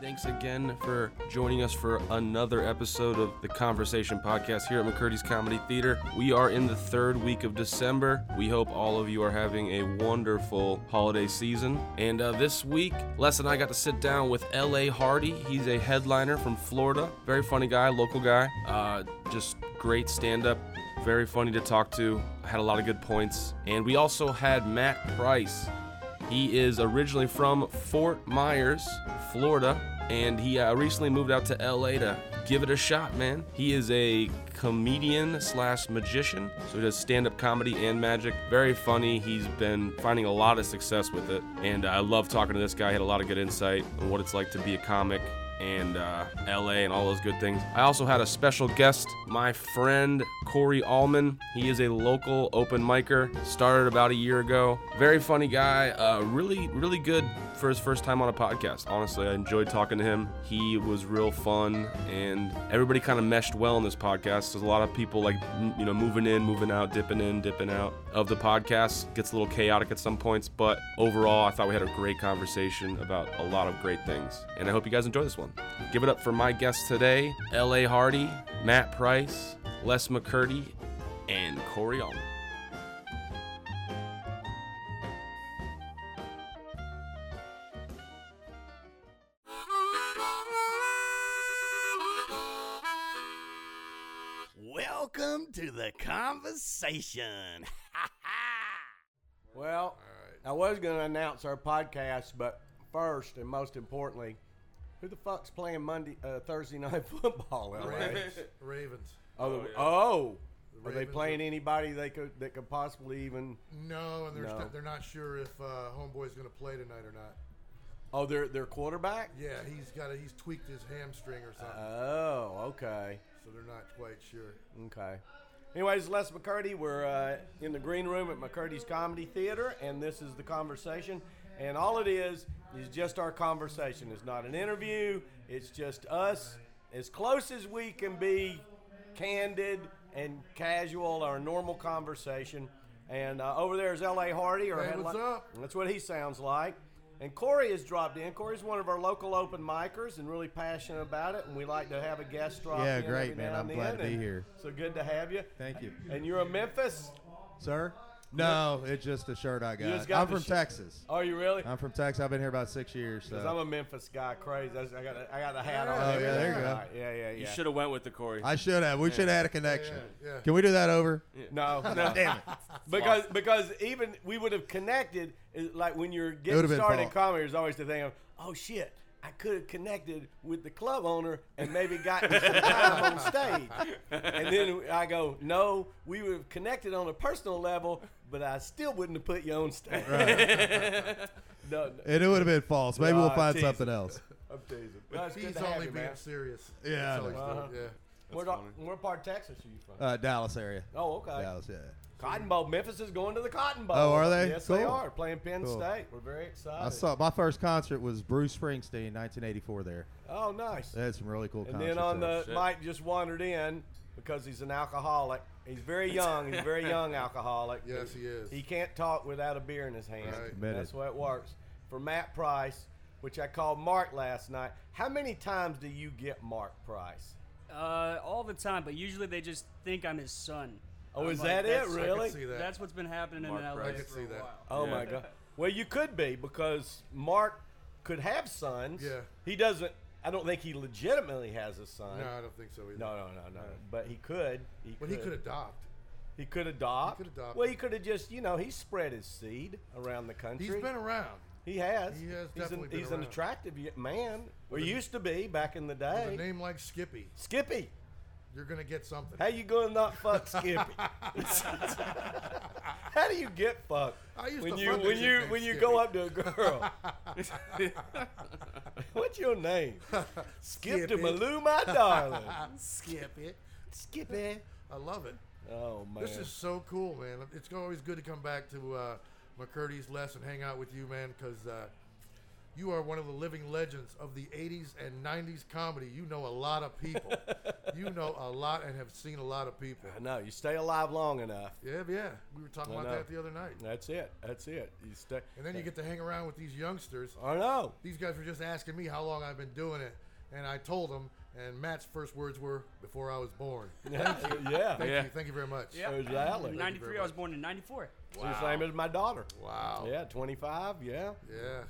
Thanks again for joining us for another episode of the Conversation Podcast here at McCurdy's Comedy Theater. We are in the third week of December. We hope all of you are having a wonderful holiday season. And uh, this week, Les and I got to sit down with L.A. Hardy. He's a headliner from Florida. Very funny guy, local guy. Uh, just great stand up. Very funny to talk to. Had a lot of good points. And we also had Matt Price. He is originally from Fort Myers, Florida, and he uh, recently moved out to LA to give it a shot, man. He is a comedian slash magician, so he does stand up comedy and magic. Very funny. He's been finding a lot of success with it, and I love talking to this guy. He had a lot of good insight on what it's like to be a comic and uh, LA and all those good things. I also had a special guest, my friend Corey Allman. He is a local open micer, started about a year ago. Very funny guy, uh, really, really good for his first time on a podcast. Honestly, I enjoyed talking to him. He was real fun, and everybody kind of meshed well in this podcast. There's a lot of people like, m- you know, moving in, moving out, dipping in, dipping out of the podcast. Gets a little chaotic at some points, but overall, I thought we had a great conversation about a lot of great things. And I hope you guys enjoy this one. Give it up for my guests today L.A. Hardy, Matt Price, Les McCurdy, and Corey Allman. Welcome to the conversation. Well, I was going to announce our podcast, but first and most importantly, who the fuck's playing Monday, uh, Thursday night football? L.A.? Ravens. Ravens. Oh, the- oh, The are they Ravens playing are- anybody they could that could possibly even? No, and there's No. no- they're not sure if uh, Homeboy's going to play tonight or not. Oh, their their quarterback. Yeah, he's got a, he's tweaked his hamstring or something, Oh, okay, so they're not quite sure. okay. Anyways, Les McCurdy, we're uh, in the green room at McCurdy's Comedy Theater, and this is the conversation. And all it is is just our conversation. It's not an interview. It's just us, as close as we can be candid and casual or normal conversation. And uh, over there is L.A. Hardy. Or Hey, what's up? That's what he sounds like. And Corey has dropped in. Corey's one of our local open micers and really passionate about it. And we like to have a guest drop Yeah, in. great, every man. now I'm and glad to then. be And here. So good to have you. Thank you. And you're a Memphis? Sir? No, it's just a shirt I just got. got I'm the from shi- Texas. Are you really? I'm uh, from Texas. I've been here about six years. So. Because I'm a Memphis guy, crazy. That's- I got a, I got a hat on. Oh, and yeah, there you everything. go. Right, Yeah, yeah, yeah. You should have went with the Corey. I should have. We should have had a connection. Yeah, yeah. Can we do that over? No, no. Damn it. Because because even we would have connected is like when you're getting would've been started in fun. comedy, there's always the thing of oh shit, I could have connected with the club owner and maybe gotten some time on stage. And then I go, no, we would have connected on a personal level, but I still wouldn't have put you on stage. no, no, And it would have been false. Maybe we'll Ah, find teasing. something else. I'm teasing. But No, it's good he's to have only you, being man. serious. Yeah, I That's all know. he's doing, Uh-huh. yeah. Where, do- where part of Texas are you from? Uh, Dallas area. oh, okay. Dallas, yeah. Cotton Bowl. Memphis is going to the Cotton Bowl. Oh, are they? Yes, they Cool. are playing Penn Cool. State. We're very excited. I saw my first concert was Bruce Springsteen, 1984. There, Oh, nice. they had some really cool. And concerts then on there. the Mike just wandered in because he's an alcoholic. He's very young. He's a very young alcoholic. Yes, he is. He can't talk without a beer in his hand. Right. Admitted. That's the way it works. For Matt Price, which I called Mark last night, how many times do you get Mark Price? Uh, all the time, but usually they just think I'm his son. Oh, I'm is like, that it, "That's- really? I can see that. That's what's been happening Mark in LA. Price. I can for see a that. while. Oh Yeah. my God! Well, you could be because Mark could have sons. Yeah. He doesn't. I don't think he legitimately has a son. No, I don't think so either. No, no, no, no. But he could. He But he could adopt. He could adopt. He could adopt. Well, he could have just, you know, he spread his seed around the country. He's been around. He has. he has he's definitely an, been He's an around. attractive y- man. Or used to be back in the With day. a name like Skippy, Skippy, you're going to get something. how you gonna not fuck Skippy? how do you get fucked? I used when to you fuck a when chick you named when you Skippy. go up to a girl. What's your name? Skip to Skippy. Malou, my darling. Skippy. Skippy. I love it. Oh man. This is so cool, man. It's always good to come back to uh, McCurdy's Les and hang out with you, man, because uh, You are one of the living legends of the 80s and 90s comedy. You know a lot of people. you know a lot and have seen a lot of people. I know. You stay alive long enough. Yeah, yeah. We were talking I about know. that the other night. That's it. That's it. You stay. And then you get to hang around with these youngsters. I know. These guys were just asking me how long I've been doing it, and I told them. And Matt's first words were, "Before I was born." Thank you. Yeah. Thank Yeah. you, thank you very much. Yep. Exactly. In Thank you 93, very I was born in 94. It's The same as my daughter. Wow. Yeah, 25. Yeah. Yeah.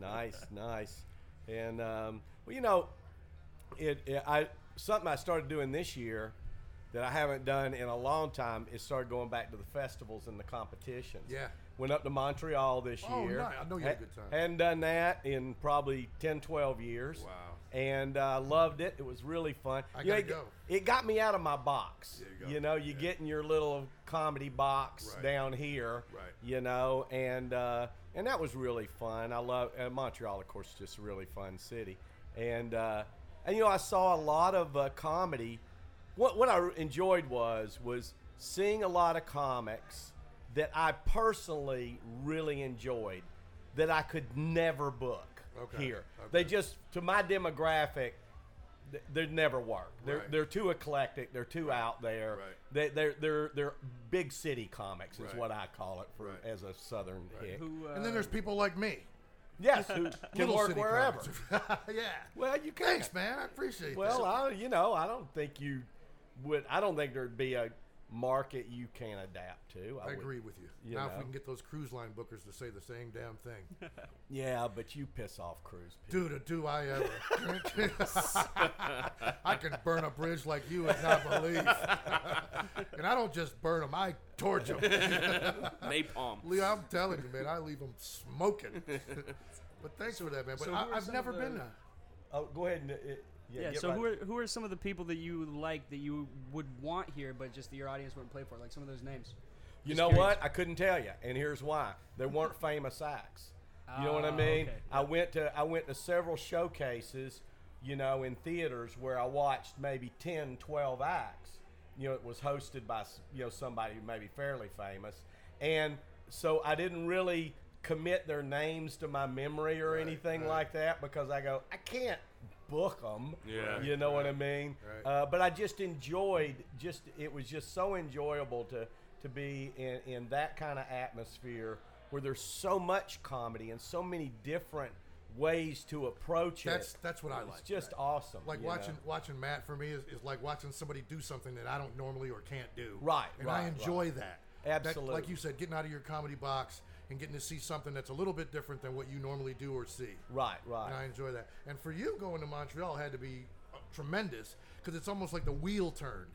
nice, nice. And um, well, you know, it, it I something I started doing this year that I haven't done in a long time is started going back to the festivals and the competitions. Yeah. Went up to Montreal this Oh, year. nice. I know you had a good time. Hadn't done that in probably 10, 12 years. Wow. And uh, loved it. It was really fun. I You know, gotta it, go. It got me out of my box. There you go. know, you get in your little comedy box Right. down here Right. you know, and uh, and that was really fun. I love uh, Montreal, of course, is just a really fun city, and uh, and you know, I saw a lot of uh, comedy. What what I enjoyed was was seeing a lot of comics that I personally really enjoyed that I could never book Okay, here. okay. They just to my demographic. th- They never work. They're, Right. they're too eclectic. They're too out there. Right. They, they're they're they're big city comics is Right. what I call it for Right. as a southern hick. Who, uh, And then there's people like me. yes, who can Little work city wherever. comics. yeah. Well, you can. Thanks, man. I appreciate Well, that. I, you know, I don't think you would. I don't think there'd be a market you can adapt to. I would- agree with you. you now, know. if we can get those cruise line bookers to say the same damn thing, Yeah, but you piss off cruise people. dude, do I ever? I can burn a bridge like you would not believe. and I don't just burn them; I torch them. Napalm. Leo, I'm telling you, man, I leave them smoking. but thanks for that, man. But so I, who are I've some never of been the- to. Oh, go ahead and uh, uh, yeah. yeah, get so right- who are, who are some of the people that you like that you would want here, but just that your audience wouldn't play for? Like some of those names. You Just know curious. what? I couldn't tell you, and here's why: they weren't famous acts. You know what I Ah, mean? okay. I went to I went to several showcases, you know, in theaters where I watched maybe 10, 12 acts. You know, it was hosted by s- you know somebody maybe fairly famous, and so I didn't really commit their names to my memory or anything like that because I go I can't book them. Yeah. you know what I mean. Right. Uh, but I just enjoyed just it was just so enjoyable to to be in, in that kind of atmosphere where there's so much comedy and so many different ways to approach That's it. that's what I like. it's just awesome. Like you know? watching watching Matt for me is, is like watching somebody do something that I don't normally or can't do. Right, And right, I enjoy that. That- like Absolutely. you said, getting out of your comedy box and getting to see something that's a little bit different than what you normally do or see. Right, right. And I enjoy that. And for you, going to Montreal had to be uh, tremendous because it's almost like the wheel turned.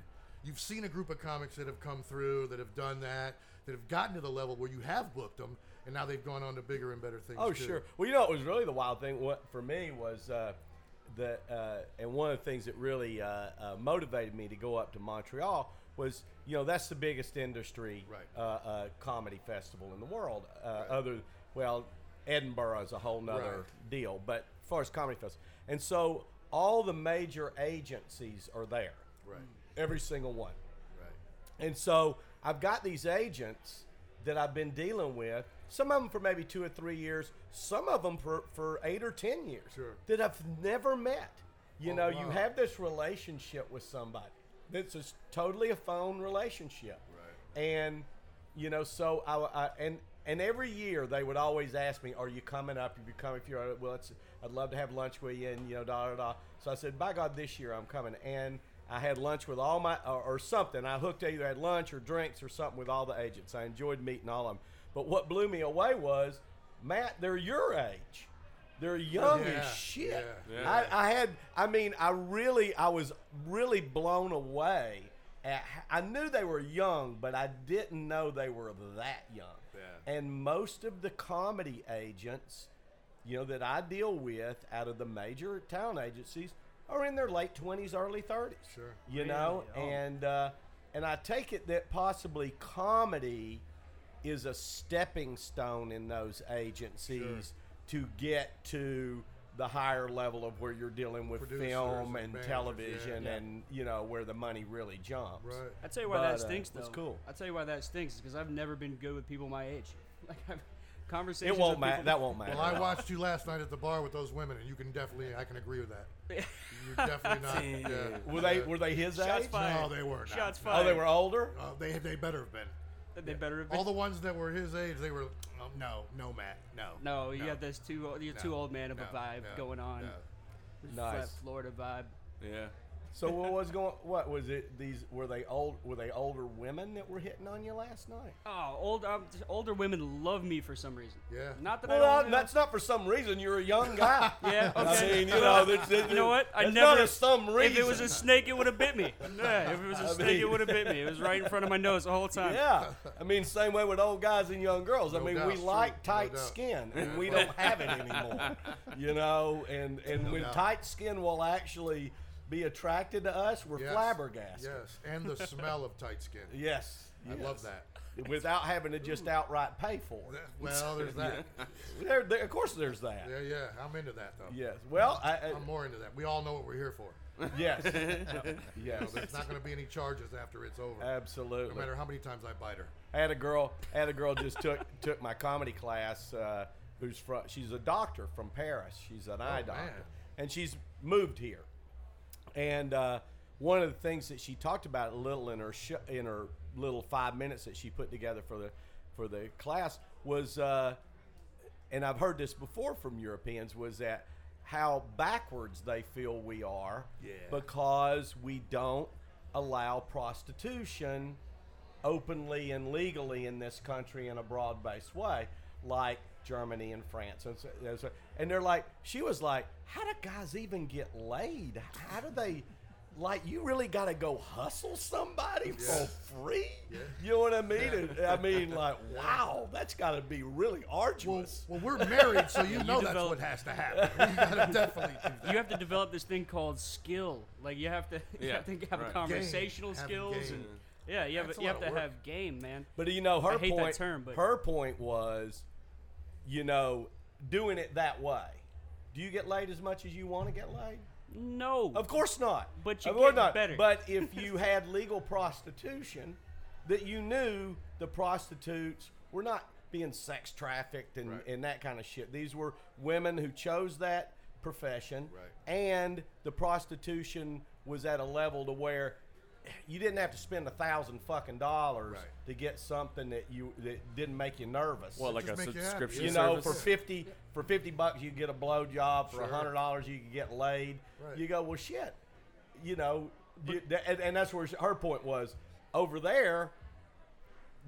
You've seen a group of comics that have come through, that have done that, that have gotten to the level where you have booked them, and now they've gone on to bigger and better things. Oh too. sure. Well, you know, it was really the wild thing. What for me was uh, the uh, and one of the things that really uh, uh, motivated me to go up to Montreal was you know that's the biggest industry Right. uh, uh, comedy festival in the world. Uh, Other well, Edinburgh is a whole nother Right. deal, but as far as comedy fest, and so all the major agencies are there, Right, every single one. right. And so I've got these agents that I've been dealing with, some of them for maybe two or three years, some of them for, for eight or 10 years Sure. that I've never met. You Oh, know, wow. you have this relationship with somebody that's just totally a phone relationship. Right. And, you know, so I, I and, and every year they would always ask me, "Are you coming up? If you come, if you're well, it's, I'd love to have lunch with you." And you know, da da da. So I said, "By God, this year I'm coming." And I had lunch with all my or, or something. I hooked either had lunch or drinks or something with all the agents. I enjoyed meeting all of them. But what blew me away was, Matt, they're your age. They're young Yeah, as shit. yeah. Yeah. I, I had, I mean, I really, I was really blown away. At, h- I knew they were young, but I didn't know they were that young. Yeah. And most of the comedy agents, you know, that I deal with out of the major town agencies are in their late twenties, early thirties. Sure. You know, Really? Oh. and uh, and I take it that possibly comedy is a stepping stone in those agencies to get to the higher level of where you're dealing with Producers film and and managers, television yeah. and you know where the money really jumps. Right. I tell you why But, that uh, stinks, though. that's cool. I tell you why that stinks is because I've never been good with people my age. Like I've, Conversations. It won't with matter. people- That won't matter. Well, I watched you last night at the bar with those women, and you can definitely, I can agree with that. You're definitely not. yeah, were they yeah. were they his Shots age? fired. No, they were not. Shots No. Oh, fired. they were older. Uh, they they better have been. They better have been. All the ones that were his age, they were. Oh, no, no, Matt, no. no, you got this too. old- You're no, too old man of no, a vibe no, going on. no. Flat Nice. Florida vibe. Yeah. So what was going? What was it? These were they old? Were they older women that were hitting on you last night? Oh, old um, older women love me for some reason. Yeah. Not that I Well, don't. no, you know. that's not for some reason. You're a young guy. Yeah. I Okay. mean, you know, that's, You know what? I that's never. not a some reason. If it was a snake, it would have bit me. Yeah, if it was a snake, it mean- would have bit me. It was right in front of my nose the whole time. yeah, I mean, same way with old guys and young girls. I No mean, doubt, we true. No like tight doubt. skin, and we don't have it anymore. You know, and and when doubt. tight skin will actually be attracted to us, we're Yes. flabbergasted. Yes, and the smell of tight skin. Yes, I love that. that. Without having to just outright pay for it. Well, there's that. There, there, of course, there's that. Yeah, yeah. I'm into that though. Yes. Well, I, I, I'm more into that. We all know what we're here for. yes, So yes, there's not going to be any charges after it's over. no absolutely. matter how many times I bite her. I had a girl. I had a girl just took took my comedy class. Uh, who's from? She's a doctor from Paris. She's an eye doctor, Oh, man. and she's moved here. And uh, one of the things that she talked about a little in her sh- in her little five minutes that she put together for the for the class was, uh, and I've heard this before from Europeans, was that how backwards they feel we are Yeah. because we don't allow prostitution openly and legally in this country in a broad based way, like Germany and France. And, so, and so- and they're like, she was like, how do guys even get laid? How do they, like, you really got to go hustle somebody Yeah. for free? You know what I mean? And, I mean, like, wow, that's got to be really Well, arduous. well, we're married, so you, know that's develop- what has to happen. You got to definitely do that. You have to develop this thing called skill. Like you have to, you Yeah, have to have right. conversational Game. Have skills game. and yeah, you have, That's a you lot have of to work. have game, man. But you know, her I hate that point. term, but- her point was, you know, doing it that way. Do you get laid as much as you want to get laid? No. Of course not. But you Of course get better. But if you had legal prostitution, that you knew the prostitutes were not being sex trafficked and, Right. and that kind of shit. These were women who chose that profession, Right. and the prostitution was at a level to where you didn't have to spend a thousand fucking dollars Right. to get something that you that didn't make you nervous Well, like Just a make you happy. subscription you Food know, service. for fifty for fifty bucks you get a blow job. For Sure. a hundred dollars you can get laid. Right. You go, well, shit. You know, you, that, and, and that's where she- her point was. Over there,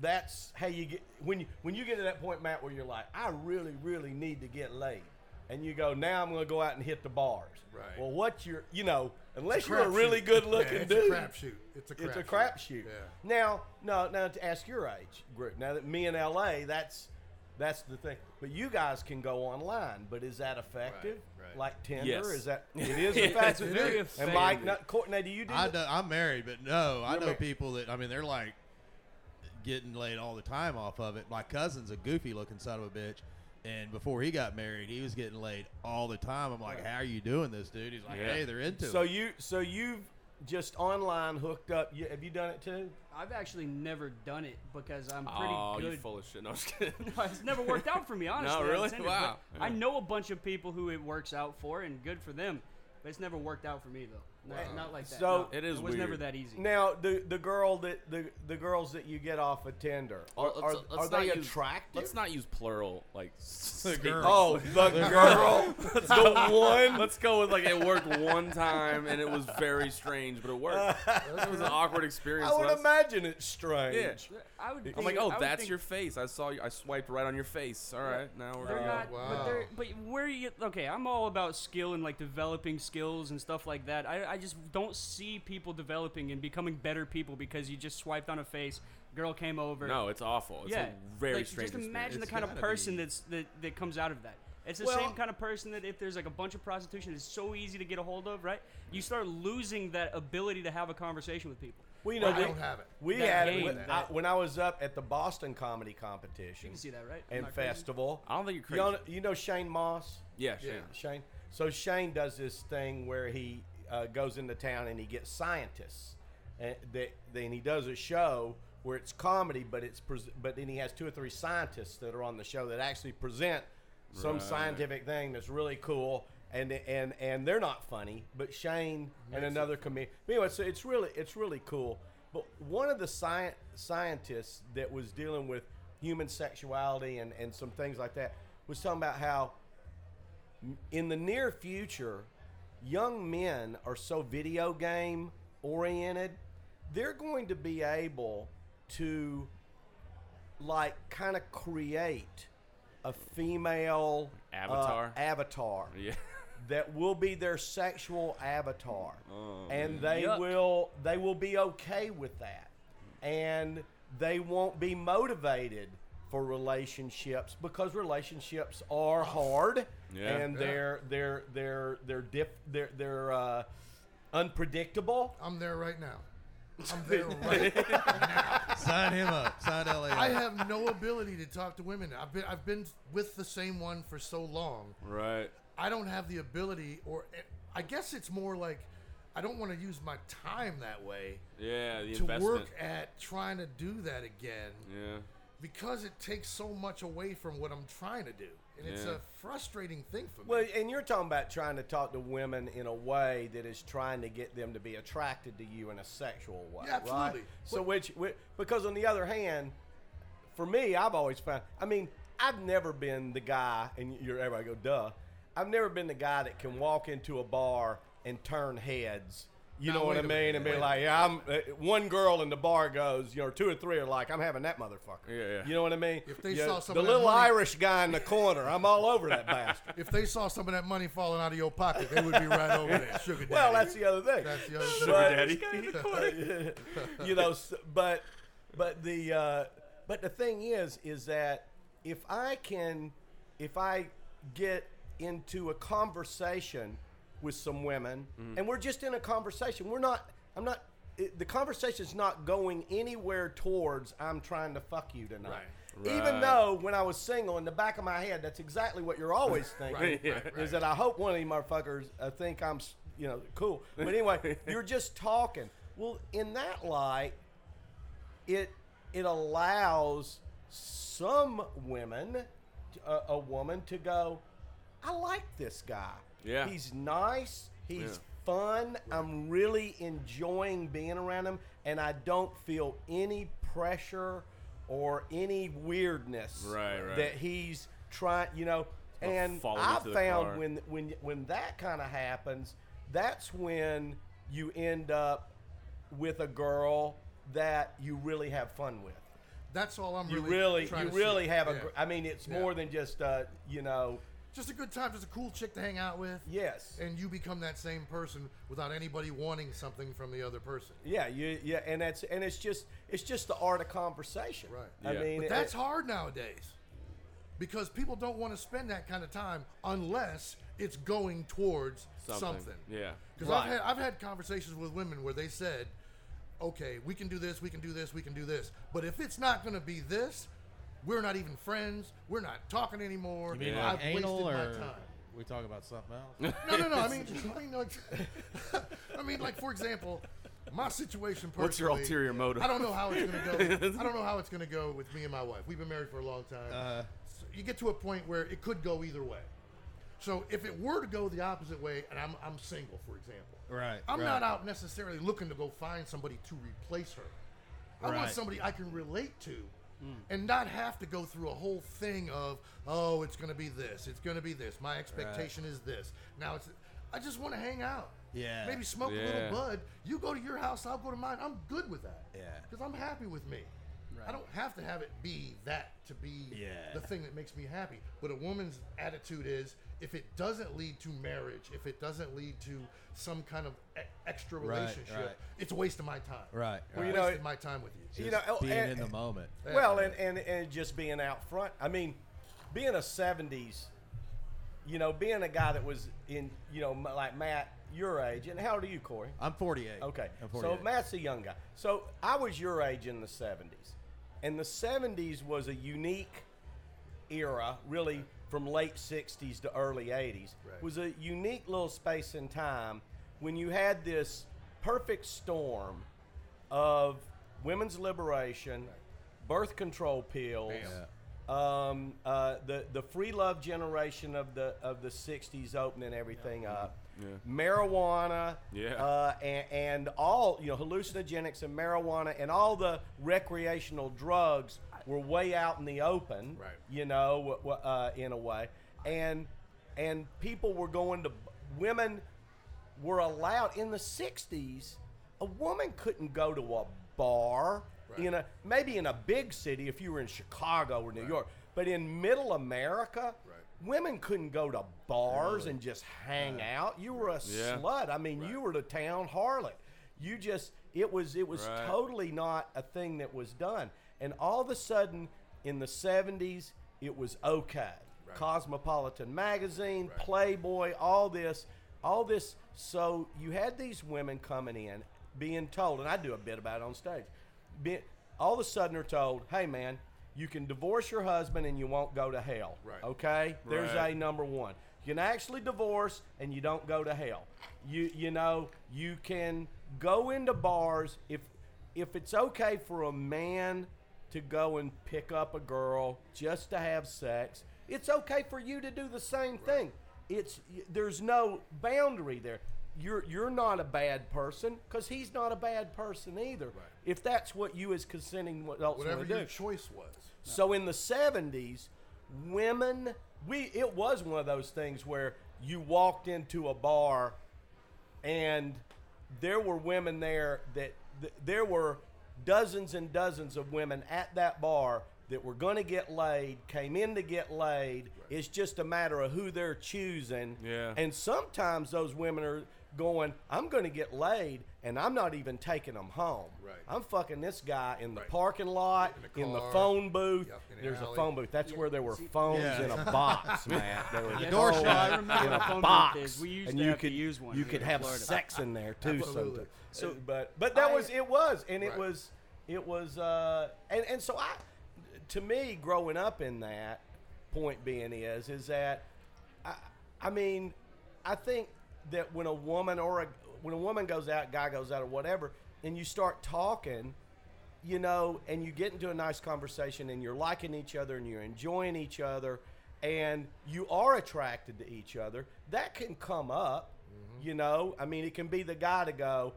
that's how you get when you when you get to that point, Matt, where you're like, I really, really need to get laid, and you go, now I'm going to go out and hit the bars. Right. Well, what's your, you know, unless It's you're a really crapshoot. good looking yeah, it's dude, A crapshoot. It's a crapshoot. it's a crapshoot. Yeah. Now, no, now to ask your age group. Now that me in LA, that's that's the thing. But you guys can go online. But is that effective? Right, right. Like Tinder? Yes. Is that it is Yes, effective? it is. And Mike, Effective. not, Courtney, do you do? I that? know, I'm married, but no, I You're know married. people that I mean they're like getting laid all the time off of it. My cousin's a goofy looking son of a bitch, and before he got married, he was getting laid all the time. I'm like, how are you doing this, dude? He's like, Yeah. hey, they're into so it. you so you've just online hooked up. You, have you done it too? I've actually never done it because I'm pretty Oh, good. you full of shit. No, I'm just kidding. it's never worked out for me, honestly. on really? Tinder, but Wow. I know a bunch of people who it works out for, and good for them. But it's never worked out for me though. Not, not like that. So- no. It is It was never weird. that easy. Now the the girl that the the girls that you get off of Tinder are, Well, are, let's- are let's they not use- attractive? Let's not use plural. Like, the Oh, the girl, the one. Let's go with like it worked one time and it was very strange, but it worked. It was an awkward experience. I would Les. imagine it's strange. Yeah. I would. I'm think- like, I oh, would that's think your face. I saw you. I swiped right on your face. All right, now we're They're gonna. not, but, wow. they're, but where you okay? I'm all about skill and like developing skills and stuff like that. I, I just don't see people developing and becoming better people because you just swiped on a face, girl came over. No, it's awful. It's a yeah, very like, strange. Just imagine the It's kind of gotta person be. that's that, that comes out of that. It's the Well- same kind of person that if there's like a bunch of prostitution, it's so easy to get a hold of, right? You start losing that ability to have a conversation with people. We know I we, don't have it. We That had game, it when I, that- when I was up at the Boston Comedy Competition You can see that, right? I'm and not crazy. festival. I don't think you're You know, crazy. you know Shane Moss. yeah, shame. Shane. So Shane does this thing where he eh, uh, goes into town and he gets scientists, and that then he does a show where it's comedy, but it's pres but then he has two or three scientists that are on the show that actually present some Right. scientific thing that's really cool. And, and and they're not funny, but Shane and another comedian. Anyway, so it's really it's really cool. But one of the sci- scientists that was dealing with human sexuality and, and some things like that was talking about how in the near future, young men are so video game oriented, they're going to be able to like kind of create a female uh, Avatar? avatar Yeah. that will be their sexual avatar, and they Yuck. will they will be okay with that, and they won't be motivated for relationships because relationships are hard Yeah. and they're they're they're they're diff, they're they're uh, unpredictable. I'm there right now. I'm there right now. Sign him up. Sign LA. I up. have no ability to talk to women. I've been I've been with the same one for so long. Right. I don't have the ability, or eh, I guess it's more like I don't want to use my time that way Yeah. The to investment. work at trying to do that again yeah. because it takes so much away from what I'm trying to do, and it's Yeah. a frustrating thing for me. Well, and you're talking about trying to talk to women in a way that is trying to get them to be attracted to you in a sexual way, Yeah, absolutely. right? So, which, which, because on the other hand, for me, I've always found. I mean, I've never been the guy, and you're everybody go, duh. I've never been the guy that can walk into a bar and turn heads. You Now, know wait what I a mean? minute, and be wait a like, yeah, I'm. Uh, one girl in the bar goes, you know, two or three are like, I'm having that motherfucker. Yeah, yeah. You know what I mean? If they Yeah, saw some the of that little money- Irish guy in the corner, I'm all over that bastard. if they saw some of that money falling out of your pocket, they would be right over there, sugar daddy. Well, that's the other thing. That's the other thing. But- daddy. you know, s- but but the uh, but the thing is, is that if I can, if I get into a conversation with some women, Mm-hmm. and we're just in a conversation, we're not. I'm not. It, the conversation's not going anywhere towards I'm trying to fuck you tonight. Even Right. though when I was single, in the back of my head, that's exactly what you're always thinking is that I hope one of these motherfuckers uh, think I'm, s- you know, cool. But anyway, you're just talking. Well, in that light, it it allows some women, uh, a woman, to go. I like this guy. Yeah. he's nice. He's Yeah. fun. I'm really enjoying being around him, and I don't feel any pressure or any weirdness Right, right. that he's trying. You know, Or and falling I into the car. found when when when that kind of happens, that's when you end up with a girl that you really have fun with. That's all I'm You really really, trying you to really see. have a. Yeah. gr- I mean, it's Yeah. more than just uh, you know. just a good time, just a cool chick to hang out with. Yes. and you become that same person without anybody wanting something from the other person. Yeah, you, yeah, and that's and it's just it's just the art of conversation. Right. I Yeah. mean, But it- that's hard nowadays because people don't want to spend that kind of time unless it's going towards something. Yeah. Because I've, had, I've had conversations with women where they said, okay, we can do this, we can do this, we can do this. But if it's not going to be this, we're not even friends. We're not talking anymore. You mean Yeah. I've like anal wasted or my time. we talk about something else? No, no, no. I mean, I mean, like, I mean, like for example, my situation personally. What's your ulterior motive? I don't know how it's gonna go. I don't know how it's gonna go with me and my wife. We've been married for a long time. Uh-huh. So you get to a point where it could go either way. So if it were to go the opposite way, and I'm I'm single, for example, Right, I'm right. not out necessarily looking to go find somebody to replace her. I want Right. Mm. somebody I can relate to. And not have to go through a whole thing of oh it's gonna be this it's gonna be this my expectation is this now it's I just want to hang out Yeah. maybe smoke a Yeah. little bud you go to your house I'll go to mine I'm good with that Yeah. because I'm happy with me. I don't have to have it be that to be Yeah. the thing that makes me happy. But a woman's attitude is if it doesn't lead to marriage, if it doesn't lead to some kind of e- extra Right, relationship, right. it's a waste of my time. Right. I right. know, wasted it- my time with you. you Just oh, know, being eh, and- in the moment. Well, and, and, and just being out front. I mean, being a 70s, you know, being a guy that was in, you know, m- like Matt, your age. And how old are you, Corey? I'm 48. Okay. I'm 48. So Matt's a young guy. So I was your age in the 70s. And the 70s was a unique era, really from late 60s to early 80s. Right. was a unique little space and time when you had this perfect storm of women's liberation, birth control pills, um, uh, the the free love generation of the of the '60s opening everything up, marijuana, Yeah. uh, and, and all you know hallucinogenics and marijuana and all the recreational drugs were way out in the open, Right. You know, w- w- uh, in a way, and and people were going to women were allowed in the 60s a woman couldn't go to a bar in a maybe in a big city if you were in chicago or new york but in middle america Right. women couldn't go to bars and just hang out you were a Yeah. slut i mean you were the town harlot you just it was it was Right. totally not a thing that was done and all of a sudden in the 70s it was okay Cosmopolitan magazine, Playboy, all this, all this. So you had these women coming in, being told, and I do a bit about it on stage. Be, all of a sudden, they're told, "Hey, man, you can divorce your husband and you won't go to hell." Right. Okay, there's Right. a number one. You can actually divorce and you don't go to hell. You you know you can go into bars if if it's okay for a man to go and pick up a girl just to have sex, it's okay for you to do the same thing. It's y- there's no boundary there. You're you're not a bad person because he's not a bad person either. If that's what you as consenting adults Whatever want to your do. choice was. So in the 70s, women, we it was one of those things where you walked into a bar and there were women there that th- there were dozens and dozens of women at that bar that were going to get laid, came in to get laid. It's just a matter of who they're choosing. Yeah. And sometimes those women are going, I'm going to get laid and I'm not even taking them home. Right. I'm fucking this guy in the Right. parking lot, the in the car. phone booth. Yep, in the There's a alley. phone booth. That's where there were phones Yeah. in a box, man. There were Yes, door oh, phones shot. I remember in what a phone box, booth is. We used and to you have could to use one. you here could in have Florida. sex in there too. Absolutely. Sometimes. So, but but that was it was, and it Right. was it was, uh, and and so I, to me, growing up in that point being is is that I I mean I think that when a woman or a when a woman goes out, guy goes out, or whatever, and you start talking you know, and you get into a nice conversation and you're liking each other and you're enjoying each other and you are attracted to each other, that can come up, Mm-hmm. you know. I mean, it can be the guy to go,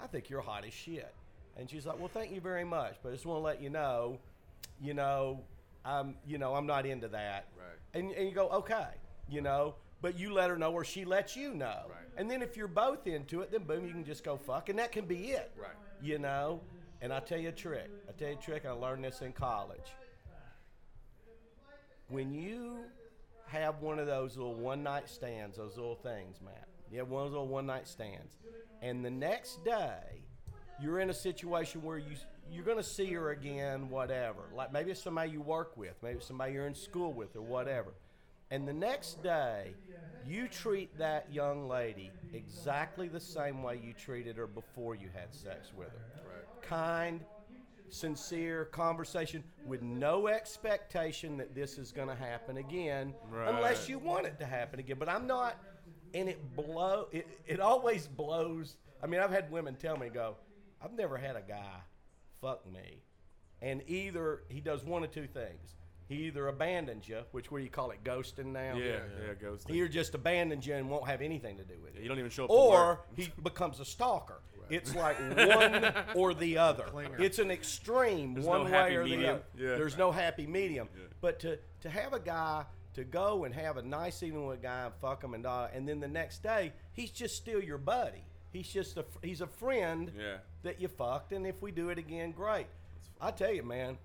I think you're hot as shit. And she's like, Well, thank you very much, but I just want to let you know, you know, I'm, you know, I'm not into that. Right. And, and you go, okay, you know, but you let her know or she lets you know. Right. And then if you're both into it, then boom, you can just go fuck, and that can be it. Right. You know, and I tell you a trick. I tell you a trick. I learned this in college. When you have one of those little one night stands, those little things, Matt. You have one of those little one night stands, and the next day, you're in a situation where you you're gonna see her again, whatever. Like maybe it's somebody you work with, maybe it's somebody you're in school with, or whatever. And the next day, you treat that young lady exactly the same way you treated her before you had sex with her. Kind, sincere conversation with no expectation that this is going to happen again unless Right. you want it to happen again. But I'm not, and it blow. It, it always blows. I mean, I've had women tell me, "Go, I've never had a guy fuck me," and either he does one of two things. He either abandons you, which we call it ghosting now. Yeah, yeah, goes. He just abandons you and won't have anything to do with it. You don't even show up. to Or work. he becomes a stalker. It's like one or the other. It's an extreme, There's one no happy way or the medium. other. Yeah. There's no happy medium. But to, to have a guy to go and have a nice evening with a guy and fuck him and all, and then the next day he's just still your buddy. He's just a fr- he's a friend Yeah. that you fucked, and if we do it again, great. I tell you, man,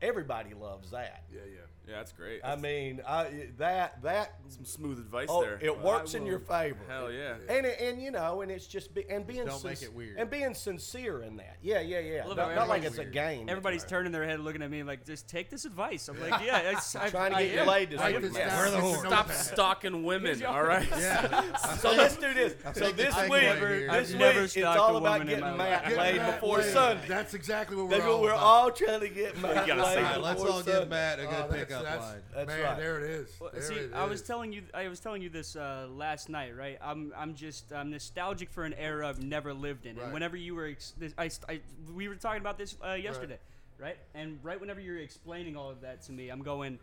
everybody loves that. Yeah, yeah. yeah, that's great. I mean, I, that that some smooth advice Oh, there. it Wow. works in your favor. Hell yeah. And it- and you know, and it's just be, and being don't make sinc- it weird. and being sincere in that. Yeah, yeah, yeah. Well, Not, not like it's everybody's a game. Everybody's turning their head, looking at me like, "Just take this advice." I'm like, "Yeah, it's, I, trying I to get am. you laid this Write week. this Yeah. down. We're the It's a whore. Stop notepad. stalking women, all right? Yeah. So let's do this. So taking this the week, time out of here. this I've never week, it's stalked a all about woman in getting my life. Matt Get laid Matt before laid. Sunday. That's exactly what we're That's all what we're about. all trying to get Matt laid All right, let's before all Sunday. give Matt a good Oh, that's pickup pickup that's, line. That's man, right. there it is. Well, there see, it I was is. telling you, I was telling you this uh, last night, right? I'm, I'm just, I'm nostalgic for an era I've never lived in. Right. And whenever you were, ex- this, I, st- I, we were talking about this uh, yesterday, right. And right whenever you're explaining all of that to me, I'm going,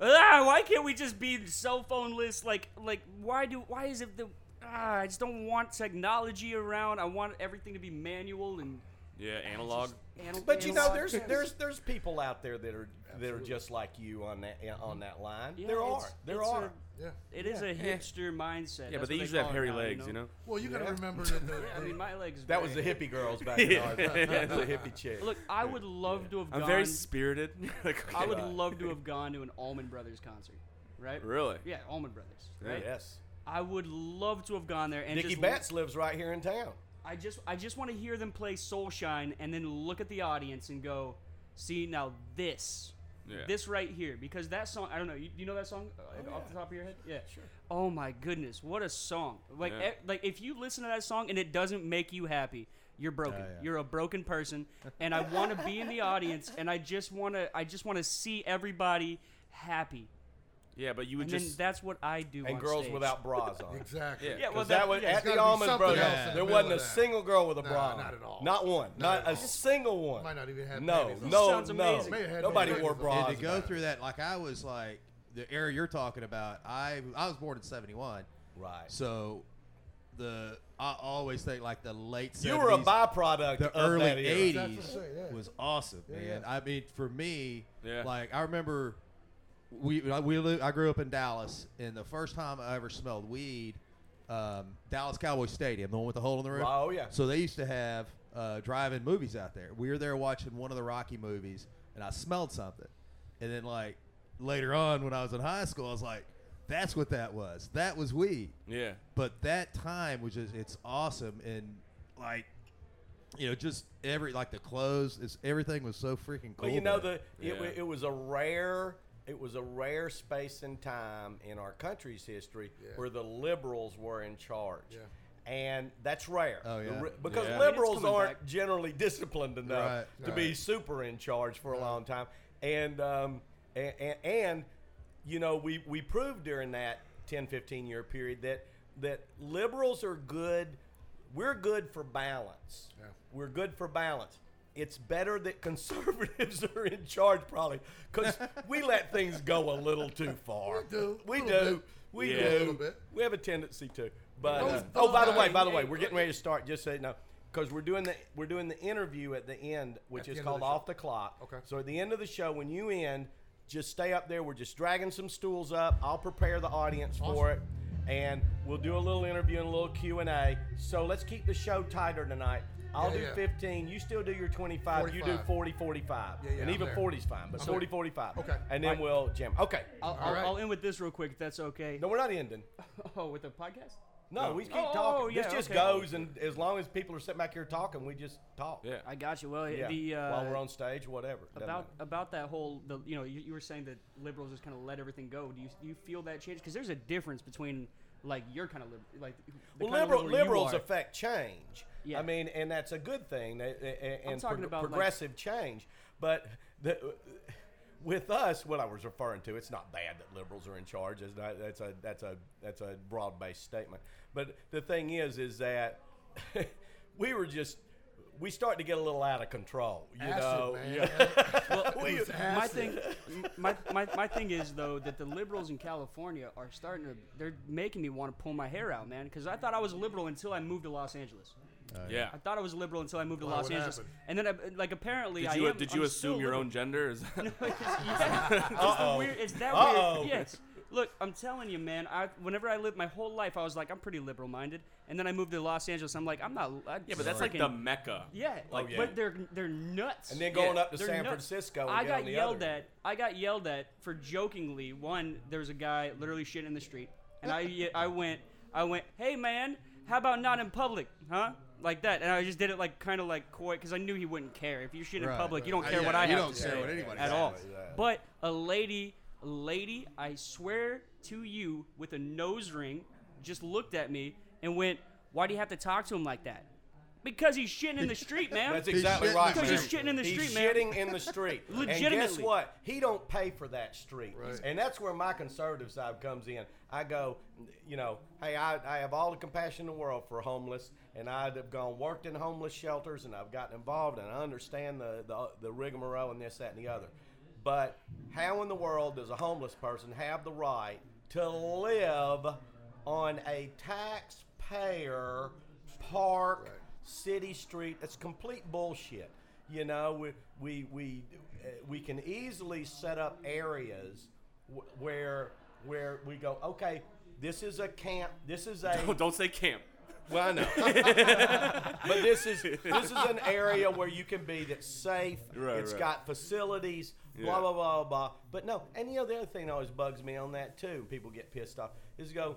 ah, why can't we just be cell phone-less? Like, like, why do, why is it the, ah, I just don't want technology around. I want everything to be manual and. Yeah, analog. anal- But you know, analog. there's there's there's people out there that are that are just like you on that on that line. Yeah, there are, it's- there it's a- are. yeah. It is a hipster mindset. Yeah, That's but they what usually have call it hairy now, legs, you know. Well, you got to Yeah. remember that the, Yeah, I mean, my legs. that was the bang. hippie girls back in our time. That was the hippie chicks. Look, I would love to have I'm gone. very spirited. like, I would okay. love to have gone to an Allman Brothers concert, right? Really? Yeah, Allman Brothers. Yeah. Right? yes, I would love to have gone there and Nikki just. Betts lives right here in town. I just, I just want to hear them play Soul Shine and then look at the audience and go, see now this, Yeah. this right here, because that song. I don't know. You, you know that song uh, off the top of your head? Yeah. Sure. Oh my goodness, what a song! Like, Yeah. e- like if you listen to that song and it doesn't make you happy. You're broken. yeah. You're a broken person, and I want to be in the audience, and I just want to. I just want to see everybody happy. Yeah, but you would And just. then that's what I do. And on girls stage. without bras on. exactly. Yeah. Yeah, well, 'Cause that, was yeah, at it's the gotta be Almond something Brothers. else in the there middle wasn't of a that. single girl with a Nah, bra. on. not at all. Not one. Not Not, at a all. single one. Might not even have No, panties on. no, Sounds no. amazing. May have had Nobody no wore panties on. bras. Yeah, and to go back through that, like I was like the era you're talking about. I I was born in '71, then. right. so the I always think like the late 70s, you were a byproduct the of early that era. '80s That's what I'm saying, yeah. was awesome, Yeah, man. yeah. I mean, for me, Yeah. like I remember we uh, we li- I grew up in Dallas, and the first time I ever smelled weed, um, Dallas Cowboy Stadium, the one with the hole in the roof. Oh, yeah. So they used to have uh, drive-in movies out there. We were there watching one of the Rocky movies, and I smelled something, and then like later on when I was in high school, I was like, "That's what that was. That was weed." yeah. Uh, but that time was just it's awesome and like you know just every like the clothes it's, everything was so freaking cool Well, you know, the then. it, wa- Yeah. it was a rare it was a rare space and time in our country's history Yeah. where the liberals were in charge. Yeah. And that's rare. Oh, The yeah. because Yeah. I mean, it's liberals coming aren't back. generally disciplined enough Right, to be super in charge for a long time. And um, and, and, and you know, we, we proved during that 10, 15 year period that that liberals are good. We're good for balance. Yeah. We're good for balance. It's better that conservatives are in charge, probably, because we let things go a little too far. We do, We a little do. bit. We Yeah. do. A little bit. We have a tendency to. But Those- uh, those oh, by the way, guys- by the way, we're getting ready to start. Just so you know, because we're doing the we're doing the interview at the end, which the is end of called the show. off the clock. Okay. So at the end of the show, when you end, just stay up there. We're just dragging some stools up. I'll prepare the audience for it, and we'll do a little interview and a little Q and A. So let's keep the show tighter tonight. I'll Yeah, do yeah. 15. You still do your 25. You do 45. 40, 45. Yeah, yeah, and I'm even there. 40 is fine, but I'm 40, there. 45. Okay. And then we'll jam. Okay. I'll, All I'll, right. I'll end with this real quick, if that's okay. No, we're not ending. Oh, with the podcast? No, we keep Oh, talking. yeah, this just okay. goes, and as long as people are sitting back here talking, we just talk. Yeah. I got you. Well, Yeah. the uh, While we're on stage, whatever. Doesn't about matter. about that whole the you know you, you were saying that liberals just kind of let everything go. Do you do you feel that change? Because there's a difference between like your kind of liberal, like the well, kind of liberal, liberal you liberals are. affect change. Yeah. I mean, and that's a good thing, they- they- a- and talking prog- about, like- progressive change. But the, with us, what I was referring to, it's not bad that liberals are in charge. It's not, that's a that's a that's a broad based statement. But the thing is, is that we were just we start to get a little out of control. You Acid, know, man. Yeah. Well, We- my thing, my, my, my thing is though that the liberals in California are starting to they're making me want to pull my hair out, man. Because I thought I was a liberal until I moved to Los Angeles. Yeah. I thought I was a liberal until I moved to Why, Los what Angeles, happened? and then I, like apparently Did I you am- did I'm you still assume your liberal. own gender? Is that- It's just- yeah, it's just the weird- It's that Uh-oh. weird. Yes. Look, I'm telling you, man. I whenever I lived my whole life, I was like, I'm pretty liberal-minded, and then I moved to Los Angeles. I'm like, I'm not. I yeah, but that's like the mecca. Yeah, like, Oh, yeah. but they're they're nuts. And then going Yeah, up to They're San nuts. Francisco. And I get got on the yelled other. at. I got yelled at for jokingly. One, there was a guy literally shitting in the street, and I I went I went, hey man, how about not in public, huh? Like that, and I just did it like kind of like coy because I knew he wouldn't care. If you shit in Right, public, you don't Uh, right. care Yeah, what I you have don't to care say what anybody at says. all. Exactly. But a lady, a lady, I swear to you, with a nose ring, just looked at me and went, why do you have to talk to him like that? Because he's shitting in the street, man. That's He's exactly shitting right. in the man. street. He's shitting in the street, He's man. shitting in the street. And guess Legitimately. what? He don't pay for that street. Right. And that's where my conservative side comes in. I go, you know, hey, I, I have all the compassion in the world for homeless, and I'd have gone worked in homeless shelters, and I've gotten involved, and I understand the, the, the rigmarole and this, that, and the other. But how in the world does a homeless person have the right to live on a taxpayer park city street. That's complete bullshit. You know, we we we uh, we can easily set up areas w- where where we go. Okay, this is a camp. This is a Oh, don't say camp. well, I know. but this is this is an area where you can be that's safe. Right, It's right. got facilities. Blah Yeah. blah blah blah. But no, and you know the other thing that always bugs me on that too. People get pissed off. Is go,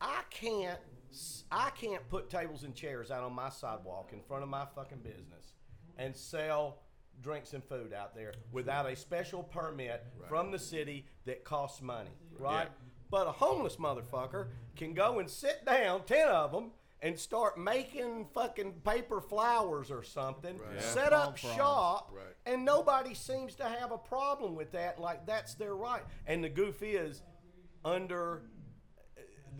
I can't s- I can't put tables and chairs out on my sidewalk in front of my fucking business and sell drinks and food out there without a special permit from the city that costs money, right? But a homeless motherfucker can go and sit down, 10 of them, and start making fucking paper flowers or something, set up shop, Right. and nobody seems to have a problem with that. Like, that's their right. And the goof is under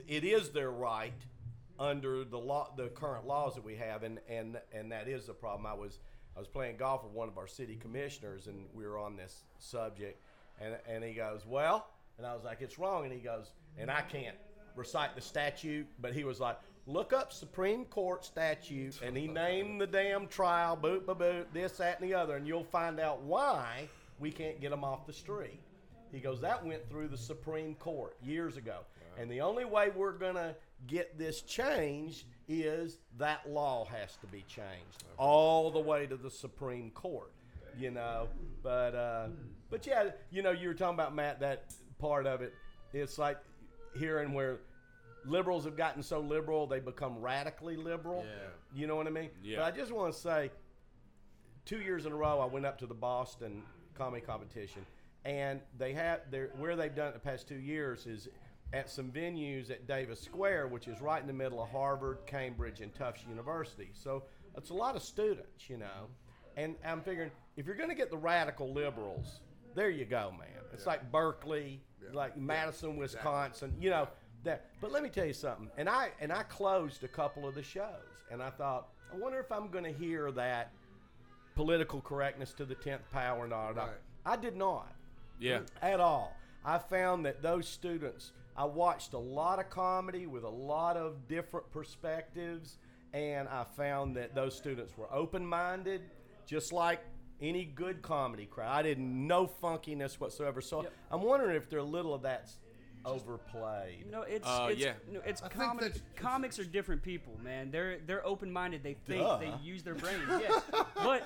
it is their right under the law, the current laws that we have, and and and that is the problem. I was I was playing golf with one of our city commissioners, and we were on this subject, and and he goes, well, and I was like, it's wrong, and he goes, and I can't recite the statute, but he was like. Look up Supreme Court statute, and he named the damn trial, boot, ba boot, this, that, and the other, and you'll find out why we can't get them off the street. He goes, that went through the Supreme Court years ago. And the only way we're going to get this changed is that law has to be changed all the way to the Supreme Court, you know. But, uh, but yeah, you know, you were talking about, Matt, that part of it. It's like hearing where liberals have gotten so liberal, they become radically liberal. You know what I mean? Yeah. But I just want to say, two years in a row, I went up to the Boston comedy competition, and they have their where they've done it the past two years is at some venues at Davis Square, which is right in the middle of Harvard, Cambridge, and Tufts University. So it's a lot of students, you know. And I'm figuring if you're going to get the radical liberals, there you go, man. It's like Berkeley, like Madison, Wisconsin, you know. That, but let me tell you something. And I and I closed a couple of the shows, and I thought, I wonder if I'm going to hear that political correctness to the tenth power and all that. Right. I did not Yeah. at all. I found that those students, I watched a lot of comedy with a lot of different perspectives, and I found that those students were open minded, just like any good comedy crowd. I didn't no funkiness whatsoever. So Yep. I'm wondering if there a little of that's overplayed. No, it's Uh, it's, yeah. no, it's I think comic, that's- comics are different people, man. They're they're open minded. They think Duh. they use their brains. Yes, but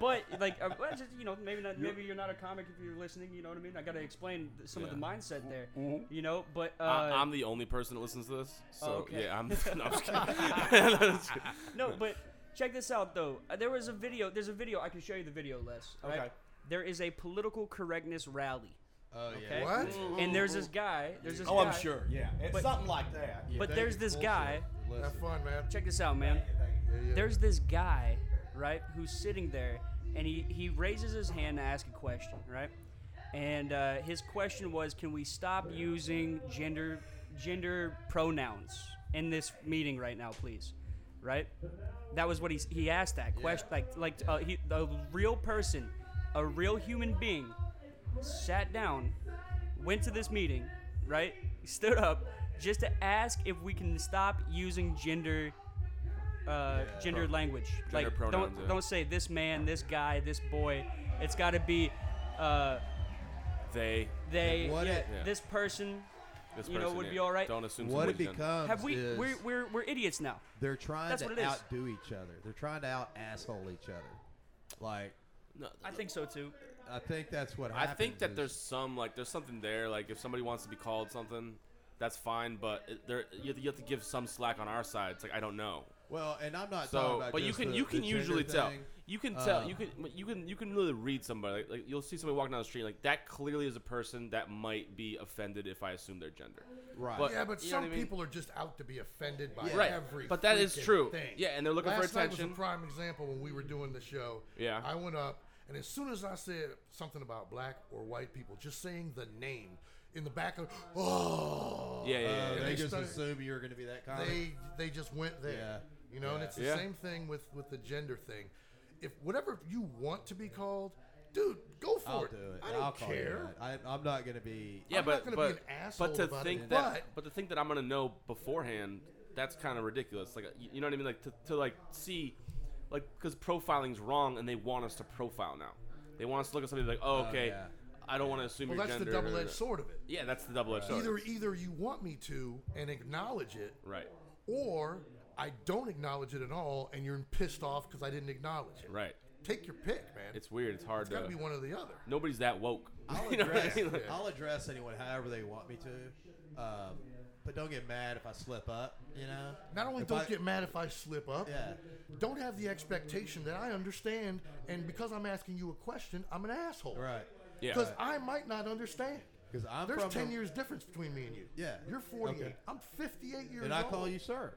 but like uh, well, just, you know maybe not maybe you're not a comic if you're listening. You know what I mean? I got to explain th- some of the mindset there. You know, but uh, Mm-hmm. I, I'm the only person that listens to this, so Oh, okay. yeah, I'm. No, I'm just kidding. no, but check this out though. Uh, There was a video. There's a video. I can show you the video, Les. all right? Okay. There is a political correctness rally. Oh yeah. Okay. Mm. What? And there's this guy. There's this Oh, guy, I'm sure. Yeah, it's But- something like that. But They there's can this bullshit. guy. Listen, Have fun, man. Check this out, man. Yeah, yeah. There's this guy, right, who's sitting there, and he, he raises his hand to ask a question, right? And uh, his question was, can we stop using gender gender pronouns in this meeting right now, please? Right? That was what he, he asked that question. Like like uh, he, a real person, a real human being, sat down, went to this meeting, right? Stood up just to ask if we can stop using gender uh, gendered language. like pronouns, don't yeah. don't say this man, this guy, this boy. It's got to be uh, They. they, What yeah, it- Yeah. this person. This You know, person would here. be all right. Don't assume What it somebody's done. becomes Have we? is We're, we're we're idiots now. they're trying That's what it to is. outdo each other. They're trying to out asshole each other. Like I think so too. I think that's what I happens think that is- there's some like there's something there. Like if somebody wants to be called something, that's fine. But it, there, you have, to, you have to give some slack on our side. It's like I don't know. Well, and I'm not talking So, about but you just can the- you the can gender usually tell. thing. You can tell. Uh, you can you can you can really read somebody. Like, like you'll see somebody walking down the street. Like that clearly is a person that might be offended if I assume their gender. Right. But, yeah, but you know some what I mean? people are just out to be offended by Yeah. Right, every. but that is freaking true. thing. Yeah, and they're looking for Last Night attention. was a prime example when we were doing the show. Yeah. I went up, and as soon as I said something about black or white people, just saying the name in the back of, oh, Yeah, yeah, yeah, Uh, yeah. they, they just start- assume you're going to be that comic. they they just went there. Yeah. You know, and it's the Yeah. same thing with with the gender thing. If whatever you want to be called, dude, go for I'll it. do it. I don't will care. I, I'm not going to be. Yeah, I'm but not gonna but be an asshole but to about think it, that but- but, to think that I'm gonna know beforehand, that's kind of ridiculous. Like you you know what I mean? Like to, to like see, like because profiling's wrong, and they want us to profile now. They want us to look at somebody like, oh, okay, yeah. I don't want to assume Well, your that's the gender. double edged sword of it. Yeah, that's the double edged sword. Either either you want me to and acknowledge it, Right, or I don't acknowledge it at all, and you're pissed off because I didn't acknowledge it. right. Take your pick, man. It's weird. It's hard it's got to to. be one or the other. Nobody's that woke. I'll You know what I address, mean? Like- I'll address anyone however they want me to. Um, but don't get mad if I slip up, you know? Not only If don't I- get mad if I slip up, Yeah. don't have the expectation that I understand, and because I'm asking you a question, I'm an asshole. Right. Yeah. Because I might not understand. 'Cause I'm There's from 10 the- years difference between me and you. Yeah. You're 48. Okay. I'm 58 years And I old. call you sir.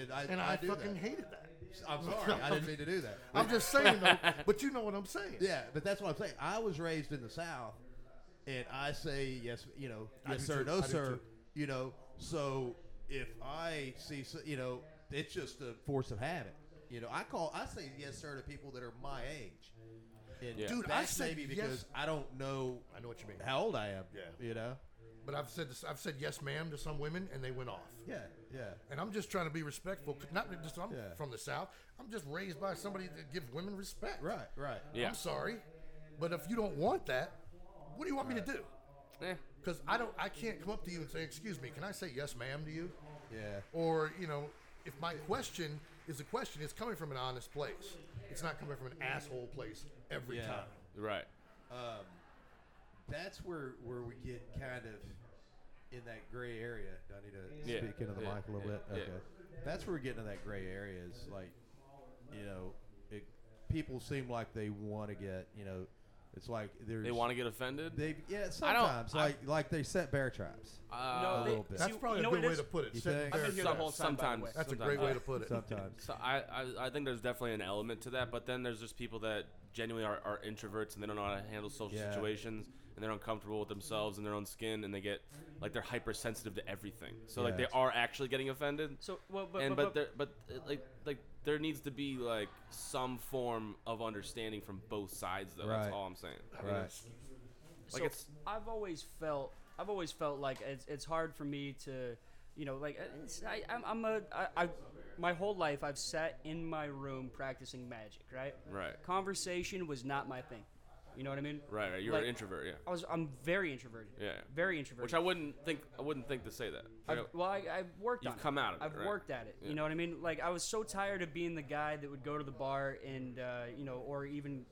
And I, And I, do fucking that. hated that. I'm sorry. I didn't mean to do that. I'm just saying, though, but you know what I'm saying. Yeah, but that's what I'm saying. I was raised in the South, and I say yes, you know, I yes do sir, too. no I do sir, too. you know. So if I see, s- you know, it's just a force of habit. You know, I call, I say yes sir to people that are my age. And Yeah. Dude, I that's said maybe yes- because I don't know I know what you mean. how old I am. Yeah. you know. But I've said this, I've said yes, ma'am, to some women, and they went off. Yeah, yeah. And I'm just trying to be respectful. 'cause Not just I'm Yeah. from the South. I'm just raised by somebody that gives women respect. Right, right. Yeah. I'm sorry, but if you don't want that, what do you want me to do? Eh. Because I don't, I can't come up to you and say, "Excuse me, can I say yes, ma'am?" to you, Yeah. or you know, if my question is a question, it's coming from an honest place. It's not coming from an asshole place every Yeah. time. Right. um, that's where where we get kind of in that gray area. Do I need to Yeah, speak into the yeah, mic a little yeah, bit? yeah. Okay. That's where we get into that gray area is like, you know, it, people seem like they want to get, you know, it's like there's They want to get offended. they yeah I don't- sometimes I- like like they set bear traps uh, a little bit That's See, probably you know a what good it way is? to put it. You Set think? I've been bear here the some- whole traps. time, by the sometimes. way. Uh, That's a sometimes. great way to put it. sometimes. So I, I, I think there's definitely an element to that, but then there's just people that genuinely are, are introverts and they don't know how to handle social Yeah. situations and they're uncomfortable with themselves and their own skin and they get like they're hypersensitive to everything. So like they Yeah. are actually getting offended. So, well, but, and but, but there, but uh, like like there needs to be like some form of understanding from both sides though. Right. That's all I'm saying. Right. Like so it's I've always felt I've always felt like it's, it's hard for me to you know like it's, I, I'm, I'm a I, I my whole life I've sat in my room practicing magic right Right. conversation was not my thing you know what I mean right, right. You're Like, an introvert, yeah. I was I'm very introverted Yeah, yeah. very introverted Which I wouldn't think I wouldn't think to say that. I've, Like, well, I, I've worked You've on it. come out of it, I've right? worked at it. Yeah. You know what I mean? Like I was so tired of being the guy that would go to the bar and uh, you know, or even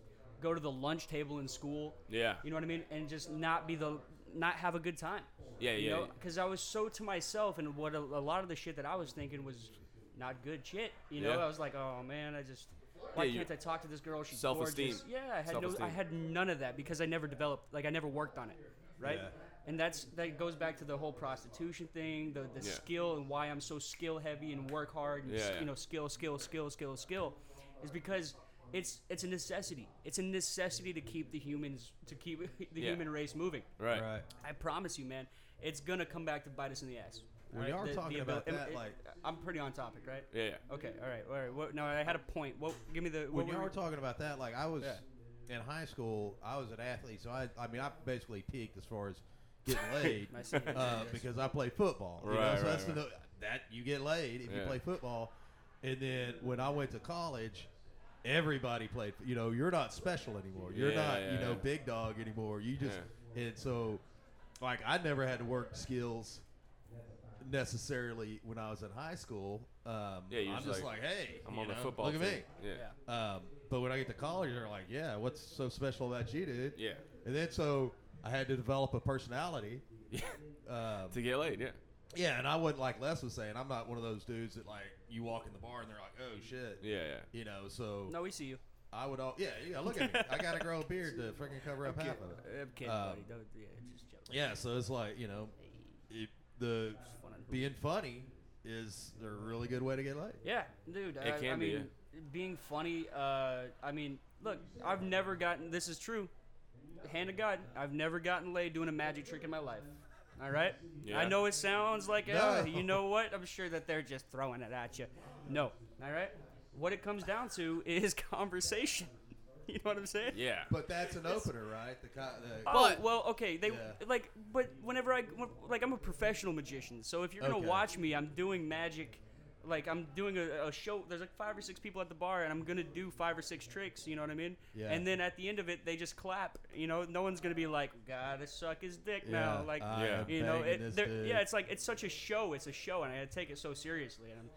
go to the lunch table in school. Yeah. You know what I mean? And just not be the not have a good time. Yeah, you yeah, know? yeah. Because I was so to myself, and what a, a lot of the shit that I was thinking was not good shit. You know, Yeah. I was like, oh man, I just. Why Yeah, you- can't I talk to this girl? She's Self-esteem. gorgeous. Yeah, I had no, I Self-esteem. had none of that because I never developed, like I never worked on it, right? Yeah. And that's that goes back to the whole prostitution thing, the, the Yeah. skill and why I'm so skill heavy and work hard and Yeah, s- yeah. you know skill skill skill skill skill, is because it's it's a necessity. It's a necessity to keep the humans to keep the Yeah. human race moving. right. right. I promise you, man, it's gonna come back to bite us in the ass. We Alright, are talking about abil- that, am- like- I'm pretty on topic, right? Yeah, yeah. Okay, all right, all right. What, no, I had a point. What? Give me the. What when you were were you- talking about that, like I was Yeah. in high school, I was an athlete, so I, I mean, I basically peaked as far as getting laid I see what you're uh, because I played football. you know, Right, so right, that's right. The, that you get laid if you Yeah. play football. And then when I went to college, everybody played. You know, you're not special anymore. You're Yeah, not, yeah, you know, yeah. big dog anymore. You just and so, like, I never had to work skills necessarily when I was in high school. Um, Yeah, you're I'm just just like, like, hey, I'm you on the know, football Look at team. me. yeah. Yeah. Um, but when I get to college, they're like, "Yeah, what's so special about you, dude?" Yeah. And then so I had to develop a personality. Um, To get laid, yeah. Yeah, and I would like Les was saying, I'm not one of those dudes that like you walk in the bar and they're like, oh shit. Yeah, yeah. You know, so No, we see you. I would all yeah, yeah. Look at me. I gotta grow a beard to freaking cover up half of it. I'm kidding, Um, buddy. Don't, yeah, just joking. Yeah, so it's like you know, it, the fun on who- being funny is a really good way to get laid. Yeah, dude. I, I can be, mean, being funny. Uh, I mean, look, I've never gotten. This is true. Hand of God, I've never gotten laid doing a magic trick in my life. All right. I Yeah. know it sounds like, uh, No. you know what? I'm sure that they're just throwing it at you. No. All right. What it comes down to is conversation. You know what I'm saying? Yeah. But that's an opener, right? The, co- the Oh But- well, okay. They Yeah. like, but whenever I like, I'm a professional magician. So if you're gonna Okay. watch me, I'm doing magic. Like I'm doing a, a show. There's like five or six people at the bar, and I'm gonna do five or six tricks. You know what I mean? Yeah. And then at the end of it, they just clap. You know, no one's gonna be like, "Gotta suck his dick now." Like, I Yeah. am you know, Ah, banging it, this they're- dude. yeah. It's like it's such a show. It's a show, and I gotta take it so seriously. And I'm,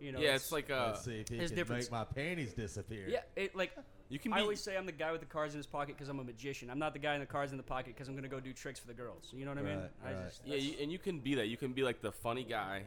you know, Yeah, it's like uh, Let's see if he there's can difference. make my panties disappear. yeah, it like. you can be. I always say I'm the guy with the cards in his pocket because I'm a magician. I'm not the guy in the cards in the pocket because I'm gonna go do tricks for the girls. You know what I mean? Right, I right. just, yeah, you, and you can be that. You can be like the funny guy,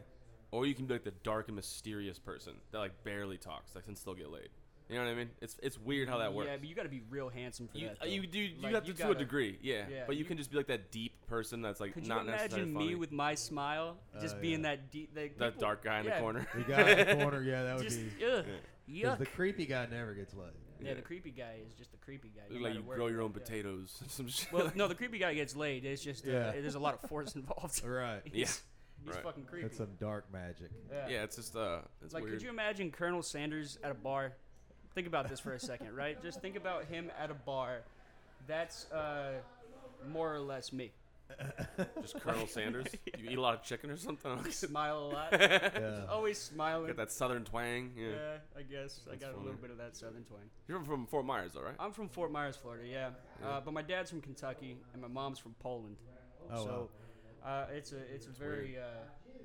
or you can be like the dark and mysterious person that like barely talks, like can still get laid. You know what I mean? It's it's weird how that works. Yeah, but you got to be real handsome for you, uh, that. though. you do you Like, have to you to a gotta- degree, yeah. yeah, but you, you- can just be like that deep person that's like Could you not necessarily imagine funny. me with my smile just Oh, being yeah. that deep, like, that people- dark guy in yeah, the corner. The guy in the corner, yeah, that would Just be. Because ugh, yuck. the creepy guy never gets laid. yeah, the creepy guy is just the creepy guy. no like matter you where grow you your go, own yeah. potatoes, some shit. Well, like- no, the creepy guy gets laid. It's just uh, Yeah. there's a lot of force involved. Right. yeah, He's Right. fucking creepy. Oh, That's some dark magic. yeah. yeah. It's just uh, it's Like, weird. could you imagine Colonel Sanders at a bar? Think about this for a second, right? Just think about him at a bar. That's uh, more or less me. just Colonel Sanders. You eat a lot of chicken or something. Smile a lot. Yeah. Always smiling. Got that southern twang. Yeah. Yeah, I guess I got a little funny. bit of that southern twang. You're from Fort Myers, though, right? I'm from Fort Myers, Florida. Yeah, Uh, but my dad's from Kentucky and my mom's from Poland. Oh, so uh, it's a it's a very uh,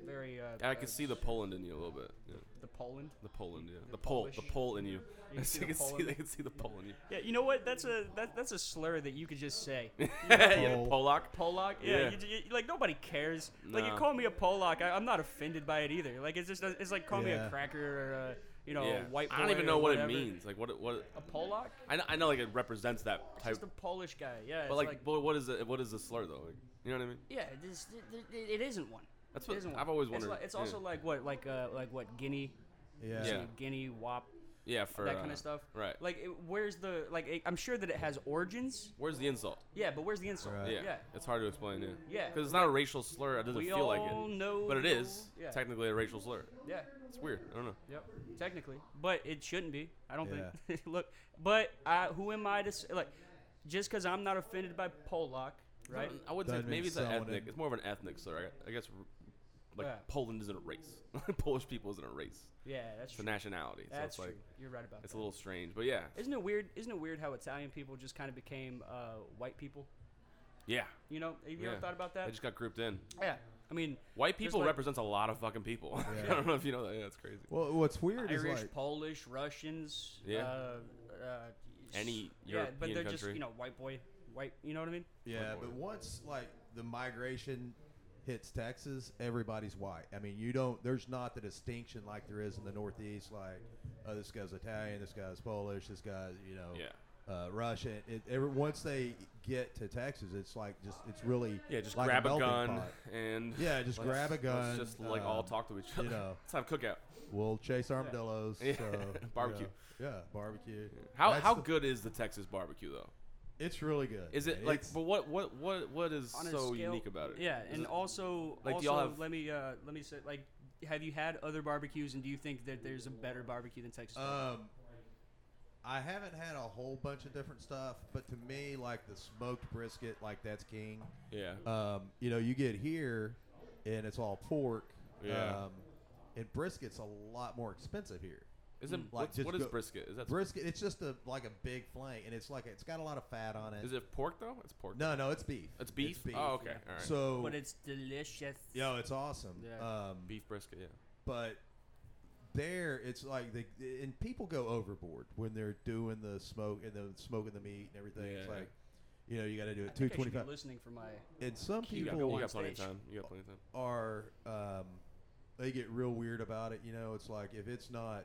very. Uh, I uh, can see the Poland in you a little bit. Yeah. the Poland. The Poland, yeah. The, The pole, the Polish. pole in you. You can I see the can pole see, they in me. can see the pole in you. Yeah, you know what? That's a that, that's a slur that you could just say. yeah, the Pole. Polak. Polak. Yeah, Yeah. You, j- you- like nobody cares. Like you No. call me a Polak, I, I'm not offended by it either. Like it's just uh, it's like call me a Yeah. cracker or a, you know Yeah. a white. I don't boy even or know what whatever. it means. Like what? it- What? it- A Polak? I know, I know, like it represents that type. Just a Polish guy. Yeah. But it's like, but what is it? What is the slur though? Like, you know what I mean? Yeah, this, th- th- it isn't one. That's It what- isn't I've always It's wondered, like- It's, yeah. also like what, like uh, like what Guinea, Yeah. Yeah. Guinea WAP, Yeah, for that uh, kind of stuff. Right. Like, it, where's the like? It, I'm sure that it has origins. Where's the insult? Yeah, but where's the insult? Right. Yeah. Yeah. It's hard to explain. Yeah. Yeah. Because it's not a racial slur. It doesn't We feel like all it. know But it the- is yeah. technically a racial slur. Yeah. It's weird. I don't know. Yep. Technically, but it shouldn't be. I don't Yeah. think. Look, but I, who am I to s like? Just because I'm not offended by Polak, right? I wouldn't Doesn't say maybe it's an sound ethnic. in- It's more of an ethnic slur. I, I guess. r- Like Yeah. Poland isn't a race. Polish people isn't a race. Yeah, that's It's a true. nationality. so That's it's like true. You're right about it's that. a little strange. But yeah. Isn't it weird? Isn't it weird how Italian people just kind of became uh, white people? Yeah. You know, have you Yeah. ever thought about I that? just got grouped in. Yeah, I mean, White Just people like- represents a lot of fucking people. I don't know if you know that. Yeah, that's crazy. Well, what's weird is Irish, like Polish, Russians. Yeah. Uh, uh, Any Yeah, but European they're just country. you know white boy, white. You know what I mean? Yeah, but once like the migration hits Texas, everybody's white. I mean, you don't. There's not the distinction like there is in the Northeast. Like, oh, this guy's Italian, this guy's Polish, this guy's you know, Yeah. uh, Russian. It, every, once they get to Texas, it's like just it's really Yeah, just like grab a melting gun pot. and Yeah, just let's- grab a gun, Let's just uh, like all um, talk to each you other. know. let's have a cookout. We'll chase armadillos. Yeah. So, you Barbecue. know, yeah, barbecue. How That's how the- good is the Texas barbecue though? It's really good. Is it man. like? It's- But what what what what is On a so scale- unique about it? Yeah, Is and it- also, like, do also y'all have- let me uh, let me say like, have you had other barbecues, and do you think that there's a better barbecue than Texas? Um, I haven't had a whole bunch of different stuff, but to me, like the smoked brisket, like that's king. yeah, Um, you know, you get here, and it's all pork. Yeah. Um, and brisket's a lot more expensive here. is it what's- just what is go- brisket? Is that Brisket, it's just a like a big flank, and it's like it's got a lot of fat on it. is it pork though? It's pork. No, no, it's beef. it's beef. oh, okay, all right. So, but it's delicious. yo, it's awesome. Yeah. Um, beef brisket. Yeah, but there it's like they and people go overboard when they're doing the smoke and the smoking the meat and everything. It's Yeah. like You know, you got to do it I think I should be 225. listening for my. And some You You got, people gotta go you on got plenty of stage. time. You got plenty of time. are um, they get real weird about it. You know, it's like if it's not,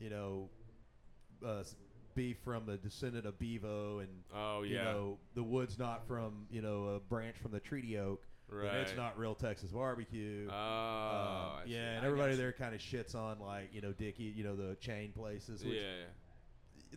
you know, uh, s- beef from a descendant of Bevo and Oh, you yeah. know the wood's not from you know a branch from the treaty oak, then it's Right. not real Texas barbecue. Oh, Um, I see. yeah, I and got everybody you. there kind of shits on like you know Dickie, you know the chain places. Which Yeah, yeah.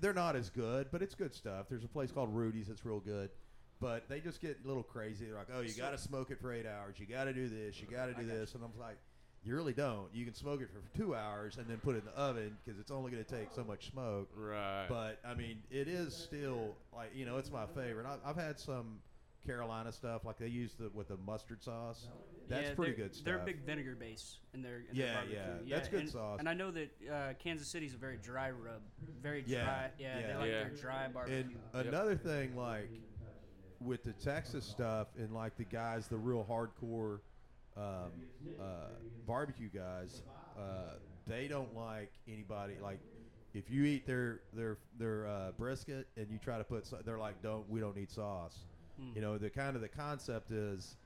they're not as good, but it's good stuff. There's a place called Rudy's that's real good, but they just get a little crazy. They're like, "Oh, you got to smoke it for eight hours. You got to do this. You got to do this." And I'm like, "You really don't. You can smoke it for two hours and then put it in the oven because it's only going to take so much smoke." Right. But I mean, it is still like you know, it's my favorite. I, I've had some Carolina stuff like they use the with the mustard sauce. That's Yeah, pretty they're- good stuff. They're a big vinegar base in their, in Yeah, their barbecue. yeah, that's good and, sauce. And I know that uh, Kansas City's a very dry rub, very dry. Yeah, Yeah, they yeah. like Yeah. their dry barbecue. And another thing, like with the Texas stuff, and like the guys, the real hardcore um, uh, barbecue guys, uh, they don't like anybody. Like if you eat their their their uh, brisket and you try to put, so- they're like, don't we don't need sauce. Hmm. You know, the kind of the concept is.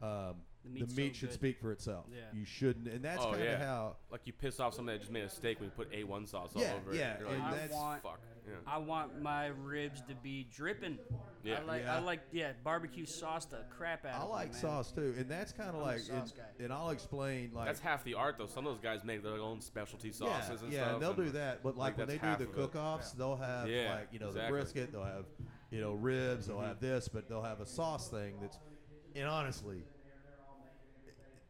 Um, The the meat, meat's so should good. speak for itself. Yeah. You shouldn't, and that's oh kind of yeah. how. like you piss off somebody that just made a steak when you put A1 sauce Yeah, all over yeah, it. You're like, and "You that's- want- fuck. Yeah. I want my ribs to be dripping. Yeah. I like, Yeah. I like, yeah, barbecue sauce the crap out I of it, like man. sauce too, and that's kind of a like, sauce and, guy. and I'll explain like That's half the art, though. Some of those guys make their own specialty sauces yeah, and yeah, stuff. and they'll and- do that. But like, like, when they that's do the half of it. cook-offs, they'll have Yeah, like you know exactly. the brisket, they'll have you know ribs, they'll have this, but they'll have a sauce thing that's. And honestly,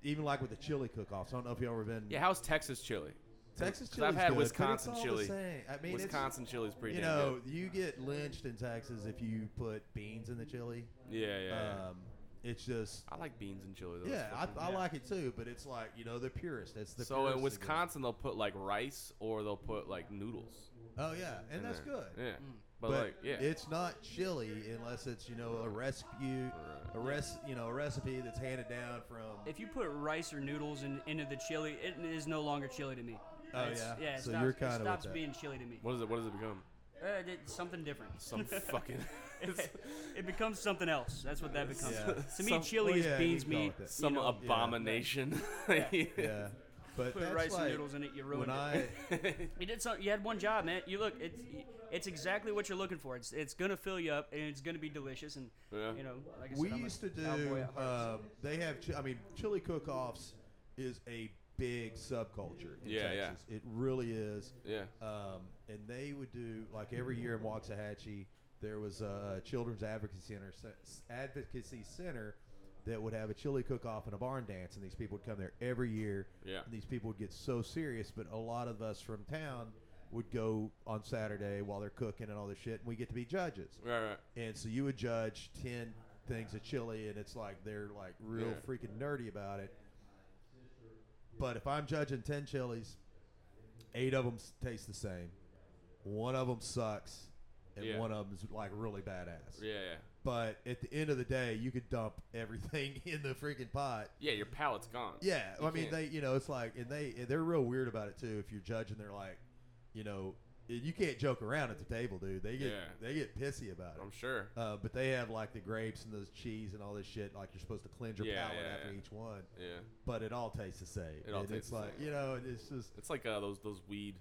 even like with the chili cook-offs, I don't know if you've ever been. Yeah, how's Texas chili? Texas 'Cause chili. I've had good, but it's Wisconsin all the chili. same. I mean, it's- Wisconsin chili's pretty You damn know, good. you get lynched in Texas if you put beans in the chili. Yeah, yeah. yeah. Um, it's just. I like beans and chili. Though. Yeah, It's I, fucking- I like it too, but it's like you know the purest. It's the so in purest of it. Wisconsin, they'll put like rice or they'll put like noodles. Oh yeah, and in that's there. good. Yeah, but, but like yeah, it's not chili unless it's you know a recipe, a res, you know a recipe that's handed down from. If you put rice or noodles in, into the chili, it is no longer chili to me. Oh, It's- yeah? yeah. It So stops, you're it kinda with stops that. being chili to me. what does it? What does it become? Uh, it- something different. Some fucking it, it becomes something else. That's what that becomes. Yeah. To me, Some- chili Well, is yeah, beans, you can call meat. it that. some know, abomination. Yeah, but Put that's rice like and noodles in it, you when ruined it. I You did some. You had one job, man. You look. It's it's exactly what you're looking for. It's it's gonna fill you up, and it's gonna be delicious. And Yeah. you know, like I said, we I'm a used to cowboy do. at heart. Um, they have. Chi- I mean, chili cook-offs is a big subculture. In Yeah, yeah. Texas. It really is. yeah, Um, and they would do like every year in Waxahachie, there was a children's advocacy center, advocacy center that would have a chili cook-off and a barn dance, and these people would come there every year. Yeah. and these people would get so serious, but a lot of us from town would go on Saturday while they're cooking and all this shit, and we get to be judges. right, right. And so you would judge 10 things of chili, and it's like they're like real Yeah. freaking nerdy about it. But if I'm judging 10 chilies, eight of them taste the same, one of them sucks, and Yeah. one of them's like really badass. Yeah, yeah, But at the end of the day, you could dump everything in the freaking pot. yeah. Your palate's gone. Yeah, You I mean can't- they, you know, it's like, and they, and they're real weird about it too. If you're judging, they're like, you know, you can't joke around at the table, dude. They get, Yeah. they get pissy about it. I'm sure. Uh, but they have like the grapes and the cheese and all this shit. Like you're supposed to cleanse your Yeah, palate yeah, after yeah. each one, Yeah, but it all tastes the same. It all and tastes it's the like same. you know, it's just it's like uh, those those weed,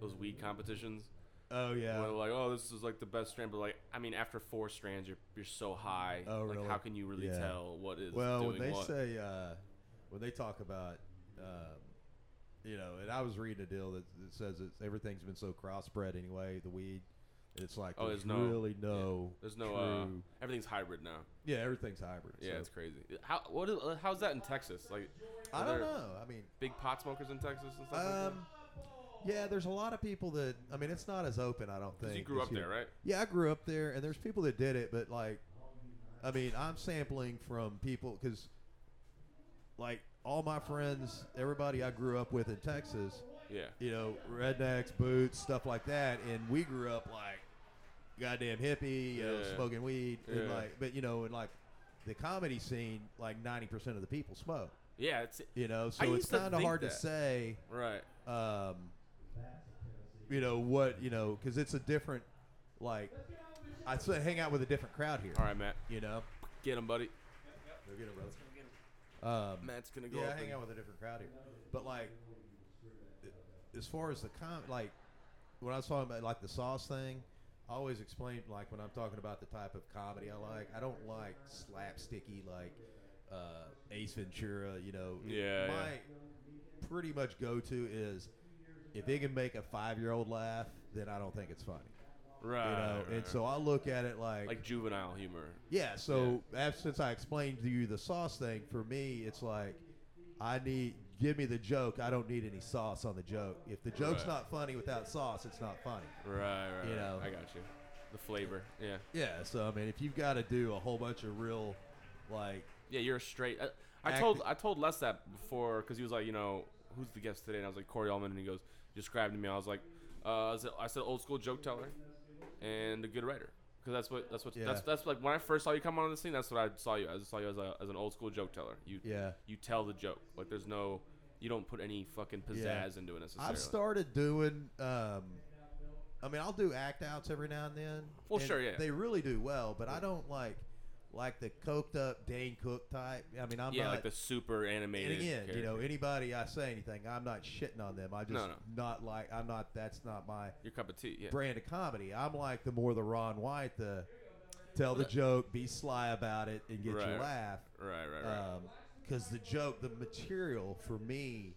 those weed competitions. oh yeah, Where they're like, oh, this is like the best strand, but like, I mean, after four strands, you're you're so high. Oh, like, really? How can you really Yeah. tell what is Well, doing when they what? say uh, when they talk about, um, you know, and I was reading a deal that, that says that everything's been so crossbred anyway. The weed, it's like Oh, there's, there's no- really no, There's no uh, true- everything's hybrid now. yeah, everything's hybrid. Yeah, so. it's crazy. How what is, uh, how's that in Texas? Like, I are don't there know. I mean, Big pot smokers in Texas and stuff. like Um, yeah, there's a lot of people that I mean, it's not as open. I don't that? think. you grew as up there, right? Yeah, I grew up there, and there's people that did it, but like, I mean, I'm sampling from people because, like, all my friends, everybody I grew up with in Texas, Yeah. you know, rednecks, boots, stuff like that, and we grew up like goddamn hippie, you know, Yeah. smoking weed, and Yeah. like, but you know, and like, the comedy scene, like 90% of the people smoke. Yeah. It's You know, so I it's used to kind of think hard to that. say right. um, you know what you know because it's a different like I sort of hang out with a different crowd here. All right, Matt, You know, get him, buddy. go get Um, 'em, brother. Matt's gonna go. Yeah, up I hang and- out with a different crowd here. But like, as far as the com, like when I was talking about like the sauce thing, I always explain like when I'm talking about the type of comedy I like. I don't like slapsticky like uh, Ace Ventura. You know, Yeah, My yeah. pretty much go to is if it can make a five year old laugh, then I don't think it's funny. right, You know, right, and right. so I look at it Uh, like juvenile humor. yeah, so af- since I explained to you the sauce thing, for me, it's like I need give me the joke. I don't need any sauce on the joke. If the joke's Right. not funny without sauce, it's not funny. Right, right. You right. know. I got you. The flavor. Yeah. Yeah, so I mean, if you've got to do a whole bunch of real, like, Yeah, you're straight. I, I Act- told I told Les that before because he was like, you know, who's the guest today? And I was like Corey Allman, and he goes, described to me. I was like, uh, I said- I said old school joke teller, and a good writer. Because that's what that's what Yeah. that's that's like when I first saw you come on the scene. That's what I saw you. as. I saw you as a, as an old school joke teller. You Yeah. You tell the joke. Like there's no, you don't put any fucking pizzazz into it necessarily. I've started doing. Um, I mean, I'll do act outs every now and then. Well, and sure, yeah. They really do well, but I don't like like the coked up Dane Cook type. I mean, I'm yeah, not like the super And animated. again, you know, character. anybody I say anything, I'm not shitting on them. I just No, no. not like I'm not. That's not my your cup of tea. Yeah. brand of comedy. I'm like the more the Ron White, the tell the joke, be sly about it, and get Right. your laugh. Right, right, uh, right. Because the joke, the material for me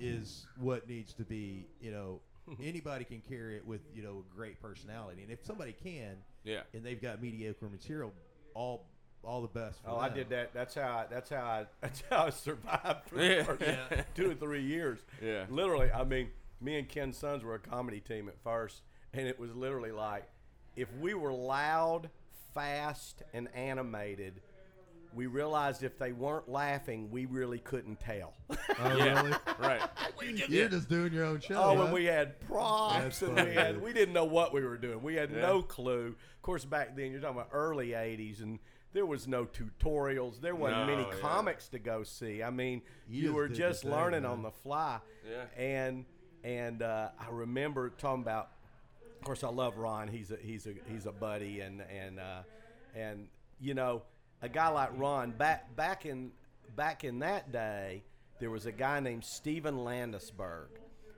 is what needs to be. You know, anybody can carry it with you know a great personality, and if somebody can, Yeah. and they've got mediocre material, all all the best. For Oh, I them. did that. That's how. I, that's how. I, that's how I survived for Yeah. the first two or three years. Yeah. Literally, I mean, me and Ken Sons were a comedy team at first, and it was literally like, if we were loud, fast, and animated, we realized if they weren't laughing, we really couldn't tell. Oh, Yeah. really? right. You're just doing your own show. Oh, huh? and we had props, That's and funny, we had dude. we didn't know what we were doing. We had Yeah. no clue. Of course, back then you're talking about early '80s, and there was no tutorials. There wasn't No, many yeah. comics to go see. I mean, You you, just were did just your thing, learning man. on the fly. Yeah. And and uh, I remember talking about. Of course, I love Ron. He's a he's a he's a buddy, and and uh, and you know a guy like Ron back back in back in that day, there was a guy named Stephen Landisberg.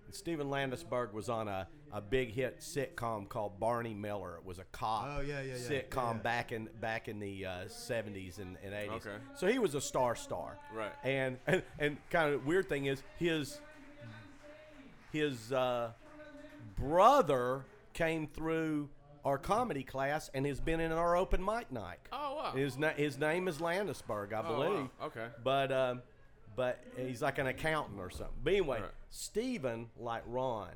And Stephen Landisberg was on a, a big hit sitcom called Barney Miller. It was a cop Oh, yeah, yeah, yeah, sitcom yeah. back in back in the uh, 70s and, and 80s. Okay. So he was a star star. Right. And and, and kind of the weird thing is his his uh, brother came through our comedy class and has been in our open mic night. Oh wow. His na- his name is Landisberg, I Oh, wow. believe. Okay. But um, but he's like an accountant or something. But anyway, Right. Stephen, like Ron,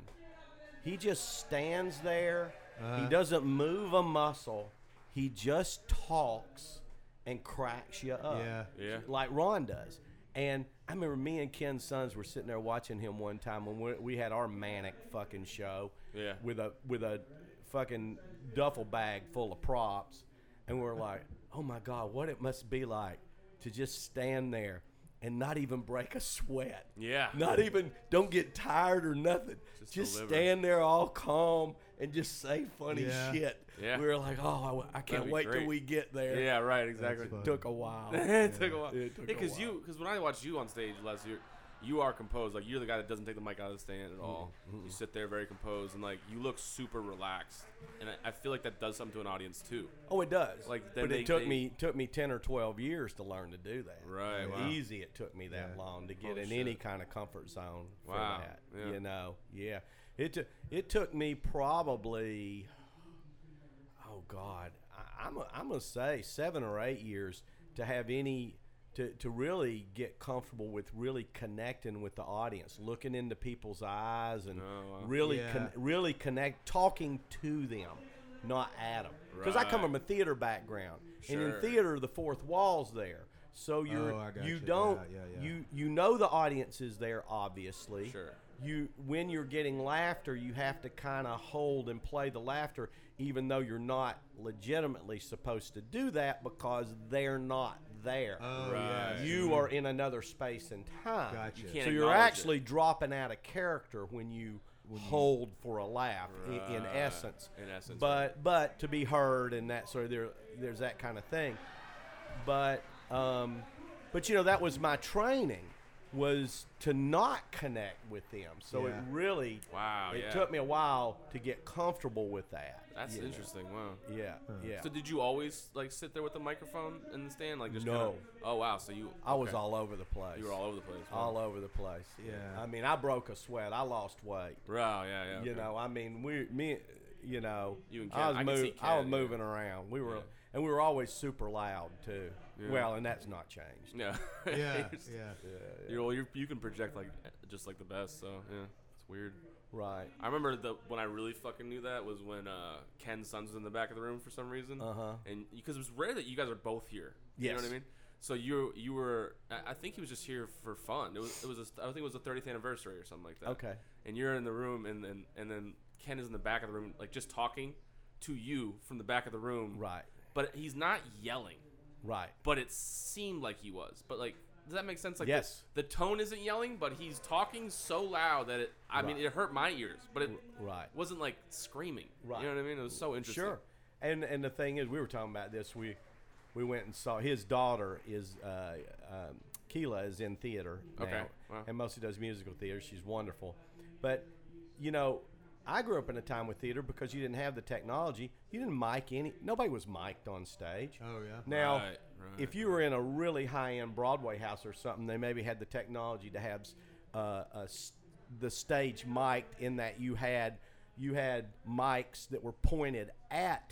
he just stands there. He doesn't move a muscle. He just talks and cracks you up. Yeah. Yeah. Like Ron does. And I remember me and Ken Sons were sitting there watching him one time when we, we had our manic fucking show. Yeah. With a with a fucking duffel bag full of props, and we're like, oh my god, what it must be like to just stand there and not even break a sweat. Yeah. Not even don't get tired or nothing. Just Just, deliver. stand there all calm and just say funny Yeah. shit. Yeah. We were like, oh, I, I That'd can't be wait great. till we get there. Yeah. Right. Exactly. funny. Took a while. it took a while. It took a because while. you, because when I watch you on stage, Les, you're, you are composed. Like you're the guy that doesn't take the mic out of the stand at all. Mm-hmm, You sit there very composed, and like you look super relaxed. And I, I feel like that does something to an audience too. Oh, it does. Like, then but they- it took they- me took me ten or twelve years to learn to do that. Right, wow. Easy. It took me that long to get Holy in any shit. kind of comfort zone for Wow, that. yeah. You know. Yeah. It took it took me probably. Oh God, I, I'm a, I'm gonna say seven or eight years to have any. To, to really get comfortable with really connecting with the audience, looking into people's eyes, and Oh, wow. really Yeah. con- really connect, talking to them, not at them. Because I come Right. from a theater background, and Sure. in theater, the fourth wall's there. So you're Oh, I got you you. don't Yeah, yeah, yeah. you you know the audience is there obviously. Sure. You when you're getting laughter, you have to kind of hold and play the laughter, even though you're not legitimately supposed to do that because they're not there. Oh, Right. yeah. you are in another space and time. Gotcha. You can't So you're acknowledge it. actually dropping out of character when you when you- hold for a laugh i- in, in Right. essence. In essence, but but to be heard and that sort of there, there's that kind of thing. But um, but you know that was my training was to not connect with them. So it Yeah. really Wow, It yeah. took me a while to get comfortable with that. That's you know. interesting. Wow. Yeah, yeah. So did you always like sit there with the microphone in the stand, like just No. Kinda, oh wow. So you. I was okay. all over the place. You were all over the place. Wow. all over the place. Yeah. I mean, I broke a sweat. I lost weight. Wow. Yeah. Yeah. You okay. know, I mean, we, me, you know, You and I Ken- was, I can see I was Ken, yeah. moving around. We were, Yeah. and we were always super loud too. Yeah. Well, and that's not changed. Yeah. Yeah, You're s- Yeah. You're, well, you're, you can project like just like the best. So yeah, it's weird. Right. I remember the when I really fucking knew that was when uh, Ken's sons was in the back of the room for some reason. Uh-huh. And because it was rare that you guys are both here. You know what I Yes. mean? So you you were I I think he was just here for fun. It was it was a, I think it was the 30th anniversary or something like that. Okay. And you're in the room and then and then Ken is in the back of the room like just talking to you from the back of the room. Right. But he's not yelling. Right. But it seemed like he was. But like does that make sense? Like Yes. The, the tone isn't yelling, but he's talking so loud that it. I mean, Right. it hurt my ears, but it Right. wasn't like screaming. Right. You know what I mean? It was so interesting. Sure. And and the thing is, we were talking about this. We we went and saw his daughter is uh, um, Keela is in theater now, Okay. Wow. and mostly does musical theater. She's wonderful, but you know. I grew up in a time with theater because you didn't have the technology. You didn't mic any. Nobody was mic'd on stage. Oh, yeah. Now, Right, right, if you were in a really high-end Broadway house or something, they maybe had the technology to have uh, a s the stage mic'd in that you had you had mics that were pointed at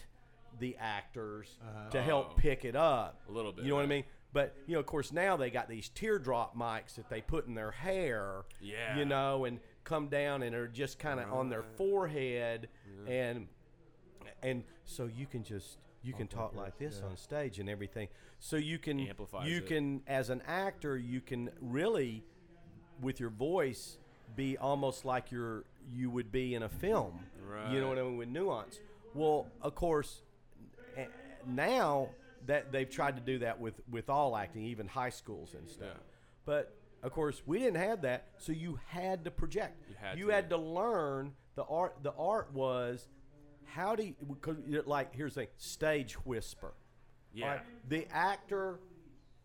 the actors to help pick it up Uh-huh. Oh. A little bit, You know what I yeah. mean? But you know, of course, now they got these teardrop mics that they put in their hair. Yeah. You know, and come down and are just kind of on their forehead and and so you can just you can talk like this on stage and everything so you can Amplifies you it. can as an actor you can really with your voice be almost like you're you would be in a film you know what i mean with nuance well of course a- now that they've tried to do that with with all acting even high schools and stuff Yeah. but of course we didn't have that so you had to project You had you to. had to learn the art the art was how do you 'cause you're like here's the thing stage whisper Yeah. All right? the actor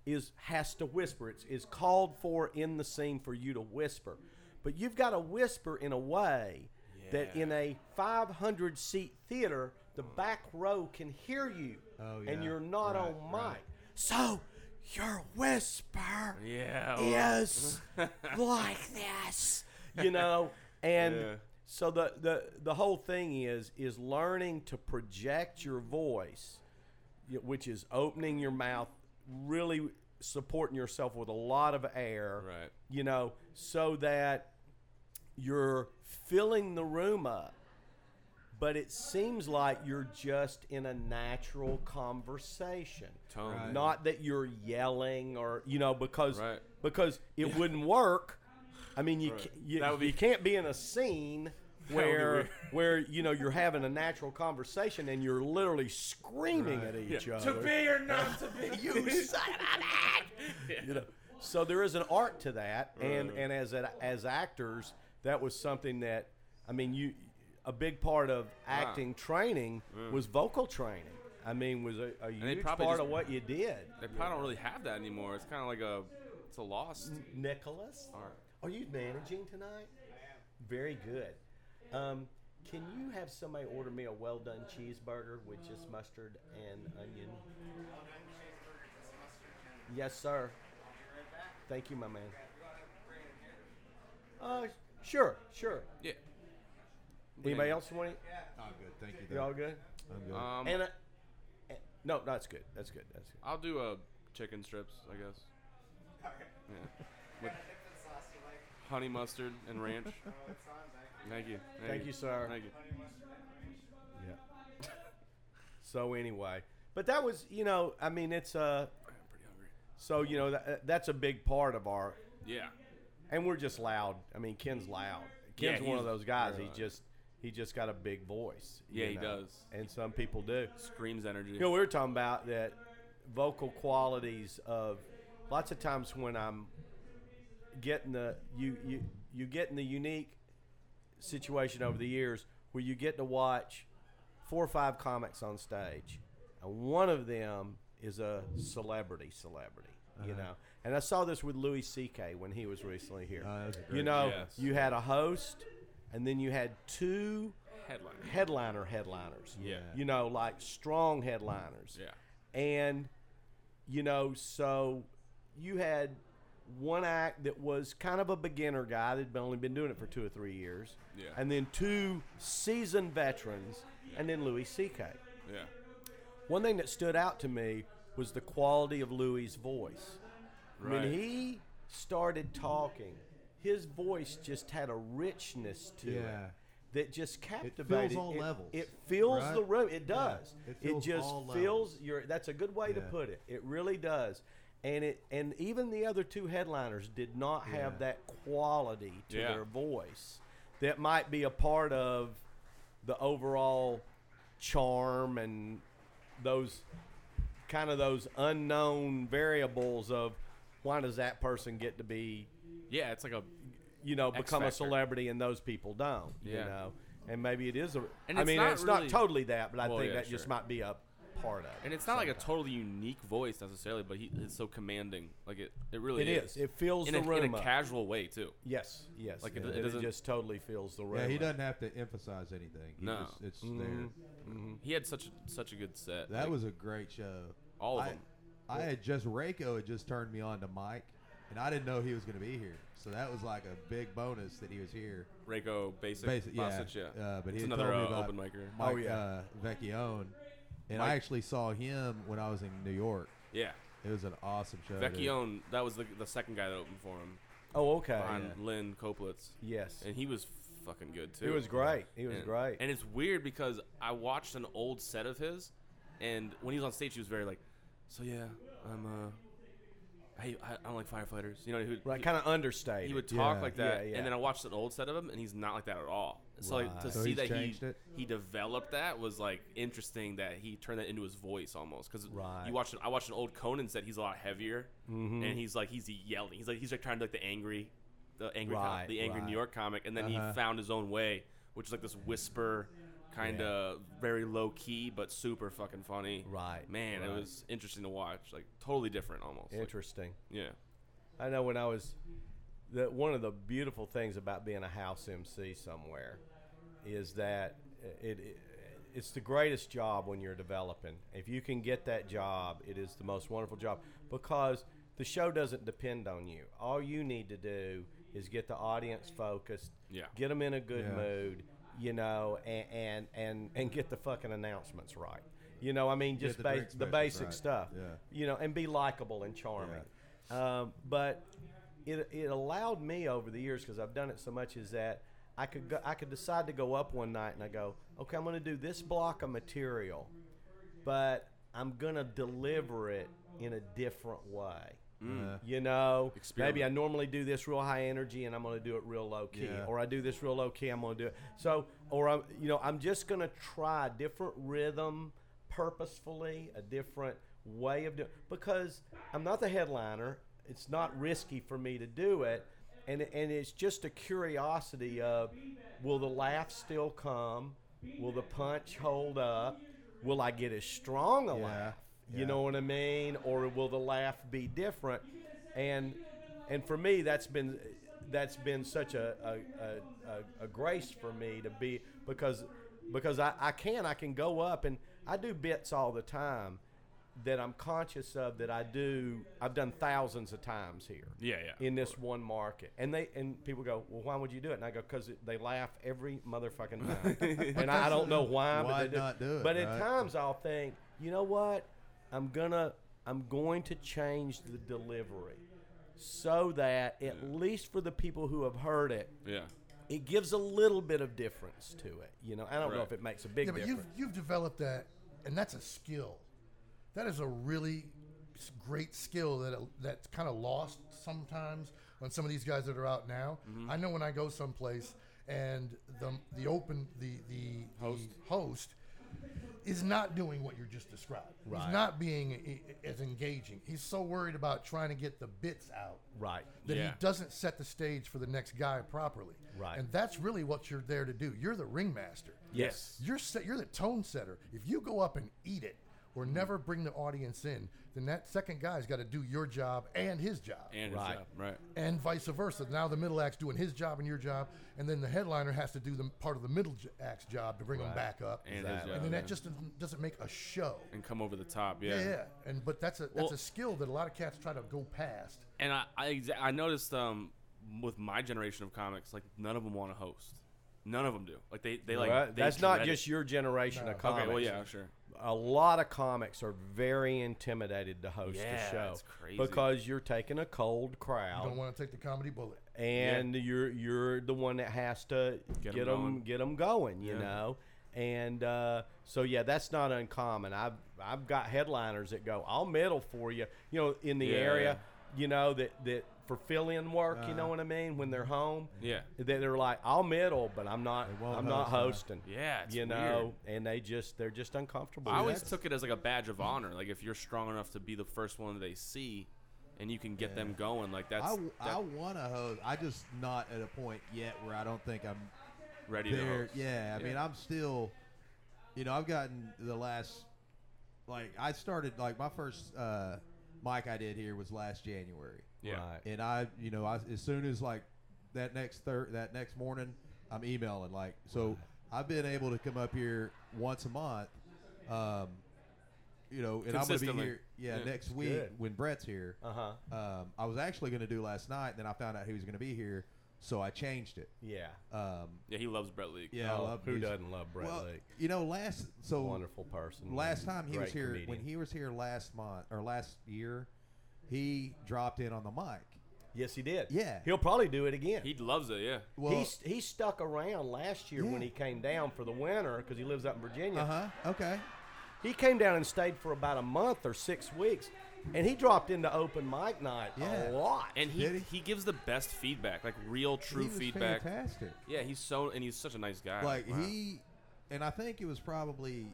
is has to whisper it's is called for in the scene for you to whisper but you've got to whisper in a way that in a 500 seat theater the Mm. back row can hear you Oh, and yeah. you're not Right, on mic so your whisper Yeah. is like this, you know. And Yeah. so the, the the whole thing is is learning to project your voice, y- which is opening your mouth, really supporting yourself with a lot of air, Right. You know, so that you're filling the room up. But it seems like you're just in a natural conversation. Tone. Right. Not that you're yelling or, you know, because Right. because it wouldn't work. I mean, you Right. ca- you, That would be- you can't be in a scene would be where weird. where you know you're having a natural conversation and you're literally screaming at each other. or not to be. you son of a- You know, so there is an art to that, and and as a, as actors, that was something that I mean, you a big part of acting training was vocal training. I mean, was a, a Mm. they huge part probably just- of what you did. They probably don't really have that anymore. It's kind of like a, it's a lost Mm. Nicholas, art. Are you managing tonight? I am. Very good. Um, can you have somebody order me a well done cheeseburger with just mustard and onion? Yes, sir. Thank you, my man. Uh, sure, sure. Yeah. Anybody else want it? I'm good. Thank you. You all good? Um, And, uh, eh, no, that's good. That's good. That's good. I'll do a chicken strips, I guess. Yeah. With honey mustard and ranch. Thank you. Thank you, sir. Thank you. Yeah. so anyway, but that was, you know, I mean, it's uh, I'm pretty hungry. so you know that, that's a big part of our, Yeah. and we're just loud. I mean, Ken's loud. Ken's Yeah, one of he's those guys. very He loud. just he just got a big voice. Yeah, you he know, does. And some people do. Screams energy. You know, we were talking about that vocal qualities of lots of times when I'm getting the you you you getting the unique situation over the years where you get to watch four or five comics on stage, and one of them is a celebrity, celebrity, you Uh-huh. know. And I saw this with Louis C.K. when he was recently here. Oh, that was a you great- know, Yes. you had a host, and then you had two Headline. headliner headliners. Yeah. You know, like strong headliners. Yeah. And, you know, so you had one act that was kind of a beginner guy that had only been doing it for two or three years. Yeah. And then two seasoned veterans, and then Louis C.K. Yeah. One thing that stood out to me was the quality of Louis' voice. Right. When he started talking, his voice just had a richness to Yeah. it that just captivated. all levels, It fills right? the room. It Yeah. does. It It, fills just all fills your. That's a good way to Yeah. put it. It really does. And it and even the other two headliners did not have Yeah. that quality to Yeah. their voice that might be a part of the overall charm and those kind of those unknown variables of why does that person get to be Yeah, it's like a. you know X become a factor. celebrity and those people don't you Yeah. know and maybe it is a And i it's mean not it's really- not totally that but i Well, think yeah, that just sure. might be a part of it And it's not like a totally unique voice necessarily, but he is so commanding. Like it, it really it is it fills in the a, room in a up. casual way too. yes yes Like, like it- it, it it doesn't- just totally fills the room Yeah, he up. doesn't have to emphasize anything. He No. just- it's there. He had such a, such a good set. Mm-hmm. That Like, was a great show. all of I- them. I had just Rayco had just turned me on to Mike, and I didn't know he was going to be here. So that was like a big bonus that he was here. Reiko basic, Basic, yeah, Basic, yeah. Uh, but he it's had another told me uh, about open micer. Mike Oh, yeah. uh, Vecchione, and I Mike- actually saw him when I was in New York. Yeah, It was an awesome show. dude. Vecchione. That was the the second guy that opened for him oh okay behind Lynn Koplitz, yes and he was fucking good too. he was great he was and, great And it's weird because I watched an old set of his, and when he was on stage, he was very like, "So yeah, I'm uh, I I, I don't like firefighters." You know, he, would- right he- kind of understated he would talk Yeah, like that, yeah, yeah. and then I watched an old set of him, and he's not like that at all. So like, to So see he's that he changed it? he developed that was like interesting. That he turned that into his voice almost because Right. you watched I watched an old Conan set. He's a lot heavier, Mm-hmm. and he's like he's yelling. He's like he's like trying to like the angry, the angry, com- Right, the angry right. Uh-huh. New York comic, and then he found his own way, which is like this whisper, kind of very low key but super fucking funny. Right, man, it right. was interesting to watch. Like totally different almost. Like, interesting yeah. I know when I was that one of the beautiful things about being a house MC somewhere is that it, it it's the greatest job when you're developing. If you can get that job, it is the most wonderful job because the show doesn't depend on you. All you need to do is get the audience focused, Yeah. get them in a good Yeah. mood, you know, and and and, and get the fucking announcements right. You know, I mean, just the ba- drink the specials basic right. stuff Yeah. you know, and be likable and charming. Um, but it, it allowed me over the years because I've done it so much is that I could go, I could decide to go up one night and I go, okay, I'm going to do this block of material, but I'm going to deliver it in a different way. Hmm, Uh, You know, maybe I normally do this real high energy and I'm going to do it real low key, Yeah. or I do this real low key, I'm going to do it. So, or I'm, you know, I'm just going to try a different rhythm purposefully, a different way of doing because I'm not the headliner. It's not risky for me to do it. And, and it's just a curiosity of will the laugh still come? Will the punch hold up? Will I get as strong a Yeah, laugh? You yeah. know what I mean? Or will the laugh be different? And and for me, that's been that's been such a a, a, a, a grace for me to be because because I, I can I can go up and I do bits all the time that I'm conscious of that I do I've done thousands of times here Yeah, yeah. in this one market. And they and people go, well, why would you do it? And I go, because they laugh every motherfucking time, and I, I don't know why. Why but they not do it, But at right? times I'll think, you know what? I'm gonna I'm going to change the delivery so that at least for the people who have heard it, Yeah. it gives a little bit of difference to it. You know, I don't know Right. if it makes a big yeah, but difference. you've you've developed that, and that's a skill. That is a really s- great skill that that's kind of lost sometimes on some of these guys that are out now. I know when I go someplace and the the open the the host, the host is not doing what you just described. Right. He's not being i- as engaging. He's so worried about trying to get the bits out Right. that he Yeah. doesn't set the stage for the next guy properly. Right. And that's really what you're there to do. You're the ringmaster. Yes. You're set, you're the tone setter. If you go up and eat it or never bring the audience in, then that second guy's got to do your job and his job. And Right. right. right. and vice versa. Now the middle act's doing his job and your job, and then the headliner has to do the part of the middle j- act's job to bring them back up. And his Exactly. job, then that yeah. just doesn't, doesn't make a show. And come over the top. Yeah, yeah. And but that's a that's Well- a skill that a lot of cats try to go past. And I, I, exa- I noticed um, with my generation of comics, like none of them want to host. None of them do. Like they, they like. Right? they That's not dread just it. your generation of comics. Okay. Well, yeah, sure. a lot of comics are very intimidated to host Yeah, a show it's crazy. because you're taking a cold You crowd don't want to take the comedy bullet. and you're you're the one that has to get 'em them going. going, you Yeah. know. And uh, so yeah, that's not uncommon. I've I've got headliners that go, I'll medal for you, you know, in the Yeah, area, you know that that for fill in work, you know what I mean, when they're home. Uh-huh. Yeah. That they're like, I'll medal, but I'm not won't I'm not host, hosting. Yeah, it's you know, and they just they're just uncomfortable. I with always it. took it as like a badge of honor. Like if you're strong enough to be the first one they see, and you can get them going, like that's I, that- I want to host. I just not at a point yet where I don't think I'm ready to there. host. Yeah, I mean, I'm still, you know, I've gotten the last, like, I started like my first uh, mic I did here was last January. Yeah. Right. And I, you know, I, as soon as like that next thir- that next morning, I'm emailing like so. I've been able to come up here once a month, um, you know, and I'm gonna be Consistently. here. Yeah, Yeah. next week good. when Brett's here. Uh-huh. Um, I was actually gonna do last night, and then I found out he was gonna be here, so I changed it. Yeah. Um, Yeah, he loves Brett League. yeah, I Oh, love who he's- doesn't love Brett well, Lake? You know, last so Wonderful person. Last and time he was great here, comedian. when he was here last month or last year, he dropped in on the mic. yes, he did. Yeah. he'll probably do it again. He loves it. Yeah. Well, he, st- he stuck around last year when Yeah. he came down for the winter because he lives up in Virginia. uh huh. Okay. He came down and stayed for about a month or six weeks, and he dropped into open mic night Yeah. a lot. And he, Did he he? gives the best feedback, like real true he was feedback. Fantastic. Yeah, he's so and he's such a nice guy. Like Wow. he, and I think it was probably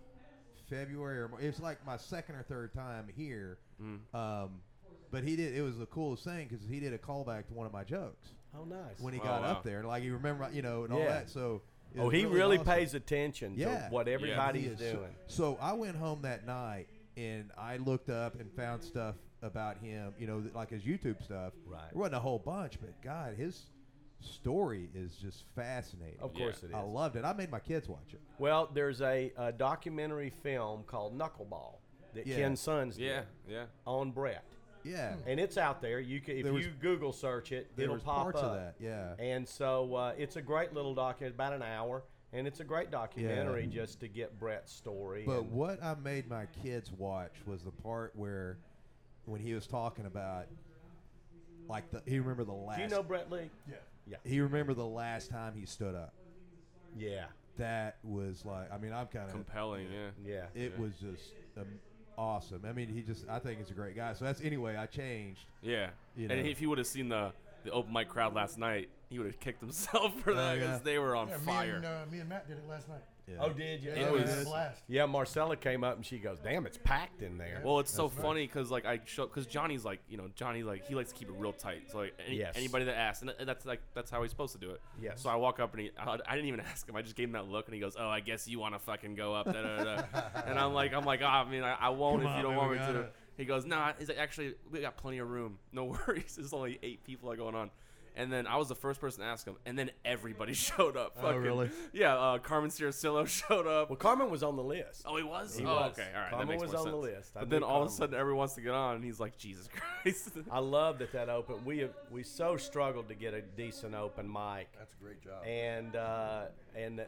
February or Mar- it was like my second or third time here. Mm. Um, but he did. It was the coolest thing because he did a callback to one of my jokes oh, nice. when he Oh, got wow. up there. Like he remember, you know, and all Yeah. that. So. it oh, was he really awesome. pays attention Yeah. to what Yeah. everybody's He is so- doing. So, I went home that night and I looked up and found stuff about him, you know, th- like his YouTube stuff. Right. There wasn't a whole bunch, but God, his story is just fascinating. Of course it is. I loved it. I made my kids watch it. well, there's a, a documentary film called Knuckleball that Yeah. Ken Sons did Yeah, yeah. on Brett. Yeah. and it's out there. You can, if There was- you Google search it, there Hmm. it'll was pop parts up. of that, yeah. And so uh, it's a great little document, about an hour, and it's a great documentary just to get Brett's story. But and- what I made my kids watch was the part where when he was talking about like the he remember the last do you know Brett Lee? Yeah. he remember the last time he stood up. Yeah, That was like I mean, I'm kind of Compelling. Yeah. yeah. It was just um, awesome. I mean, he just I think he's a great guy. So that's anyway. I changed. Yeah. You and know. if he would have seen the the open mic crowd last night, he would have kicked himself for that yeah. because they were on Yeah, Me fire. and, uh, me and Matt did it last night. Yeah. Oh, did you? Yeah, we was- had a blast. Yeah, Marcella came up and she goes, "Damn, it's packed in there." Well, it's so funny because like I show because Johnny's like you know Johnny like he likes to keep it real tight. So like any, Yes. anybody that asks, and th- that's like that's how he's supposed to do it. Yes. So I walk up and he, I, I didn't even ask him. I just gave him that look, and he goes, "Oh, I guess you want to fucking go up." Da, da, da. da." and I'm like, I'm like, oh, I mean, I, I won't if on, you don't man, want we me got to. it. He goes, "Nah." He's like, "Actually, we got plenty of room. No worries. There's only eight people that going on." And then I was the first person to ask him, and then everybody showed up. Fucking, really? Yeah, uh, Carmen Circillo showed up. well, Carmen was on the list. Oh, he was. He oh, was. okay. All right. Common that makes was more on the sense. list. I But then knew all of a Common. sudden, everyone wants to get on, and he's like, "Jesus Christ!" I love that that open. We have, we so struggled to get a decent open mic. That's a great job. and uh, and the,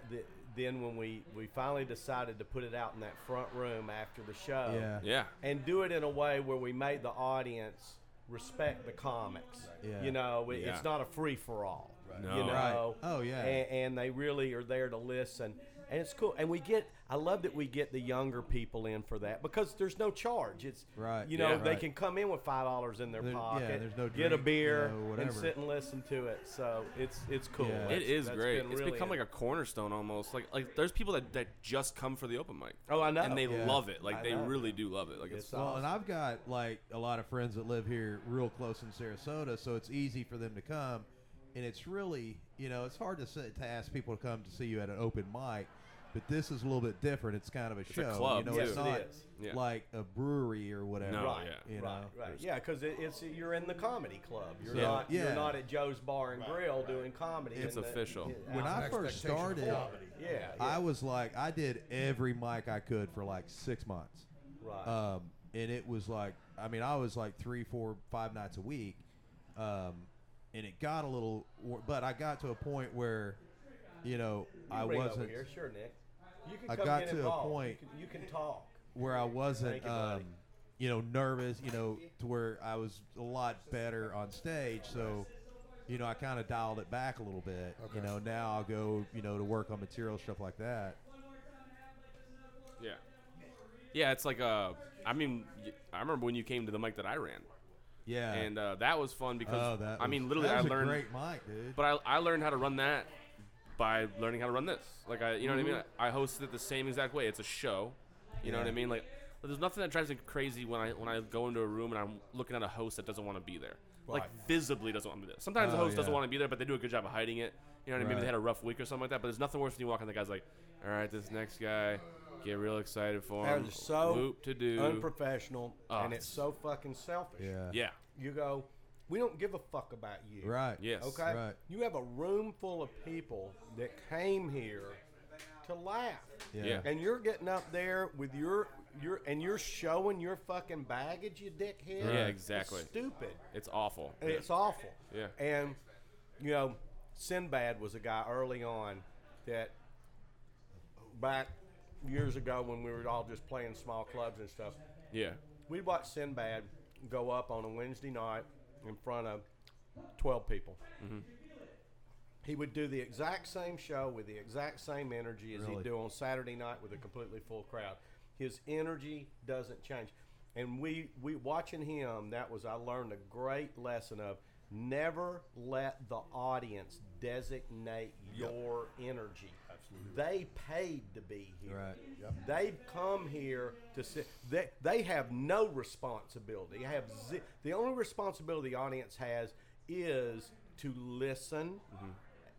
then when we we finally decided to put it out in that front room after the show, Yeah. yeah. and do it in a way where we made the audience respect the comics. Yeah. You know, it, Yeah. it's not a free for all. No. You know, Right. Oh, yeah. and, and they really are there to listen. and it's cool. And we get, I love that we get the younger people in for that because there's no charge. It's Right, You know, yeah. they Right. can come in with five dollars in their There- yeah, pocket. there's no get a drink, beer no and whatever. sit and listen to it. So it's it's cool. Yeah. It That's- is that's great. been it's really become it. like a cornerstone almost. Like like there's people that, that just come for the open mic. Oh, I know. And they Yeah. love it. Like I they know. really do love it. Like it's, It's Well, and I've got like a lot of friends that live here real close in Sarasota, so it's easy for them to come. And it's really, you know, it's hard to say, to ask people to come to see you at an open mic, but this is a little bit different. It's kind of a show. club, you know, too. it's Yes, it not is. Yeah. like a brewery or whatever. No, Right, You right, know. right. Oh, Yeah, because it, it's you're in the comedy club. You're So- not yeah. you're not at Joe's Bar and Grill doing comedy. It's in the- official. yeah, When out- I An first expectation of started, quality. yeah, yeah, I was like, I did every mic I could for like six months. right. Um, and it was like, I mean, I was like three, four, five nights a week. Um, and it got a little, wor- but I got to a point where, you know, You I bring it over wasn't, here. Sure, Nick. You can I come got get to a involved. point- You can, you can talk. where I wasn't, Thank you, um, buddy. you know, nervous, you know, to where I was a lot better on stage. So, you know, I kind of dialed it back a little bit. You know, now I'll go, you know, to work on material, stuff like that. yeah. Yeah, it's like uh I mean y- I remember when you came to the mic that I ran. Yeah. And uh, that was fun because oh, that I mean was- literally that was I learned a great mic, dude. But I, I learned how to run that by learning how to run this. Like I, you know what I Mm-hmm. mean. I hosted it the same exact way. It's a show. You know what I mean. Like there's nothing that drives me crazy when I when I go into a room and I'm looking at a host that doesn't want to be there. Like visibly doesn't want to be there. Sometimes the Oh, host doesn't yeah. want to be there, but they do a good job of hiding it. You know what I mean. Maybe Right. they had a rough week or something like that. But there's nothing worse than you walk in. The guy's like, "All right, this next guy, get real excited for That him. is so Whoop to do. unprofessional, Oh, and it's it's- so fucking selfish. yeah. yeah. You go. We don't give a fuck about you. Right. Yes. Okay. Right. You have a room full of people that came here to laugh. Yeah. And you're getting up there with your your and you're showing your fucking baggage, you dickhead. Yeah, It's exactly. stupid. It's awful. And It's awful. Yeah. And you know, Sinbad was a guy early on that back years ago when we were all just playing small clubs and stuff. yeah. We watched Sinbad go up on a Wednesday night in front of 12 people. Mm-hmm. He would do the exact same show with the exact same energy as Really? he'd do on Saturday night with a completely full crowd. His energy doesn't change. And we, we watching him, that was, I learned a great lesson of never let the audience designate your energy. Absolutely. They paid to be here. Right. They've come here to sit. They, they have no responsibility. They have ze- the only responsibility the audience has is to listen,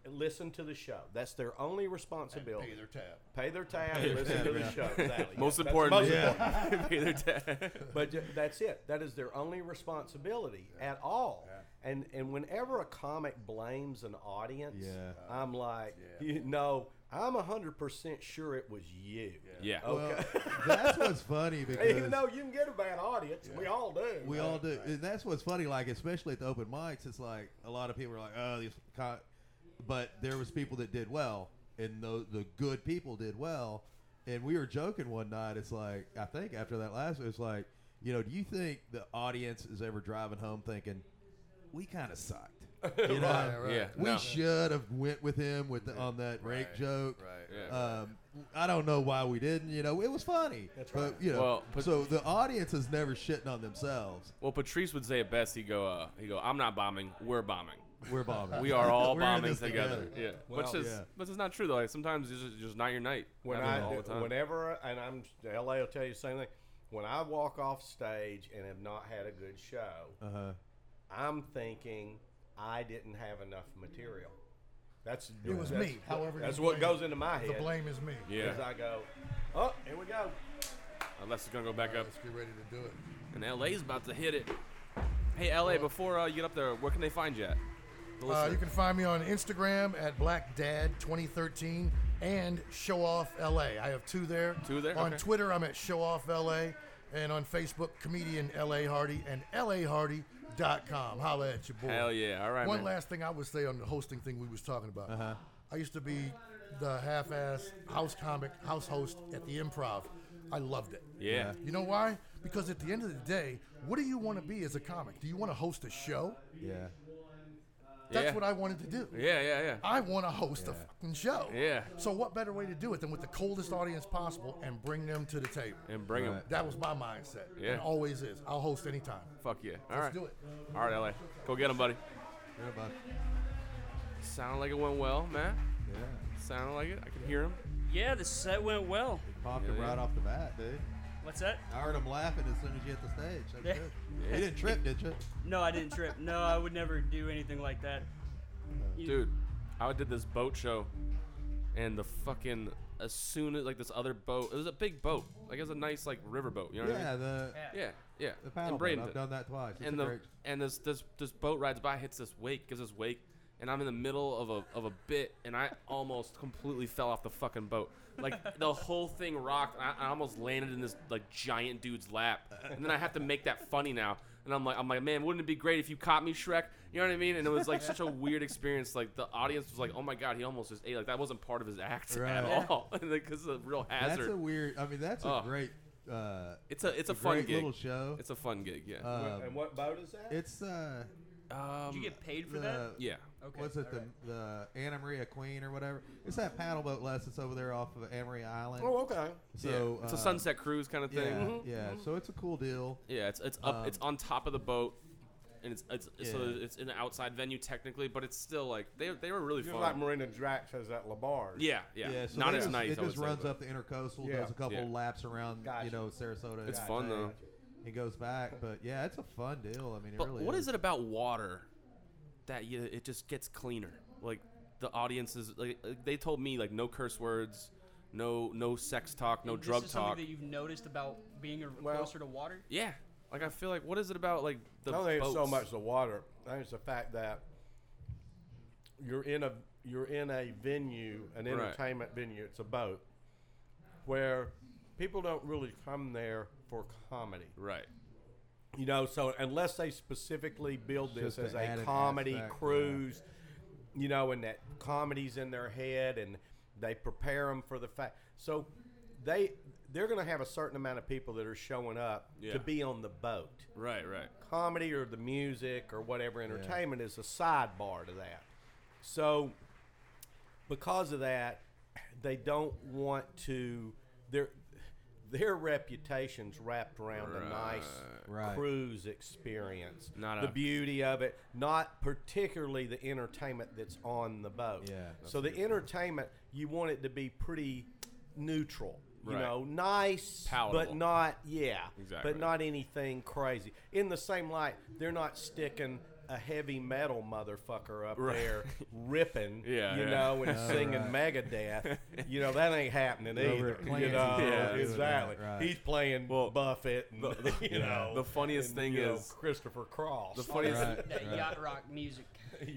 listen to the show. That's their only responsibility. Pay their tab. Pay their tab, and listen to the show. Exactly. Most Yeah, that's important. most yeah. Pay their tax. but ju- that's it. That is their only responsibility at all. And and whenever a comic blames an audience, Yeah. I'm like, you know, I'm hundred percent sure it was you. yeah. Oh, Well, that's what's funny because Even though you can get a bad audience, we all do. we all do, and that's what's funny. Like especially at the open mics, it's like a lot of people are like, "Oh, these," co-. but there was people that did well, and the the good people did well. And we were joking one night. It's like I think after that last, it's like you know, do you think the audience is ever driving home thinking we kind of sucked? You know, Right, right. Yeah. we No. should have went with him with the, on that rape joke. Right. Yeah. Um, I don't know why we didn't. You know, it was funny. That's right. But, you know, Well, but- so the audience is never shitting on themselves. Well, Patrice would say it best. He go, uh, he go, I'm not bombing. We're bombing. We're bombing. We are all We're in bombing this together. Yeah, Well, which is, yeah. which is not true though. Like, sometimes it's just, just not your night. when Happens I all do- the time. whenever and I'm LA will tell you the same thing. When I walk off stage and have not had a good show, Uh-huh. I'm thinking I didn't have enough material. That's It was that's- me. However, that's you what blame goes into my it. head. The blame is me. yeah, As I go, oh, here we go. unless it's gonna go back up. Let's get ready to do it. And LA's about to hit it. Hey, LA, before uh, you get up there, where can they find you? At? The Uh, listener. you can find me on Instagram at BlackDad2013 and ShowOffLA. I have two there. Two there? On Okay. Twitter, I'm at ShowOffLA. And on Facebook, comedian LA Hardy and LAHardy.com. Holla at your boy. Hell yeah! All right, One man. last thing I would say on the hosting thing we was talking about. Uh-huh. I used to be the half-ass house comic, house host at the improv. I loved it. Yeah. You know why? Because at the end of the day, what do you want to be as a comic? Do you want to host a show? Yeah. That's Yeah. what I wanted to do. Yeah, yeah, yeah. I want to host a fucking show. Yeah. So what better way to do it than with the coldest audience possible and bring them to the table? And bring 'em. That was my mindset. Yeah. It always is. I'll host anytime. Fuck yeah. All Let's right. do it. All right, LA. Go get him, buddy. Yeah, bud. Sounded like it went well, man. Yeah. Sounded like it. I could hear him. Yeah, the set went well. Popped Yeah, him yeah. right off the bat, dude. What's that? I heard him laughing as soon as you hit the stage. That's Yeah. good. You didn't trip, did you? No, I didn't trip. No, I would never do anything like that. You- Dude, I did this boat show, and the fucking as soon as like this other boat, it was a big boat, like it was a nice like river boat. You know what I Yeah, mean? the Yeah, yeah. the in paddle. boat. Bradenton. I've done that twice. It's and a the great- and this this this boat rides by, hits this wake, gives this wake, and I'm in the middle of a of a bit, and I almost completely fell off the fucking boat. Like the whole thing rocked. And I, I almost landed in this like giant dude's lap, and then I have to make that funny now. And I'm like, I'm like, man, wouldn't it be great if you caught me, Shrek? You know what I mean? And it was like such a weird experience. Like the audience was like, oh my god, he almost just ate. Like that wasn't part of his act Right. at all, because it's a real hazard. that's a weird. I mean, that's Oh. a great. Uh, it's a it's a, a fun great gig. little show. It's a fun gig, yeah. um, and what boat is that? it's uh, um, Did you get paid uh, for that? the, yeah. Okay, What's it the the Anna Maria Queen or whatever? It's that paddle boat lessons over there off of Anna Maria Island. oh, okay. So yeah. it's a uh, sunset cruise kind of Yeah, thing. Mhm. yeah. Mm-hmm. So it's a cool deal. Yeah, it's it's up, it's on top of the boat, and it's it's so Yeah. it's in an outside venue technically, but it's still like they they were really Just fun. like Marina Drax has that LaBarge. yeah, yeah, so not they as just- nice. It I would just say, runs but up the intercoastal, Yeah. does a couple Yeah. laps around, Gotcha. you know, Sarasota. It's and fun, Atlanta. though. It goes back, but yeah, it's a fun deal. I mean, it But really. what is. is it about water that you, it just gets cleaner? Like the audiences, like like, they told me like no curse words, no no sex talk, no this drug is talk. something that you've noticed about being a- Well- closer to water. yeah, like I feel like what is it about like the I don't think it's Oh, so boats? much the water. I think it's the fact that you're in a you're in a venue, an Right. entertainment venue. It's a boat where people don't really come there for comedy. right? You know, so unless they specifically build this Just as the a added comedy aspect, yeah. cruise, you know, and that comedy's in their head and they prepare them for the fact. So they they're going to have a certain amount of people that are showing up Yeah. to be on the boat. Right, right. Comedy or the music or whatever entertainment is a sidebar to that. So because of that, they don't want to their their reputation's wrapped around a nice Right. cruise experience. Not the a- beauty of it, not particularly the entertainment that's on the boat. Yeah, that's So the entertainment you want it to be pretty neutral. You Right. know, nice, Palatable. but not yeah, Exactly. but not anything crazy. In the same light, they're not sticking a heavy metal motherfucker up Right. there ripping Yeah, you yeah. know, and right. singing Megadeth. You know, that ain't happening Over either. at You Clancy's, they're know, doing that, exactly. right. He's playing Buffett, and, you know. the funniest and, thing you know, is- Christopher Cross. The funniest, Right, That right. yacht rock music.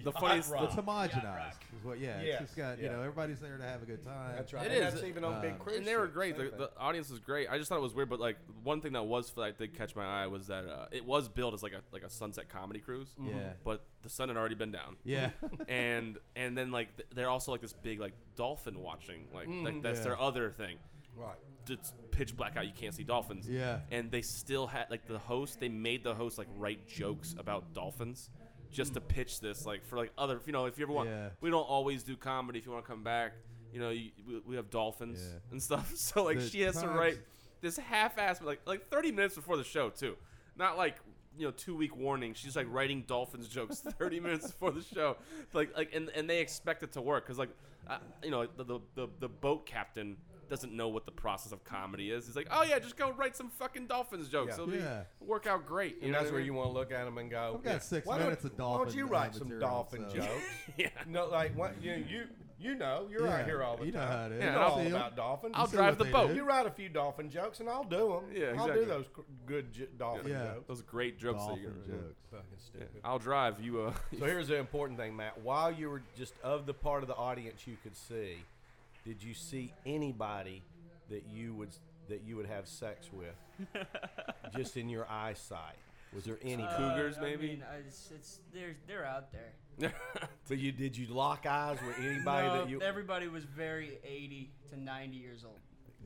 the funniest, It's rock. homogenized, is what. Yeah, Yes, it's just got you yeah. know everybody's there to have a good time. That's right. It and is. That's even on Big Um, Cruise. and they were ships, great. The, ain't the audience was great. I just thought it was weird, but like one thing that was that did catch my eye was that uh, it was billed as like a like a sunset comedy cruise. Yeah. But the sun had already been down. Mm-hmm. Yeah, and and then like th- they're also like this big like dolphin watching like like that's Mm-hmm. Yeah. their other thing. they? Right. It's pitch black out. You can't see dolphins. Yeah. And they still had like the host. They made the host like write jokes about dolphins. Just to pitch this, like for like other, you know, if you ever want, Yeah. we don't always do comedy. If you want to come back, you know, you, we, we have dolphins Yeah. and stuff. So like The she has to times- write this half-ass, like like 30 minutes before the show too. Not like you know two week warning. She's like writing dolphins jokes 30 minutes before the show. Like like and, and they expect it to work because like uh, you know the, the the the boat captain doesn't know what the process of comedy is. He's like, oh yeah, just go write some fucking dolphins jokes. Yeah. It'll be, Yeah. work out great. You And know that's what I where mean? you want to look at them and go. I've got six why minutes don't, of Why don't dolphin, you uh, write some material, dolphin so. jokes? Yeah. No, like what you you you know you're out Yeah, here all the you know time. how it is. You Yeah, know I'll- all about dolphins. I'll see drive what the they boat. do. Oh, You write a few dolphin jokes, and I'll do them. Yeah, I'll exactly. do those cr- good j- dolphin Yeah. jokes. Those great jokes. That you're dolphin gonna jokes. Fucking stupid. I'll drive you. Uh, So here's the important thing, Matt. While you were just of the part of the audience you could see, did you see anybody that you would that you would have sex with, just in your eyesight? Was there any? Uh, cougars, I maybe? mean, I- it's, it's they're they're out there. but you did you lock eyes with anybody No, that you? everybody was very 80 to 90 years old.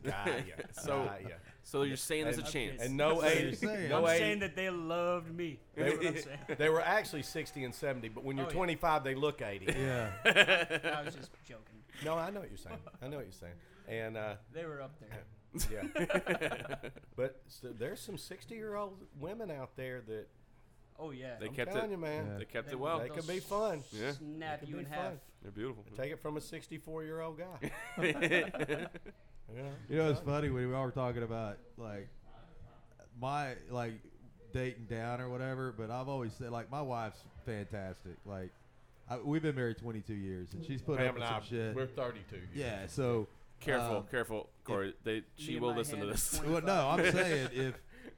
Got ya. So- Got ya. So you're saying there's a I'm chance. pissed. And no you're eighty. saying. No I'm eighty. saying that they loved me. That's what I'm saying. they were actually 60 and 70, but when you're Oh, yeah. 25, they look 80. Yeah. I was just joking. No, I know what you're saying. I know what you're saying. And uh, They were up there. yeah, but so there's some 60 year old women out there that Oh yeah. They I'm kept telling it. you, man, They kept They- it well. they can be fun. Yeah. Snap It you could in be half. fun. They're beautiful. Take it from a 64 year old guy. You know? You know, it's funny when we all were talking about like my like dating down or whatever, but I've always said like my wife's fantastic. Like I, we've been married 22 years, and she's put up with some shit. we're 32. yeah, so Careful, um, careful, Corey. They Me she and will my listen to hand this. is well, no, I'm saying if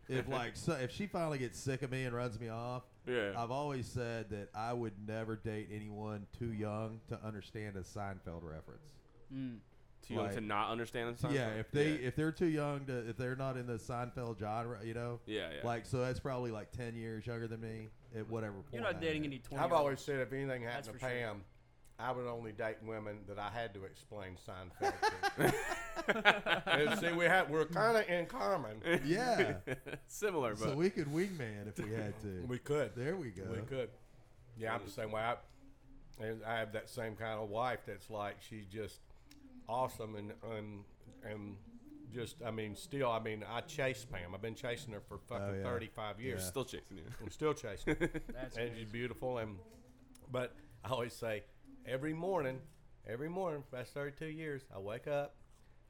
if like so, if she finally gets sick of me and runs me off, Yeah. I've always said that I would never date anyone too young to understand a Seinfeld reference. Too young to Like- not understand the Yeah, Seinfeld? if they yeah. if they're too young to if they're not in the Seinfeld genre, you know. Yeah, yeah. Like so, that's probably like ten years younger than me at whatever point. You're not I'm dating at. any 20. I've always said if anything happened That's to for sure. Pam, I would only date women that I had to explain Seinfeld to. and see, we have, we're kind of in common. Yeah, similar, but so we could wingman if we had to. We could. there we go. We could. Yeah, I'm the same way. I, and I have that same kind of wife that's like she's just awesome and and and just I mean still I mean I chase Pam. I've been chasing her for fucking Oh, yeah. 35 years. Yeah. still chasing you. I'm still chasing. her. That's and she's beautiful and but I always say every morning, every morning for the last 32 years, I wake up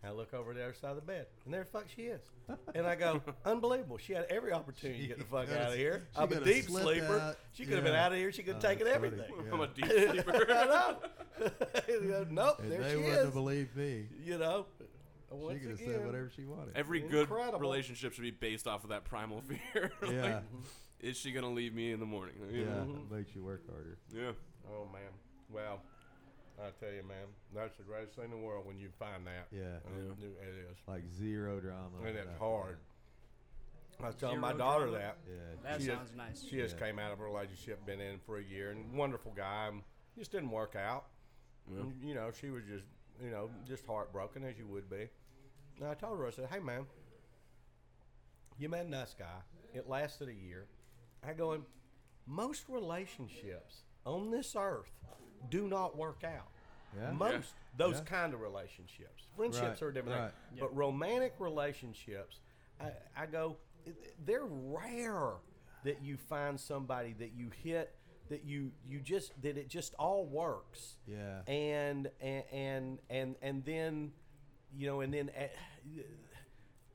I look over the other side of the bed, and there the fuck she is. And I go, unbelievable. She had every opportunity to get the fuck coulda- out of here. she I'm a coulda deep slipped sleeper. out. She could have been Yeah. out of here. She could Oh, have taken that's everything. funny. I'm a deep Yeah. sleeper. I know. You go, nope, And there they she wouldn't is. have believed me. you know, once She could have again, said whatever she wanted. Every good Incredible. relationship should be based off of that primal fear. Like, yeah, is she gonna leave me in the morning? yeah, You know? Mm-hmm. it makes you work harder. Yeah. Oh man, well, I tell you, man, that's the greatest thing in the world when you find that. Yeah. I mean, it is, Like zero drama. and it's nothing. hard. I was telling my Zero daughter drama. that. Yeah. That She sounds just- nice. She just came out of a relationship, been in for a year, and wonderful guy. And just didn't work out. And, You know, she was just, you know, just heartbroken as you would be. And I told her, I said, "Hey, man, you met a nice guy. It lasted a year." I go, "And most relationships on this earth do not work out. Yeah. Most those Yeah. kind of relationships, friendships Right, are a different right. thing, but romantic relationships, I, I go, they're rare that you find somebody that you hit that you you just that it just all works. Yeah. And and and and, and then you know and then eh,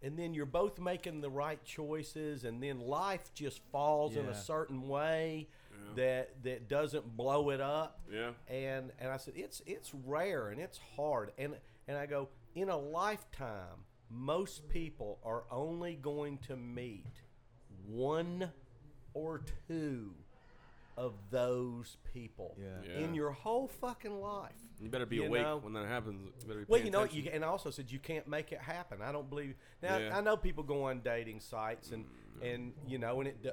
and then you're both making the right choices and then life just falls in Yeah. a certain way that that doesn't blow it up Yeah. and and I said it's it's rare and it's hard and and I go in a lifetime most people are only going to meet one or two of those people Yeah. Yeah. in your whole fucking life. You better be You awake know- when that happens. You better be Well, paying you know, attention. you, and I also said you can't make it happen. I don't believe. Now Yeah. Mm, I know people go on dating sites and and you know, and it do,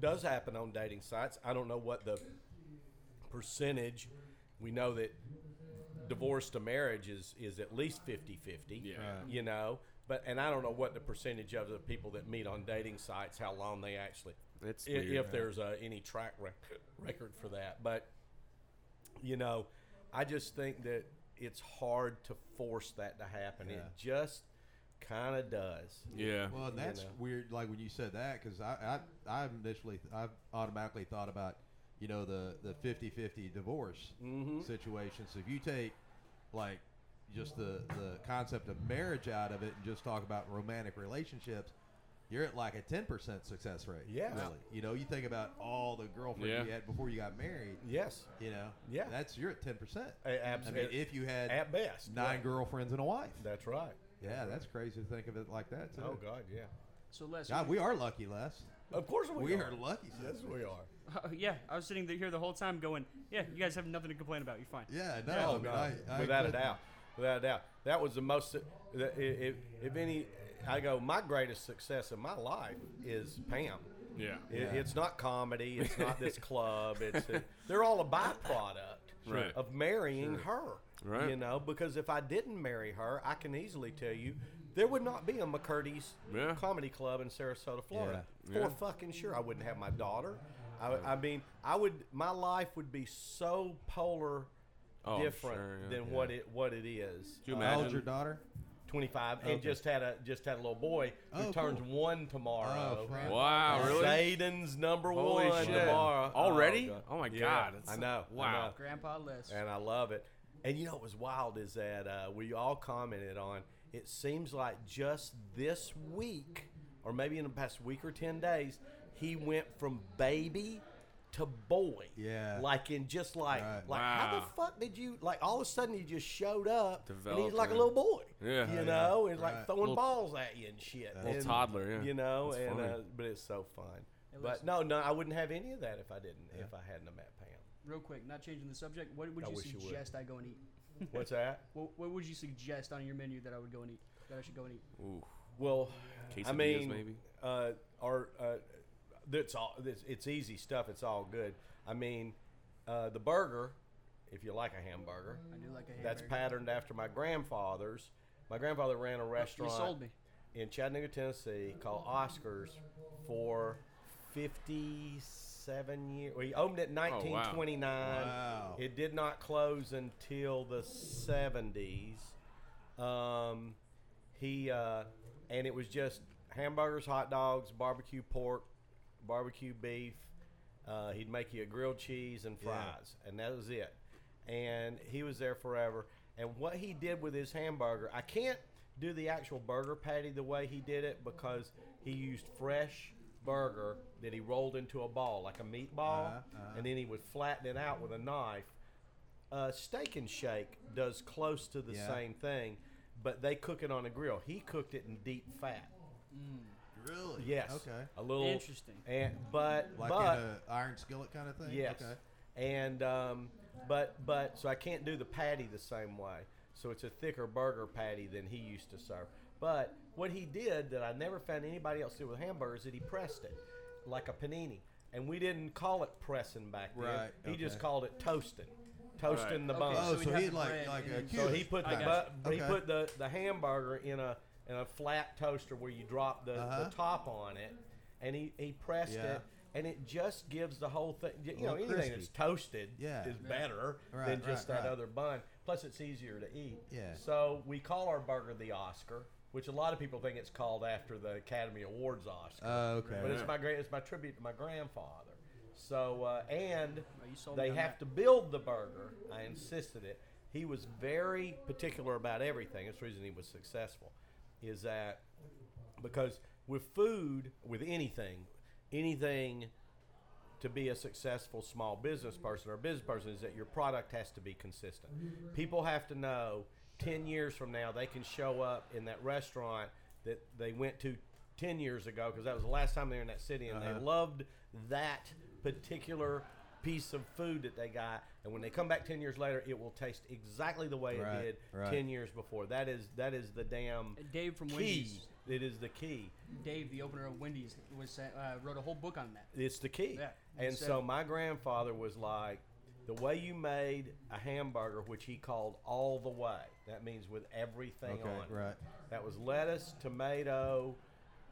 does happen on dating sites. I don't know what the percentage. We know that divorce to marriage is is at least 50-50. Yeah. You know, but and I don't know what the percentage of the people that meet on dating sites how long they actually It's i- weird. if there's uh, any track rec- record for that, but you know, I just think that it's hard to force that to happen. It Yeah. just kind of does. yeah. Well, and that's know. weird. Like when you said that, because I, I, I initially, I automatically thought about, you know, the the 50-50 divorce Mm-hmm. situation. So if you take, like, just the the concept of marriage out of it and just talk about romantic relationships, you're at like a ten percent success rate. Yeah. really. You know, you think about all the girlfriends Yeah. you had before you got married. Yes, You know. Yeah. That's you're at ten percent. I absolutely. mean, if you had at best nine yeah. girlfriends and a wife. That's right. Yeah, that's crazy to think of it like that. Too. Oh God, yeah. So Les, God, we are lucky, Les. Of course we, We are. are lucky. Yes, we are. uh, yeah, I was sitting here the whole time going, yeah, you guys have nothing to complain about. You're fine. Yeah, no, Oh, I mean, no. I, I without a couldn't- doubt, without a doubt, that was the most. If, if, if any, I go. My greatest success in my life is Pam. Yeah. It, It's not comedy. It's not this club. It's they're all a byproduct Right. of marrying her. Right. You know, because if I didn't marry her, I can easily tell you there would not be a McCurdy's Yeah. Comedy Club in Sarasota, Florida. Yeah. Yeah. For fucking sure, I wouldn't have my daughter. I, I mean, I would. My life would be so polar Oh, I'm different sure, yeah. than what it what it is. Do you Uh, How old's imagine? your daughter? 25 and just had a just had a little boy who Oh, turns cool. one tomorrow. Oh, crap. wow, really? Zayden's number Holy one shit. tomorrow. Already? God. Oh, my Yeah, God. That's- I know. I wow. know. Grandpa list. And I love it. And you know what was wild is that uh, we all commented on it seems like just this week, or maybe in the past week or 10 days, he went from baby to boy. Yeah. Like in just like, Right. like how the Wow. fuck did you, like all of a sudden you just showed up and he's Developed, like a yeah. little boy. Yeah. Yeah. You know, and like Right. throwing Little- balls at you and shit. Little And, toddler, yeah. You know, That's and funny. uh, but it's so fun. listen. But no, no, I wouldn't have any of that if I didn't, if I hadn't have met Pam. Real quick, not changing the subject. What would I you wish you would. suggest I go and eat? What's that? What, what would you suggest on your menu that I would go and eat? That I should go and eat? Ooh. Well, I Quesadillas, mean, maybe? Uh, or uh, that's all. It's, it's easy stuff. It's all good. I mean, uh, the burger, if you like a hamburger, I do like a Mm. hamburger. that's patterned after my grandfather's. My grandfather ran a You restaurant sold me. in Chattanooga, Tennessee, called Oscars for fifty-seven years. Well, he opened it in nineteen twenty-nine. Wow. It did not close until the seventies. Um, he uh, and it was just hamburgers, hot dogs, barbecue pork, barbecue beef. Uh, he'd make you a grilled cheese and fries, and that was it. And he was there forever. And what he did with his hamburger, I can't do the actual burger patty the way he did it because he used fresh burger that he rolled into a ball, like a meatball, Uh-huh, uh-huh. and then he would flatten it out with a knife uh, Steak and Shake does close to the Yeah. same thing, but they cook it on a grill. He cooked it in deep fat. Really? Yes. Okay. A little Interesting. And but Like but in a iron skillet kind of thing. yes. Okay. And um, but but so I can't do the patty the same way. So it's a thicker burger patty than he used to serve. But what he did that I never found anybody else do with hamburgers is that he pressed it like a panini. And we didn't call it pressing back then. Right, He just okay. called it toasting. Toasting the Okay, bun. Oh, So so, he'd have he the like bread like and a then- cube. So he put the I bu- got he Okay. put the, the hamburger in a in a flat toaster where you drop the, Uh-huh. the top on it, and he, he pressed Yeah. it, and it just gives the whole thing. You know, little anything crispy. that's toasted Yeah. is better Right, than just right, that right. other bun. Plus, it's easier to eat. Yeah. So we call our burger the Oscar, which a lot of people think it's called after the Academy Awards Oscar. Oh, okay. But it's my great. It's my tribute to my grandfather. So uh, and Oh, you sold me they on have that. to build the burger. I insisted it. He was very particular about everything. That's the reason he was successful. Is that because with food, with anything, anything to be a successful small business person or business person is that your product has to be consistent. People have to know 10 years from now they can show up in that restaurant that they went to 10 years ago because that was the last time they were in that city and Uh-huh. they loved that particular piece of food that they got and when they come back 10 years later it will taste exactly the way Right, it did right. 10 years before that is that is the damn Dave from key Wendy's. it is the key Dave, the opener of Wendy's, was sa- uh, wrote a whole book on that. It's the key. Yeah, you and said so it. my grandfather was like, the way you made a hamburger, which he called all the way, that means with everything Okay, on it. right. That was lettuce, tomato,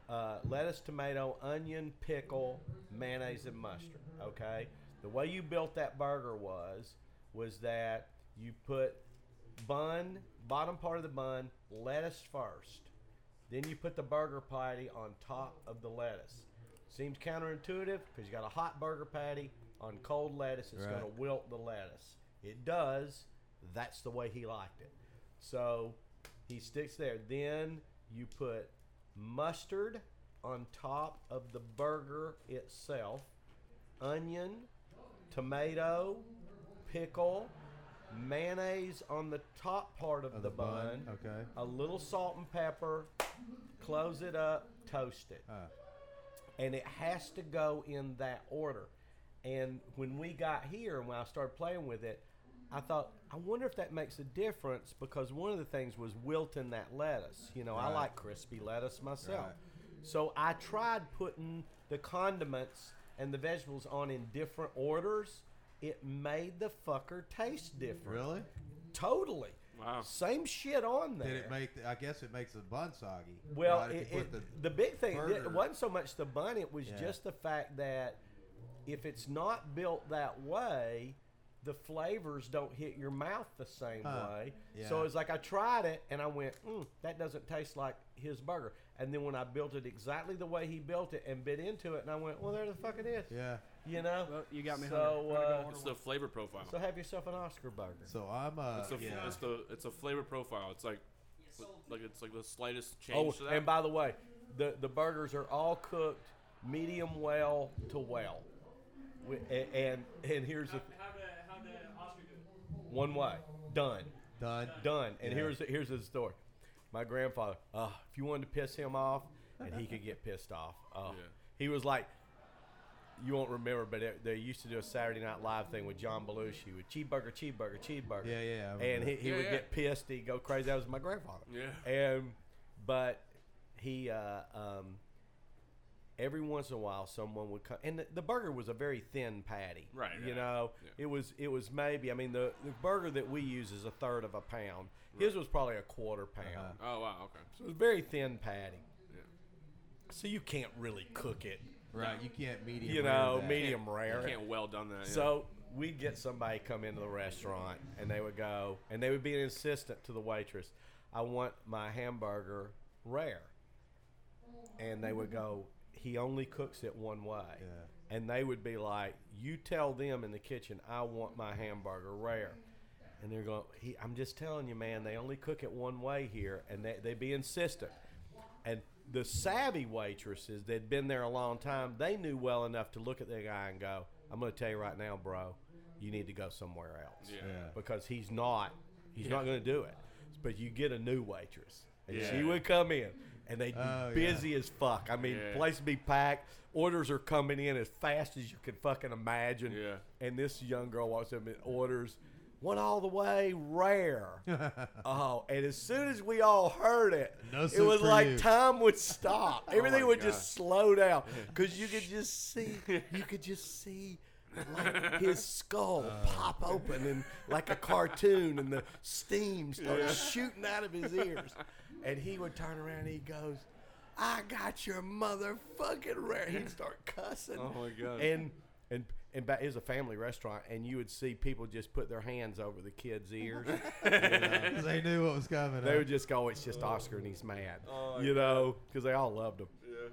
uh, lettuce, tomato, onion, pickle, mayonnaise, and mustard. Okay. The way you built that burger was, was that you put bun, bottom part of the bun, lettuce first. Then you put the burger patty on top of the lettuce. Seems counterintuitive because you got a hot burger patty on cold lettuce. It's Right. going to wilt the lettuce. It does. That's the way he liked it. So he sticks there. Then you put mustard on top of the burger itself, onion, tomato, pickle, mayonnaise on the top part of, Of the, the bun, bun, okay. a little salt and pepper, close it up, toast it. Ah. And it has to go in that order. And when we got here and when I started playing with it, I thought, I wonder if that makes a difference because one of the things was wilting that lettuce. You know, I Right. like crispy lettuce myself. Right. So I tried putting the condiments and the vegetables on in different orders. It made the fucker taste different. Really? Totally. Wow. Same shit on there. Did it make? The, I guess it makes the bun soggy. Well, right, it, if you put it- the, big thing burger- it wasn't so much the bun; it was Yeah. just the fact that if it's not built that way, the flavors don't hit your mouth the same Huh. way. Yeah. So it's like I tried it and I went, mm, "That doesn't taste like his burger." And then when I built it exactly the way he built it and bit into it, and I went, "Well, there the fuck it is," yeah. you know. Well, you got me hungry. So, I'm gonna go uh, order It's the flavor profile. so have yourself an Oscar burger. So I'm. Uh, It's the, yeah. it's the it's a flavor profile. It's like like it's like the slightest Oh, change to that. and by the way, the, the burgers are all cooked medium well to well. We- a- And and here's the How did how did Oscar do it? one way done, done. done. And Yeah. here's the, here's the story. My grandfather, uh, if you wanted to piss him off, and he could get pissed off. Uh, Yeah. He was like, you won't remember, but it, they used to do a Saturday Night Live thing with John Belushi with cheeseburger, cheeseburger, cheeseburger. Yeah, yeah, I remember And he, that. he Yeah, would yeah. get pissed. He'd go crazy. That was my grandfather. Yeah. And but he uh, um, every once in a while someone would come, and the, the burger was a very thin patty. Right, You right. know, Yeah. it was it was maybe I mean the, the burger that we use is a third of a pound. His was probably a quarter pound. oh wow, okay. So it was very thin patty. Yeah. So you can't really cook it. Right. You can't medium. You rare know, that. medium rare. You can't well done that. yeah. So we'd get somebody come into the restaurant, and they would go, and they would be insistent to the waitress, "I want my hamburger rare," and they would go, "He only cooks it one way," Yeah. and they would be like, "You tell them in the kitchen, I want my hamburger rare." And they're going, he, I'm just telling you, man, they only cook it one way here, and they, they be insistent. And the savvy waitresses that'd been there a long time, they knew well enough to look at the guy and go, I'm going to tell you right now, bro, you need to go somewhere else. Yeah. Yeah. Because he's not, he's not going to do it. But you get a new waitress, and she Yeah. would come in, and they'd be Oh, yeah. busy as fuck. I mean, Yeah. place be packed, orders are coming in as fast as you can fucking imagine. Yeah. And this young girl walks up and orders one all the way rare. oh, and as soon as we all heard it, No it soup was for like you. time would stop. Everything Oh my would God. just slow down because you could just see, you could just see. Like his skull Uh. pop open and like a cartoon, and the steam starts shooting out of his ears. And he would turn around and he goes, "I got your motherfucking rare." He'd start cussing. Oh my God. And and and ba- it was a family restaurant, and you would see people just put their hands over the kids' ears. 'Cause they knew what was coming. they huh? would just go, "It's just Oscar, and he's mad," Oh you know, because they all loved him. Yeah.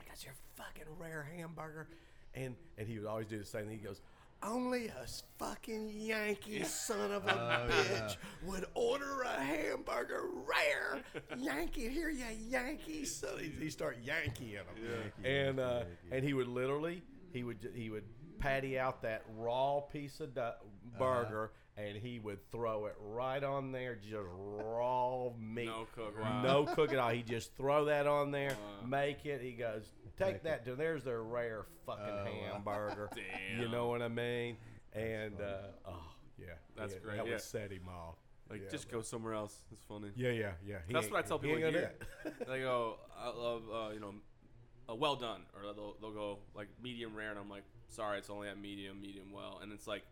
I got your fucking rare hamburger, and and he would always do the same thing. He goes. Only a s- fucking Yankee son of a Oh, yeah. bitch would order a hamburger rare. Yankee, here you Yankee son. He, he start Yankee him Yankee, and Yankee, uh, Yankee. and he would literally he would ju- he would patty out that raw piece of du- Uh-huh. burger and he would throw it right on there just raw meat No cook, wow. no cook at all he just throw that on there make it he goes take that to there's their rare fucking hamburger you know what I mean and uh, oh yeah That's yeah, great, that yeah. would set him off like yeah, just but- go somewhere else. It's funny. yeah yeah yeah He That's ain't- what I tell he people ain't gonna here. do it. they go, I love, uh, you know, uh, well done, or they'll, they'll go like medium rare, and I'm like, sorry, it's only at medium, medium well, and it's like,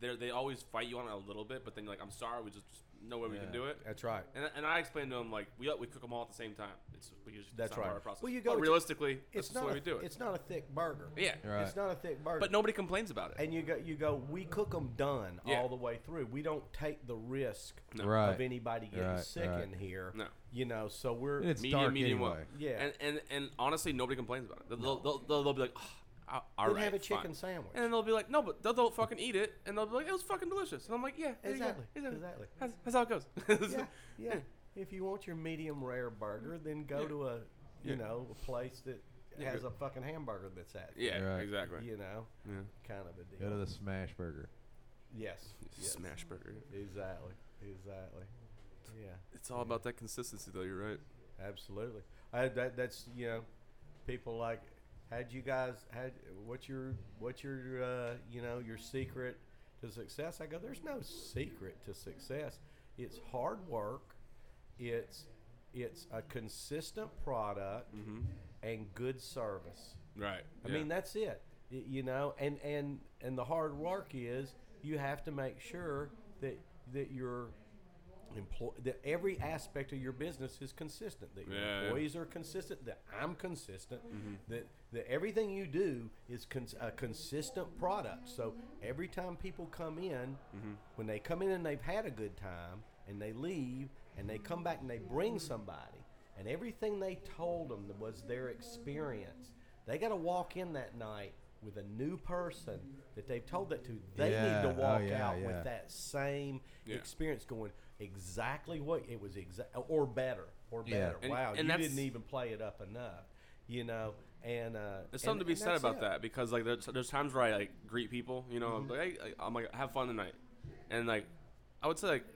they they always fight you on it a little bit, but then you're like, I'm sorry, we just, just no way we can Yeah. do it. that's right And, and I explained to him like we we cook them all at the same time. It's we just That's it's not part right. of our process. Well, you go But to- realistically, that's it's the not way a, we do it. it's not a thick burger yeah, Right. It's not a thick burger. but nobody complains about it. and you go, you go. We cook them done Yeah. all the way through. We don't take the risk No. Right. of anybody getting Right, sick right. in here. No. you know. So we're It's medium, dark medium anyway. well. Yeah. And, and and honestly, nobody complains about it. They'll they'll, they'll, they'll be like, oh, all we'd right, have a fine." chicken sandwich. And then they'll be like, no, but they'll, they'll fucking eat it, and they'll be like, it was fucking delicious. And I'm like, yeah, there you go. Exactly, Here's it. exactly. That's, that's how it goes. yeah, yeah. If you want your medium rare burger, then go to a you know a place that Yeah, has go- a fucking hamburger that's at. it, Yeah, Right. exactly. You know, Yeah. kind of a Go deal. to the smash burger. Yes, yes. Smash burger. Exactly. Exactly. Yeah. It's all about that consistency, though. You're right. Absolutely. I, that that's you know, people like, how'd you guys had what's your what's your uh, you know your secret to success? I go, there's no secret to success. It's hard work. It's it's a consistent product and good service. Right. I mean, that's it. Y- You know, and and and the hard work is you have to make sure that that your employ that every aspect of your business is consistent. That your Yeah, Mm-hmm. yeah. employees are consistent. That I'm consistent. That that everything you do is cons- a consistent product. So every time people come in, Mm-hmm. when they come in and they've had a good time, and they leave, and they come back and they bring somebody, and everything they told them was their experience. They got to walk in that night with a new person that they've told that to. They Yeah, need oh, to walk yeah, out yeah. with that same Yeah. experience going exactly what it was exact or better or Yeah. better. And- wow, and you that's- didn't even play it up enough, you know. And uh, There's something and- to be and said that's about it. Mm-hmm. that because like there's, there's times where I like greet people, you know, I'm like hey, I'm like have fun tonight, and like I would say like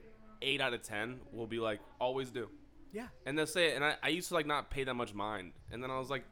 eight out of ten will be like always do, Yeah, and they'll say it, and I, I used to like not pay that much mind, and then I was like,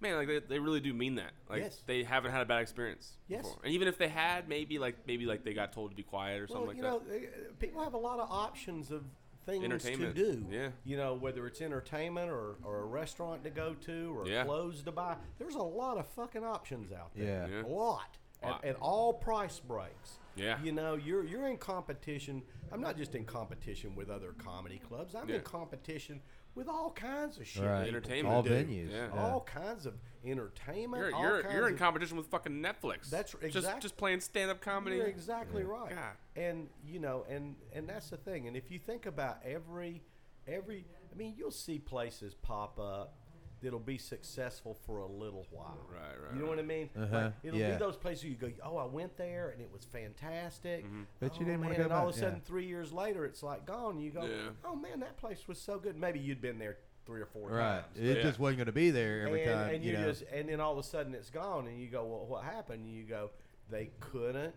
man, like they, they really do mean that, like Yes. they haven't had a bad experience, Yes. before. and even if they had, maybe like maybe like they got told to be quiet or something well, like you that. know, uh, people have a lot of options of things to Entertainment, do. yeah. you know, whether it's entertainment or, or a restaurant to go to or Yeah. clothes to buy. There's a lot of fucking options out there. Yeah. Yeah. a lot Lot. at, at all price breaks. Yeah. you know, you're you're in competition. I'm not just in competition with other comedy clubs. I'm Yeah. in competition with all kinds of shit. Right. people Entertainment, All dude. venues. Yeah. all kinds of entertainment. You're all you're, kinds you're in of- competition with fucking Netflix. That's r- just exact- just playing stand up comedy. You're exactly right. God. And you know, and and that's the thing. And if you think about every every, I mean, you'll see places pop up that'll be successful for a little while. Right, right, You know right. what I mean? Like, Uh-huh, it'll yeah. be those places you go, oh, I went there and it was fantastic. Mm-hmm. But you Oh, didn't wanna man," go And all back, of a sudden, yeah. three years later, it's like gone. And you go, Yeah. oh man, that place was so good. Maybe you'd been there three or four Right. times It Yeah. just wasn't going to be there every and, time. and you know. just and then all of a sudden it's gone, and you go, well, what happened? And you go, they couldn't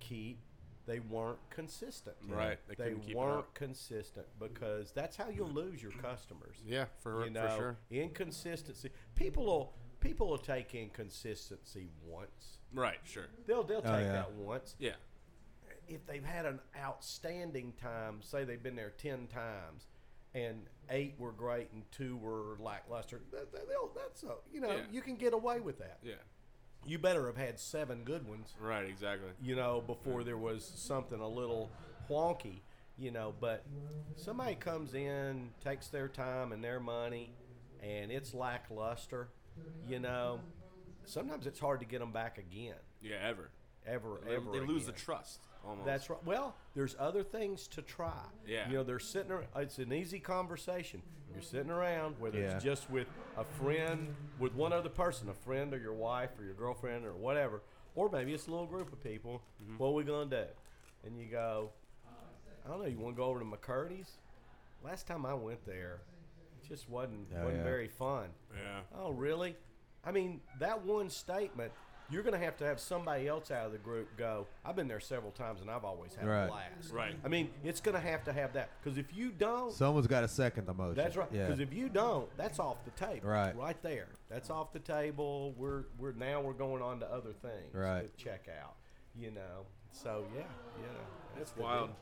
keep, they weren't consistent. Right, they They, couldn't keep it weren't up. consistent because that's how you'll lose your customers. Yeah, for you know, for sure. inconsistency. People will people will take inconsistency once. Right, sure. They'll they'll take Oh, yeah. that once Yeah. if they've had an outstanding time, say they've been there ten times, and eight were great and two were lackluster, that, that, they'll- that's a, you know Yeah. you can get away with that. Yeah. You better have had seven good ones, Right, exactly. you know, before there was something a little wonky, you know. But somebody comes in, takes their time and their money, and it's lackluster, you know. Sometimes it's hard to get them back again, Yeah, ever. ever, They, ever. they lose the again. trust almost. That's right. Well, there's other things to try. Yeah. You know, they're sitting. Around, it's an easy conversation. You're sitting around, whether Yeah. it's just with a friend, with one other person, a friend or your wife or your girlfriend or whatever, or maybe it's a little group of people. Mm-hmm. What we gonna do? And you go, I don't know. You want to go over to McCurdy's? Last time I went there, it just wasn't Oh, wasn't yeah. very fun. Yeah. Oh, really? I mean, that one statement, you're going to have to have somebody else out of the group go, I've been there several times and I've always had Right. a blast. Right. I mean, it's going to have to have that. Because if you don't, Someone's got to second the motion. oh. that's right. Yeah. Because if you don't, that's off the table. Right. Right there. That's off the table. We're, we're now we're going on to other things Right. to check out, you know. So, yeah, yeah. That's the Wild. deal.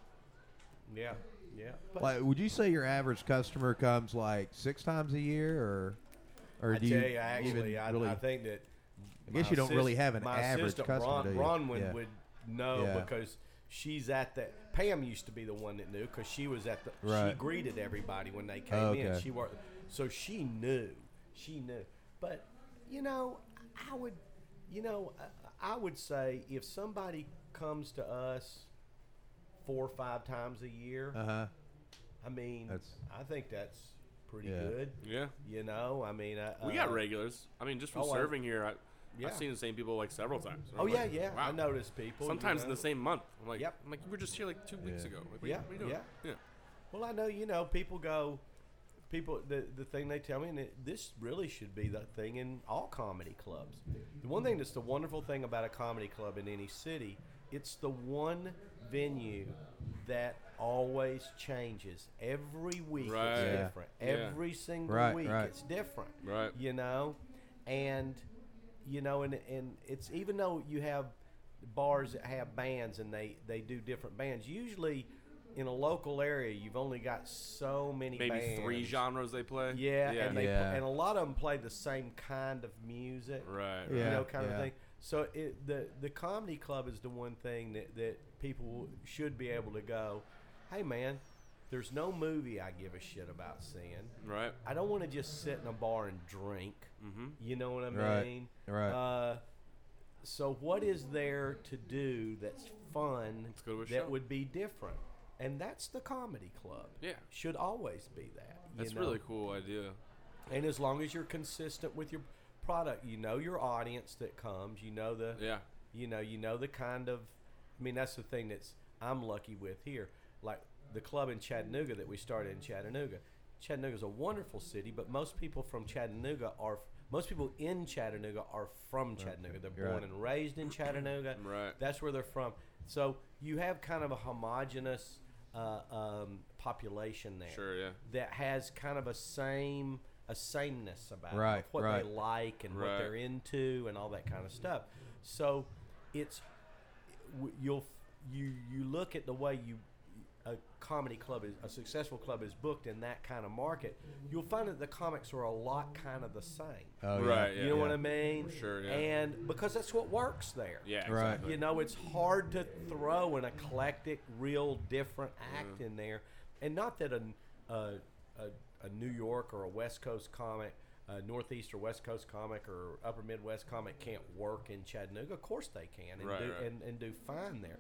Yeah, yeah. But like, would you say your average customer comes like six times a year, or, or I do tell you, you, actually, even I, really? I think that I guess My you don't really assist- have an my average assistant, customer, Ron, do you? Bronwyn Yeah. would know Yeah. because she's at that. Pam used to be the one that knew because she was at the. Right. Oh, She greeted everybody when they came in. Okay. She worked, so she knew. She knew. But you know, I would, you know, I, I would say if somebody comes to us four or five times a year, Uh huh. I mean, That's- I think that's pretty Yeah. good. Yeah. You know, I mean, I, We got uh, regulars. I mean, just from oh, I- serving here, I, Yeah. I've seen the same people like several times. Oh I'm yeah, like, yeah. wow. I noticed people. you Sometimes in know. the same month. I'm like, Yep. I'm like, you were just here like two weeks ago. Like, what, Yeah, what are you doing? yeah. Yeah. Well, I know you know people go. People, the the thing they tell me, and it, this really should be the thing in all comedy clubs. The one thing that's the wonderful thing about a comedy club in any city, it's the one venue that always changes every week. Yeah. Right. It's different. Yeah. Every single Right, week, right. it's different. Right. You know, and you know, and and it's even though you have bars that have bands and they they do different bands. Usually, in a local area, you've only got so many Maybe bands. three genres they play. Yeah, and they Yeah. and a lot of them play the same kind of music. Yeah. Right. right. You know, kind yeah. of thing. So it, the the comedy club is the one thing that that people should be able to go, hey man, There's no movie I give a shit about seeing. Right. I don't want to just sit in a bar and drink. Mm-hmm. You know what I Right. mean? Right. Uh, so what is there to do that's fun go to a that show. would be different? And that's the comedy club. Yeah. Should always be that. you That's a know? really cool idea. And as long as you're consistent with your product, you know your audience that comes, you know the Yeah. you know, you know the kind of I mean that's the thing that's I'm lucky with here. Like the club in Chattanooga that we started in Chattanooga. Chattanooga's a wonderful city, but most people from Chattanooga are most people in Chattanooga are from Chattanooga. They're born Right. and raised in Chattanooga. Right. That's where they're from. So you have kind of a homogenous uh, um, population there Sure, yeah. that has kind of a same a sameness about it, Right, of what right. they like and Right. what they're into and all that kind of stuff. So it's w- you'll you you look at the way you a comedy club is a successful club is booked in that kind of market. You'll find that the comics are a lot kind of the same. Oh, yeah. right. Yeah. you know what yeah. I mean? Sure, yeah. And because that's what works there. Yeah. Right. Exactly. You know, it's hard to throw an eclectic, real different act Mm-hmm. in there, and not that a, a, a, a New York or a West Coast comic, a Northeast or West Coast comic or Upper Midwest comic can't work in Chattanooga. Of course they can, and Right, do right. And, and do fine there,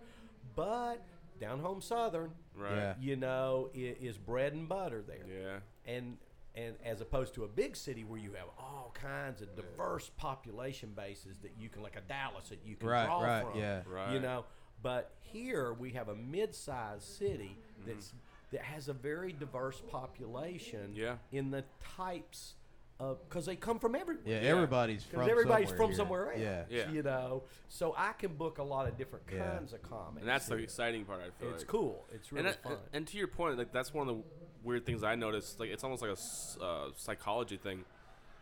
but down home Southern, Right. Yeah. you know, is, is bread and butter there Yeah. and and as opposed to a big city where you have all kinds of diverse population bases that you can like a Dallas that you can Right, draw right, from, yeah. Right. you know. But here we have a mid-sized city Mm-hmm. that's that has a very diverse population Yeah. in the types of because they come from everywhere. Yeah, everybody's from Because everybody's somewhere from here. somewhere else, Yeah. Yeah. you know. So I can book a lot of different Yeah. kinds of comics. And that's the here. exciting part. I feel it's like. cool. It's really and, uh, I- fun. and to your point, like that's one of the weird things I noticed. Like it's almost like a s- uh, psychology thing.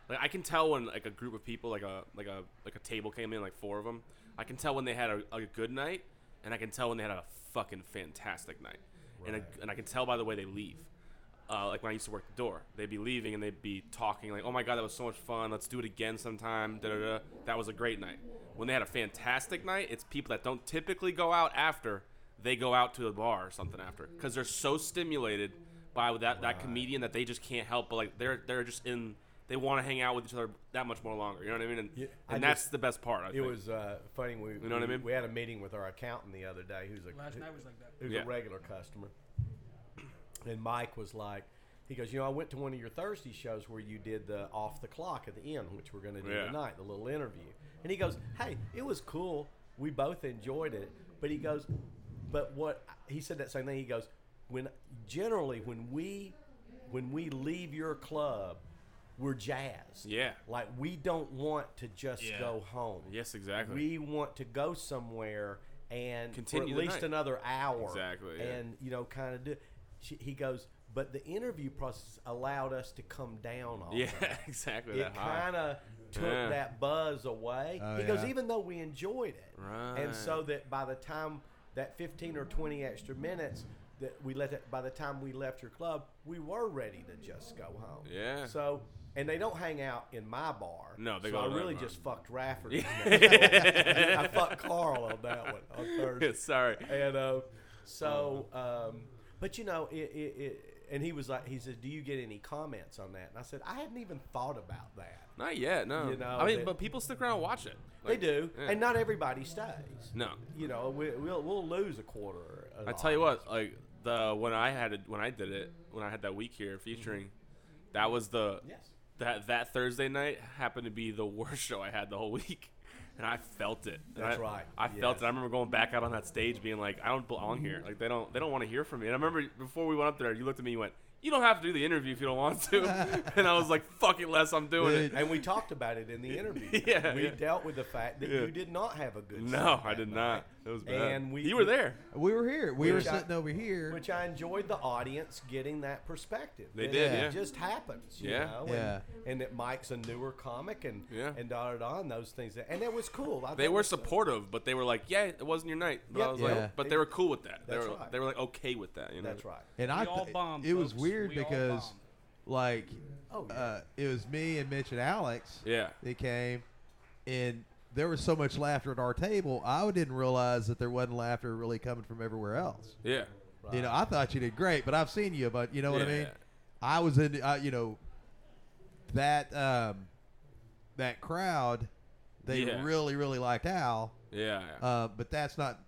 Like I can tell when like a group of people, like a like a like a table came in, like four of them. I can tell when they had a, a good night, and I can tell when they had a fucking fantastic night, and I, and I can tell by the way they leave. Uh, like when I used to work the door, they'd be leaving and they'd be talking like, "Oh my god, that was so much fun. Let's do it again sometime." Da da da. That was a great night. When they had a fantastic night, it's people that don't typically go out after. They go out to a bar or something after because they're so stimulated by that, that comedian that they just can't help but like they're they're just in they want to hang out with each other that much more longer. You know what I mean? And, Yeah, I and that's just- the best part. I It think. was uh, funny. We know what I we- mean? We had a meeting with our accountant the other day, who's a Last who- night was like that. who's Yeah. a regular customer, and Mike was like, he goes, you know, I went to one of your Thursday shows where you did the off the clock at the end, which we're going to do Yeah. tonight, the little interview, and he goes, hey, it was cool. We both enjoyed it, but he goes, but what he said that same thing. He goes, when generally when we when we leave your club, we're jazzed. Yeah. like we don't want to just go home. Yes, exactly. We want to go somewhere and Continue for the at least night. another hour. Exactly, yeah. And you know, kind of do. She, he goes, but the interview process allowed us to come down on. yeah, that." exactly. It that high. kind of took Yeah. that buzz away. Oh, he goes, yeah. even though we enjoyed it, Right. and so that by the time that fifteen or twenty extra minutes that we let it, by the time we left your club, we were ready to just go home. Yeah. So. And they don't hang out in my bar. No, they so go I to that really bar. just fucked Rafferty. I fucked Carl on that one on Thursday. Sorry. And uh, so, Uh-huh. um, but you know, it, it, it, and he was like, he said, "Do you get any comments on that?" And I said, "I hadn't even thought about that." Not yet. No. You know, I mean, they- but people stick around and watch it. They Like, do, yeah. and not everybody stays. No. You know, we, we'll we'll lose a quarter. of I tell you what, like the when I had it, when I did it, when I had that week here featuring, that was the Yes. that that Thursday night happened to be the worst show I had the whole week, and I felt it. And That's I- right. I felt Yes. it. I remember going back out on that stage, being like, I don't belong here. Like they don't they don't want to hear from me. And I remember before we went up there, you looked at me, and you went. You don't have to do the interview if you don't want to. and I was like, fuck it, Les, I'm doing it. And we talked about it in the interview. Yeah, we yeah. dealt with the fact that Yeah. you did not have a good. No, set I that did night, not. It was bad. And we- you were there. We were here. We, We were got- sitting over here. Which I enjoyed the audience getting that perspective. They That did, It yeah. just happens. You Yeah. Know? And, Yeah. And that Mike's a newer comic and Yeah. and da da da and those things. And it was cool. I They thought were it was, uh, supportive, but they were like, "Yeah, it wasn't your night." But I Yep. was Yeah. like, "But they were cool with that." They That's were, right. they were like okay with that. You know, That's right. and I We all th- bombed, it was folks. weird We all because bombed. like Oh, yeah. uh, it was me and Mitch and Alex Yeah. that came and there was so much laughter at our table I didn't realize that there wasn't laughter really coming from everywhere else. Yeah, You know, I thought you did great, but I've seen you. But you know what I mean. I was in, uh, you know, that um, that crowd. They Yeah. really, really liked Al, Yeah. yeah. uh, but that's not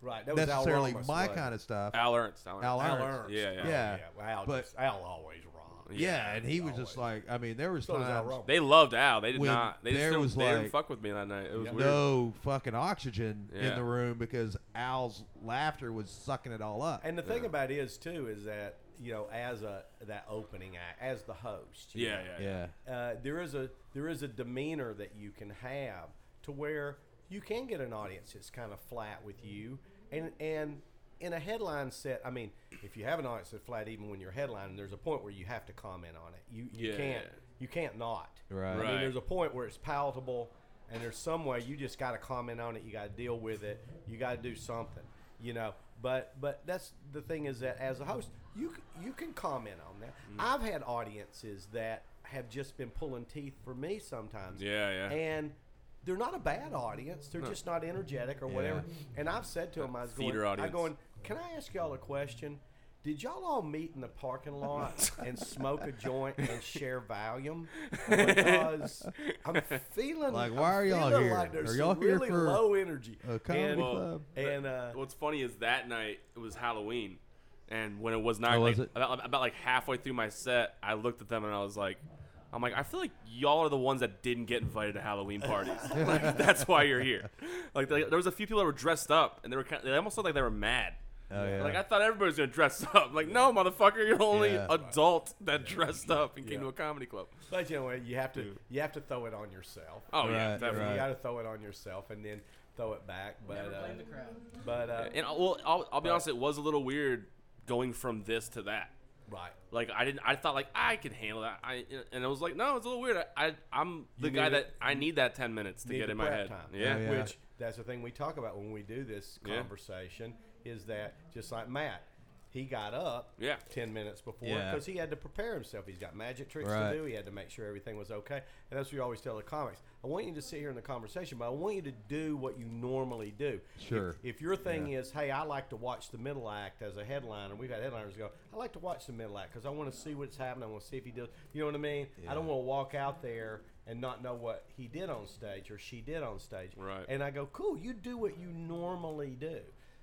Right. That was necessarily Al Ramos, my wasn't it? kind of stuff. Al Ernst. Al Ernst. Al Al Ernst. Ernst. Yeah, yeah. Yeah. well, Al, But- just, Al always wrong. Yeah, and he was just like, I mean, there was So was Al times Ramos. They loved Al. They did When not. They just there didn't, was they like- didn't fuck with me that night. It was weird. no fucking oxygen in Yeah. the room because Al's laughter was sucking it all up. And the thing about it is too is that you know as a that opening act as the host. you Yeah, know, yeah, yeah. yeah, Uh, there is a there is a demeanor that you can have to where you can get an audience that's kind of flat with you, and and in a headline set, I mean, if you have an audience that's flat, even when you're headlining, there's a point where you have to comment on it. You you Yeah. can't you can't not. Right. I mean, Right. there's a point where it's palatable, and there's some way you just got to comment on it. You got to deal with it. You got to do something, you know. But but that's the thing is that as a host, you c- you can comment on that. Mm. I've had audiences that have just been pulling teeth for me sometimes. Yeah, yeah. And they're not a bad audience. They're just not energetic or whatever. And I've said to them, I was going, Theater I audience. going, can I ask y'all a question? Did y'all all meet in the parking lot and smoke a joint and share Valium? Because I'm feeling Like, I'm why are y'all feeling here? Like there's Are y'all some here really for low energy? a comedy and, club? And uh, What's funny is that night it was Halloween, and when it was not, Oh, like, was it? About, about like halfway through my set, I looked at them and I was like, "I'm like, I feel like y'all are the ones that didn't get invited to Halloween parties. like, that's why you're here. Like there there was a few people that were dressed up, and they were kind they almost looked like they were mad. Oh, yeah. Like I thought everybody was gonna dress up. Like no, motherfucker, you're the only Yeah. adult that dressed up and came to a comedy club. but you know, you have to you have to throw it on yourself. Oh yeah, Right, definitely. right. You got to throw it on yourself and then throw it back. But Never blame uh, the crowd. But uh, And I- well, I'll, I'll be honest, it was a little weird going from this to that. right. Like I didn't, I thought like I could handle that. I and I was like, no, it's a little weird. I, I I'm the You guy need that it- I need that ten minutes to need get the in my prep head. time. Yeah. Oh, yeah. Which that's the thing we talk about when we do this Yeah. conversation is that just like Matt, he got up Yeah. ten minutes before Yeah. because he had to prepare himself. He's got magic tricks Right. to do. He had to make sure everything was okay, and that's what you always tell the comics. I want you to sit here in the conversation, but I want you to do what you normally do. If- Sure. If, your thing is, hey, I like to watch the middle act as a headliner, we've had headliners go, I like to watch the middle act because I want to see what's happening. I want to see if he does. You know what I mean? I don't want to walk out there and not know what he did on stage or she did on stage. Right. And I go, cool, you do what you normally do.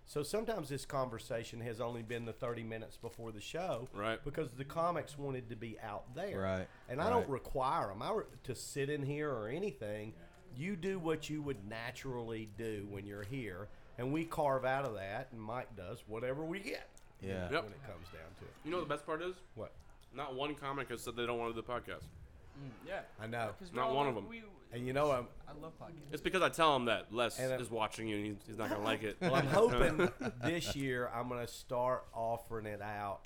So sometimes this conversation has only been the 30 minutes before the show. Right. Because the comics wanted to be out there. Right, And I don't right. require them I re- to sit in here or anything. You do what you would naturally do when you're here. And we carve out of that, and Mike does whatever we get yeah. Yep. when it comes down to it. You know what the best part is? What? Not one comic has said they don't want to do the podcast. Yeah. I know. 'Cause we're Not all one like- of 'em. we- And you know, I'm, I love podcasts. It's because I tell him that Les And, uh, is watching you and he's, he's not gonna like it. Well, I'm hoping this year I'm going to start offering it out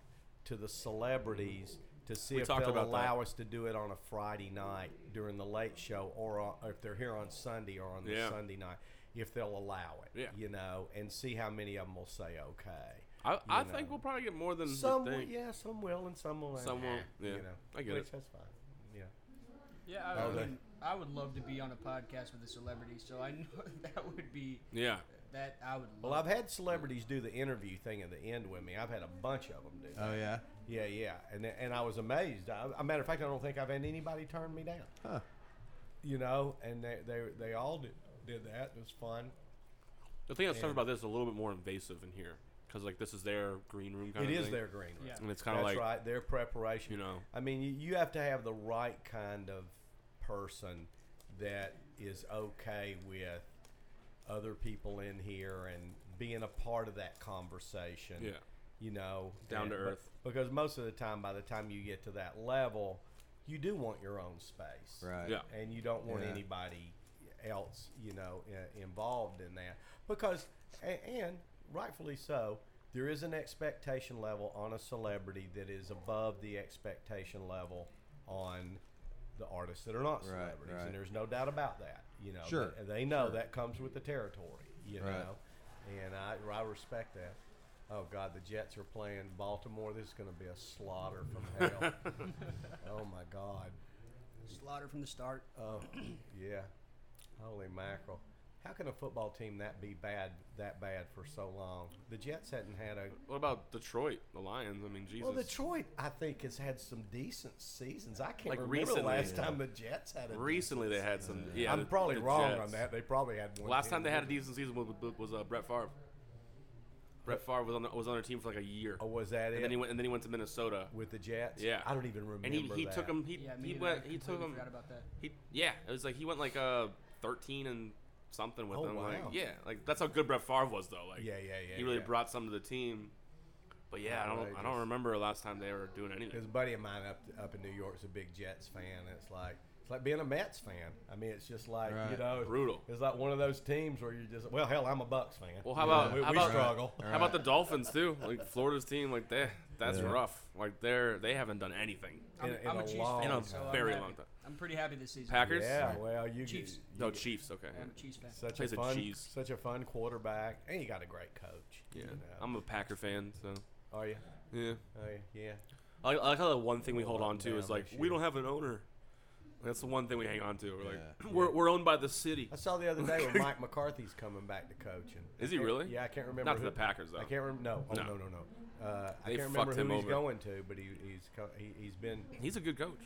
to the celebrities to see We if they'll talked about allow us to do it on a Friday night during the late show, or, on, or if they're here on Sunday or on the Yeah. Sunday night, if they'll allow it. Yeah. You know, and see how many of them will say okay. I, I know. think we'll probably get more than Some, we will, think. yeah, some will, and some will. Some won't, You yeah. know, I get which it. That's fine. Yeah. Yeah, I, Oh, Okay. would, I would love to be on a podcast with a celebrity, so I know that would be Yeah. that I would. Love. Well, I've had celebrities do the interview thing at the end with me. I've had a bunch of them do. that. Oh yeah. Yeah, yeah, and and I was amazed. I, a matter of fact, I don't think I've had anybody turn me down. Huh. You know, and they they, they all did, did that. It was fun. The thing that's tough about this is a little bit more invasive in here because like this is their green room kind It of is thing. their green room. Yeah. and it's kind That's of like right. Their preparation. you know. I mean, you, you have to have the right kind of person that is okay with other people in here and being a part of that conversation. Yeah. You know, Down and- to but- earth. Because most of the time, by the time you get to that level, you do want your own space. Right. yeah. and you don't want Yeah. anybody else, you know, i- involved in that because, a- and rightfully so, there is an expectation level on a celebrity that is above the expectation level on the artists that are not celebrities, right. and there's no doubt about that. You know, Sure, they, they know that comes with the territory. You Right. know, and I, I respect that. Oh God, the Jets are playing Baltimore. This is going to be a slaughter from hell. oh my God. Slaughter from the start. Oh, yeah. Holy mackerel. How can a football team that be bad that bad for so long? The Jets hadn't had a What about Detroit, the Lions? I mean, Jesus. well. Detroit, I think, has had some decent seasons. I can't Like remember recently, the last yeah. time the Jets had a. Recently, they had some. Yeah, I'm the- probably the wrong Jets. on that. They probably had one. Last team time they had a that- decent season was, was uh, Brett Favre. Brett Favre was on, the, was on their team for like a year, Oh, was that and it? then he went and then he went to Minnesota, with the Jets. Yeah. I don't even remember. and he, he that. took him. He, Yeah, me he neither. I went. He completely took him. Forgot about that. He yeah, it was like he went like uh thirteen and something with Oh, him. Like wow. yeah, like that's how good Brett Favre was though. Like Yeah, yeah, yeah, He really yeah. brought some to the teim. But yeah, I don't I don't Outrageous. remember last time they were doing There's anything. a buddy of mine up up in New York is a big Jets fan. It's like it's like being a Mets fan. I mean, it's just like you Right. know, Brutal. It's like one of those teams where you're just well, hell, I'm a Bucks fan. Well, how You know, about- we, how we about- struggle? How about the Dolphins too? Like Florida's team, like they that's Yeah. rough. Like they're they haven't done anything In, I'm, in I'm a, a Chiefs long fan, in a so I'm very happy. long time. I'm pretty happy this season. Packers, Yeah, well, you Chiefs. Get, no Chiefs. Okay, I'm a Chiefs fan. such a Plays a fun, cheese. such a fun quarterback, and you got a great coach. yeah. you know. I'm a Packer fan, so are you? yeah. Are you? Yeah. I, I like how the one thing we hold on to down is like this we year. don't have an owner. That's the one thing we hang on to. We're like we're, we're owned by the city. I saw the other day when Mike McCarthy's coming back to coaching. Is he really? Yeah, I can't remember. Not to who- the Packers, though. I can't remember. No, oh, No. no, no, no. Uh, I They can't remember fucked who him he's over. going to, but he, he's co- he, he's been He's a good coach.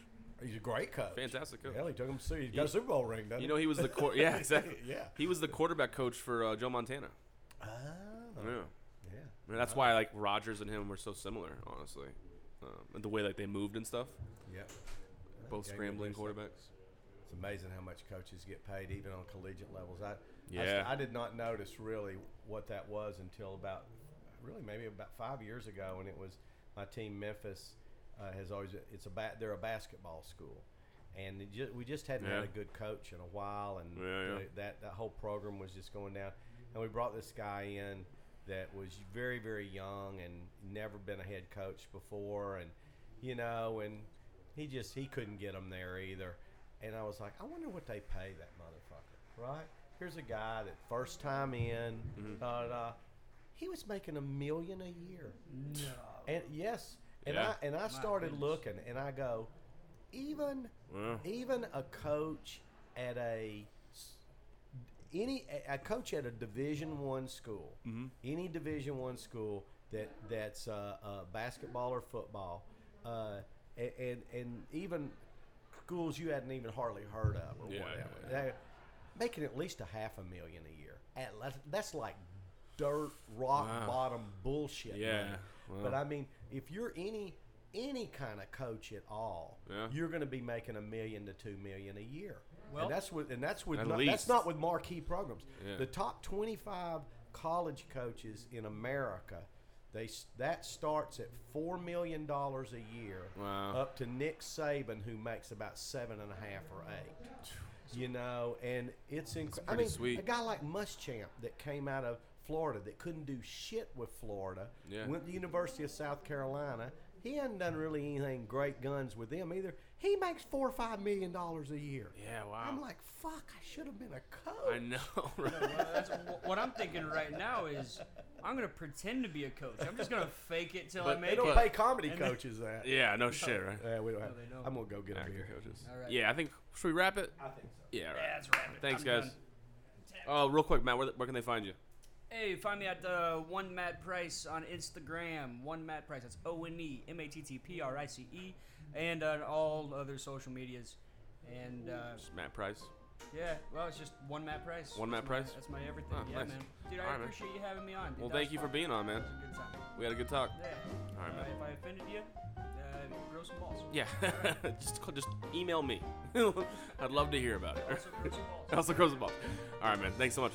he's a great coach. Fantastic coach. Hell, he took him. To, he's got a Super Bowl ring, doesn't You know, he was the quar yeah, exactly. Yeah. He was the quarterback coach for uh, Joe Montana. he? Oh, Yeah. yeah. And that's why like Rogers and him were so similar, honestly. Um, and the way like they moved and stuff, Yeah. both Game scrambling reduced. quarterbacks. It's amazing how much coaches get paid, even on collegiate levels. I, I s- Yeah. I, did not notice really what that was until about, really maybe about five years ago, when it was my team Memphis uh, has always it's a ba- they're a basketball school, and it ju- we just hadn't had Yeah. a good coach in a while, and Yeah, yeah. Um, the- that that whole program was just going down, and we brought this guy in that was very very young and never been a head coach before, and you know, and he just he couldn't get him there either. And I was like, I wonder what they pay that motherfucker, right? Here's a guy that first time in, Mm-hmm. da, da, da, he was making a million a year. No. And yes, and Yeah. I and I started goodness. looking, and I go, even Yeah. even a coach at a s- any a- a coach at a division one school Mm-hmm. any division one school that that's uh, uh, basketball or football uh, a- and and even schools you hadn't even hardly heard of or Yeah, whatever yeah, They're making at least a half a million a year at, le- that's like dirt rock Wow. bottom bullshit Yeah, money. wow. but i mean if you're any any kind of coach at all Yeah. you're going to be making a million to two million a year. Well- and that's with and that's with At not, least. that's not with marquee programs. Yeah. The top twenty five college coaches in America, they s- that starts at four million dollars a year, Wow. up to Nick Saban who makes about seven and a half or eight. You know, and it's incredible. I pretty mean, sweet. a guy like Muschamp that came out of Florida that couldn't do shit with Florida, Yeah. went to the University of South Carolina. He hadn't done really anything great guns with them either. He makes four or five million dollars a year. Yeah, wow. I'm like, fuck, I should have been a I coach. know, right? Well, that's wh- what I'm thinking right now is I'm gonna pretend to be a coach. I'm just gonna fake it till I But- make They don't it. pay comedy and- coaches that. Yeah, no shit, right? Yeah, we don't have. they don't. I'm gonna go get a Acting beer. coaches. All right. Yeah, I think should we wrap it? I think so. Yeah, right. Yeah, that's right. Thanks, I'm guys. done. Oh, real quick, Matt, where, where can they find you? Hey, find me at uh, one Matt Price on Instagram. One Matt Price. That's O N E M A T T P R I C E, and on all other social medias. And uh, Just Matt Price. yeah, well, it's just one Matt Price. One That's Matt my- Price? That's my everything. Oh, yeah, nice. man. Dude, I All right, man. appreciate you having me on. dude. Well, That was thank you for fun. being on, man. It was a Good time. We had a good talk. Yeah. All right, Uh, man. if I offended you, uh, grow some balls. Yeah, just call- just email me. I'd love to hear about it. Also grow some balls. Also, grows the ball. All right, man. Thanks so much.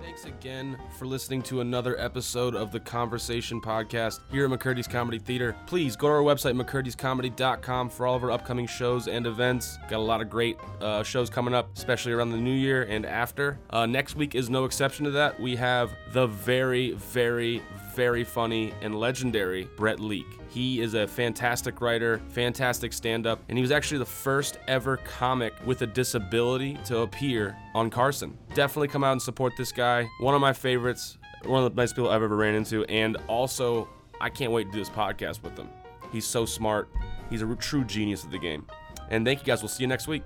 Thanks again for listening to another episode of the Conversation Podcast here at McCurdy's Comedy Theater. Please go to our website, McCurdy'sComedy.com, for all of our upcoming shows and events. Got a lot of great uh, shows coming up, especially around the new year and after. Uh, next week is no exception to that. We have the very, very, very funny and legendary Brett Leake. He is a fantastic writer, fantastic stand up, and he was actually the first ever comic with a disability to appear on Carson. Definitely come out and support this guy. One of my favorites, one of the nice people I've ever ran into, and also, I can't wait to do this podcast with him. He's so smart, he's a true genius of the game. And thank you guys. We'll see you next week.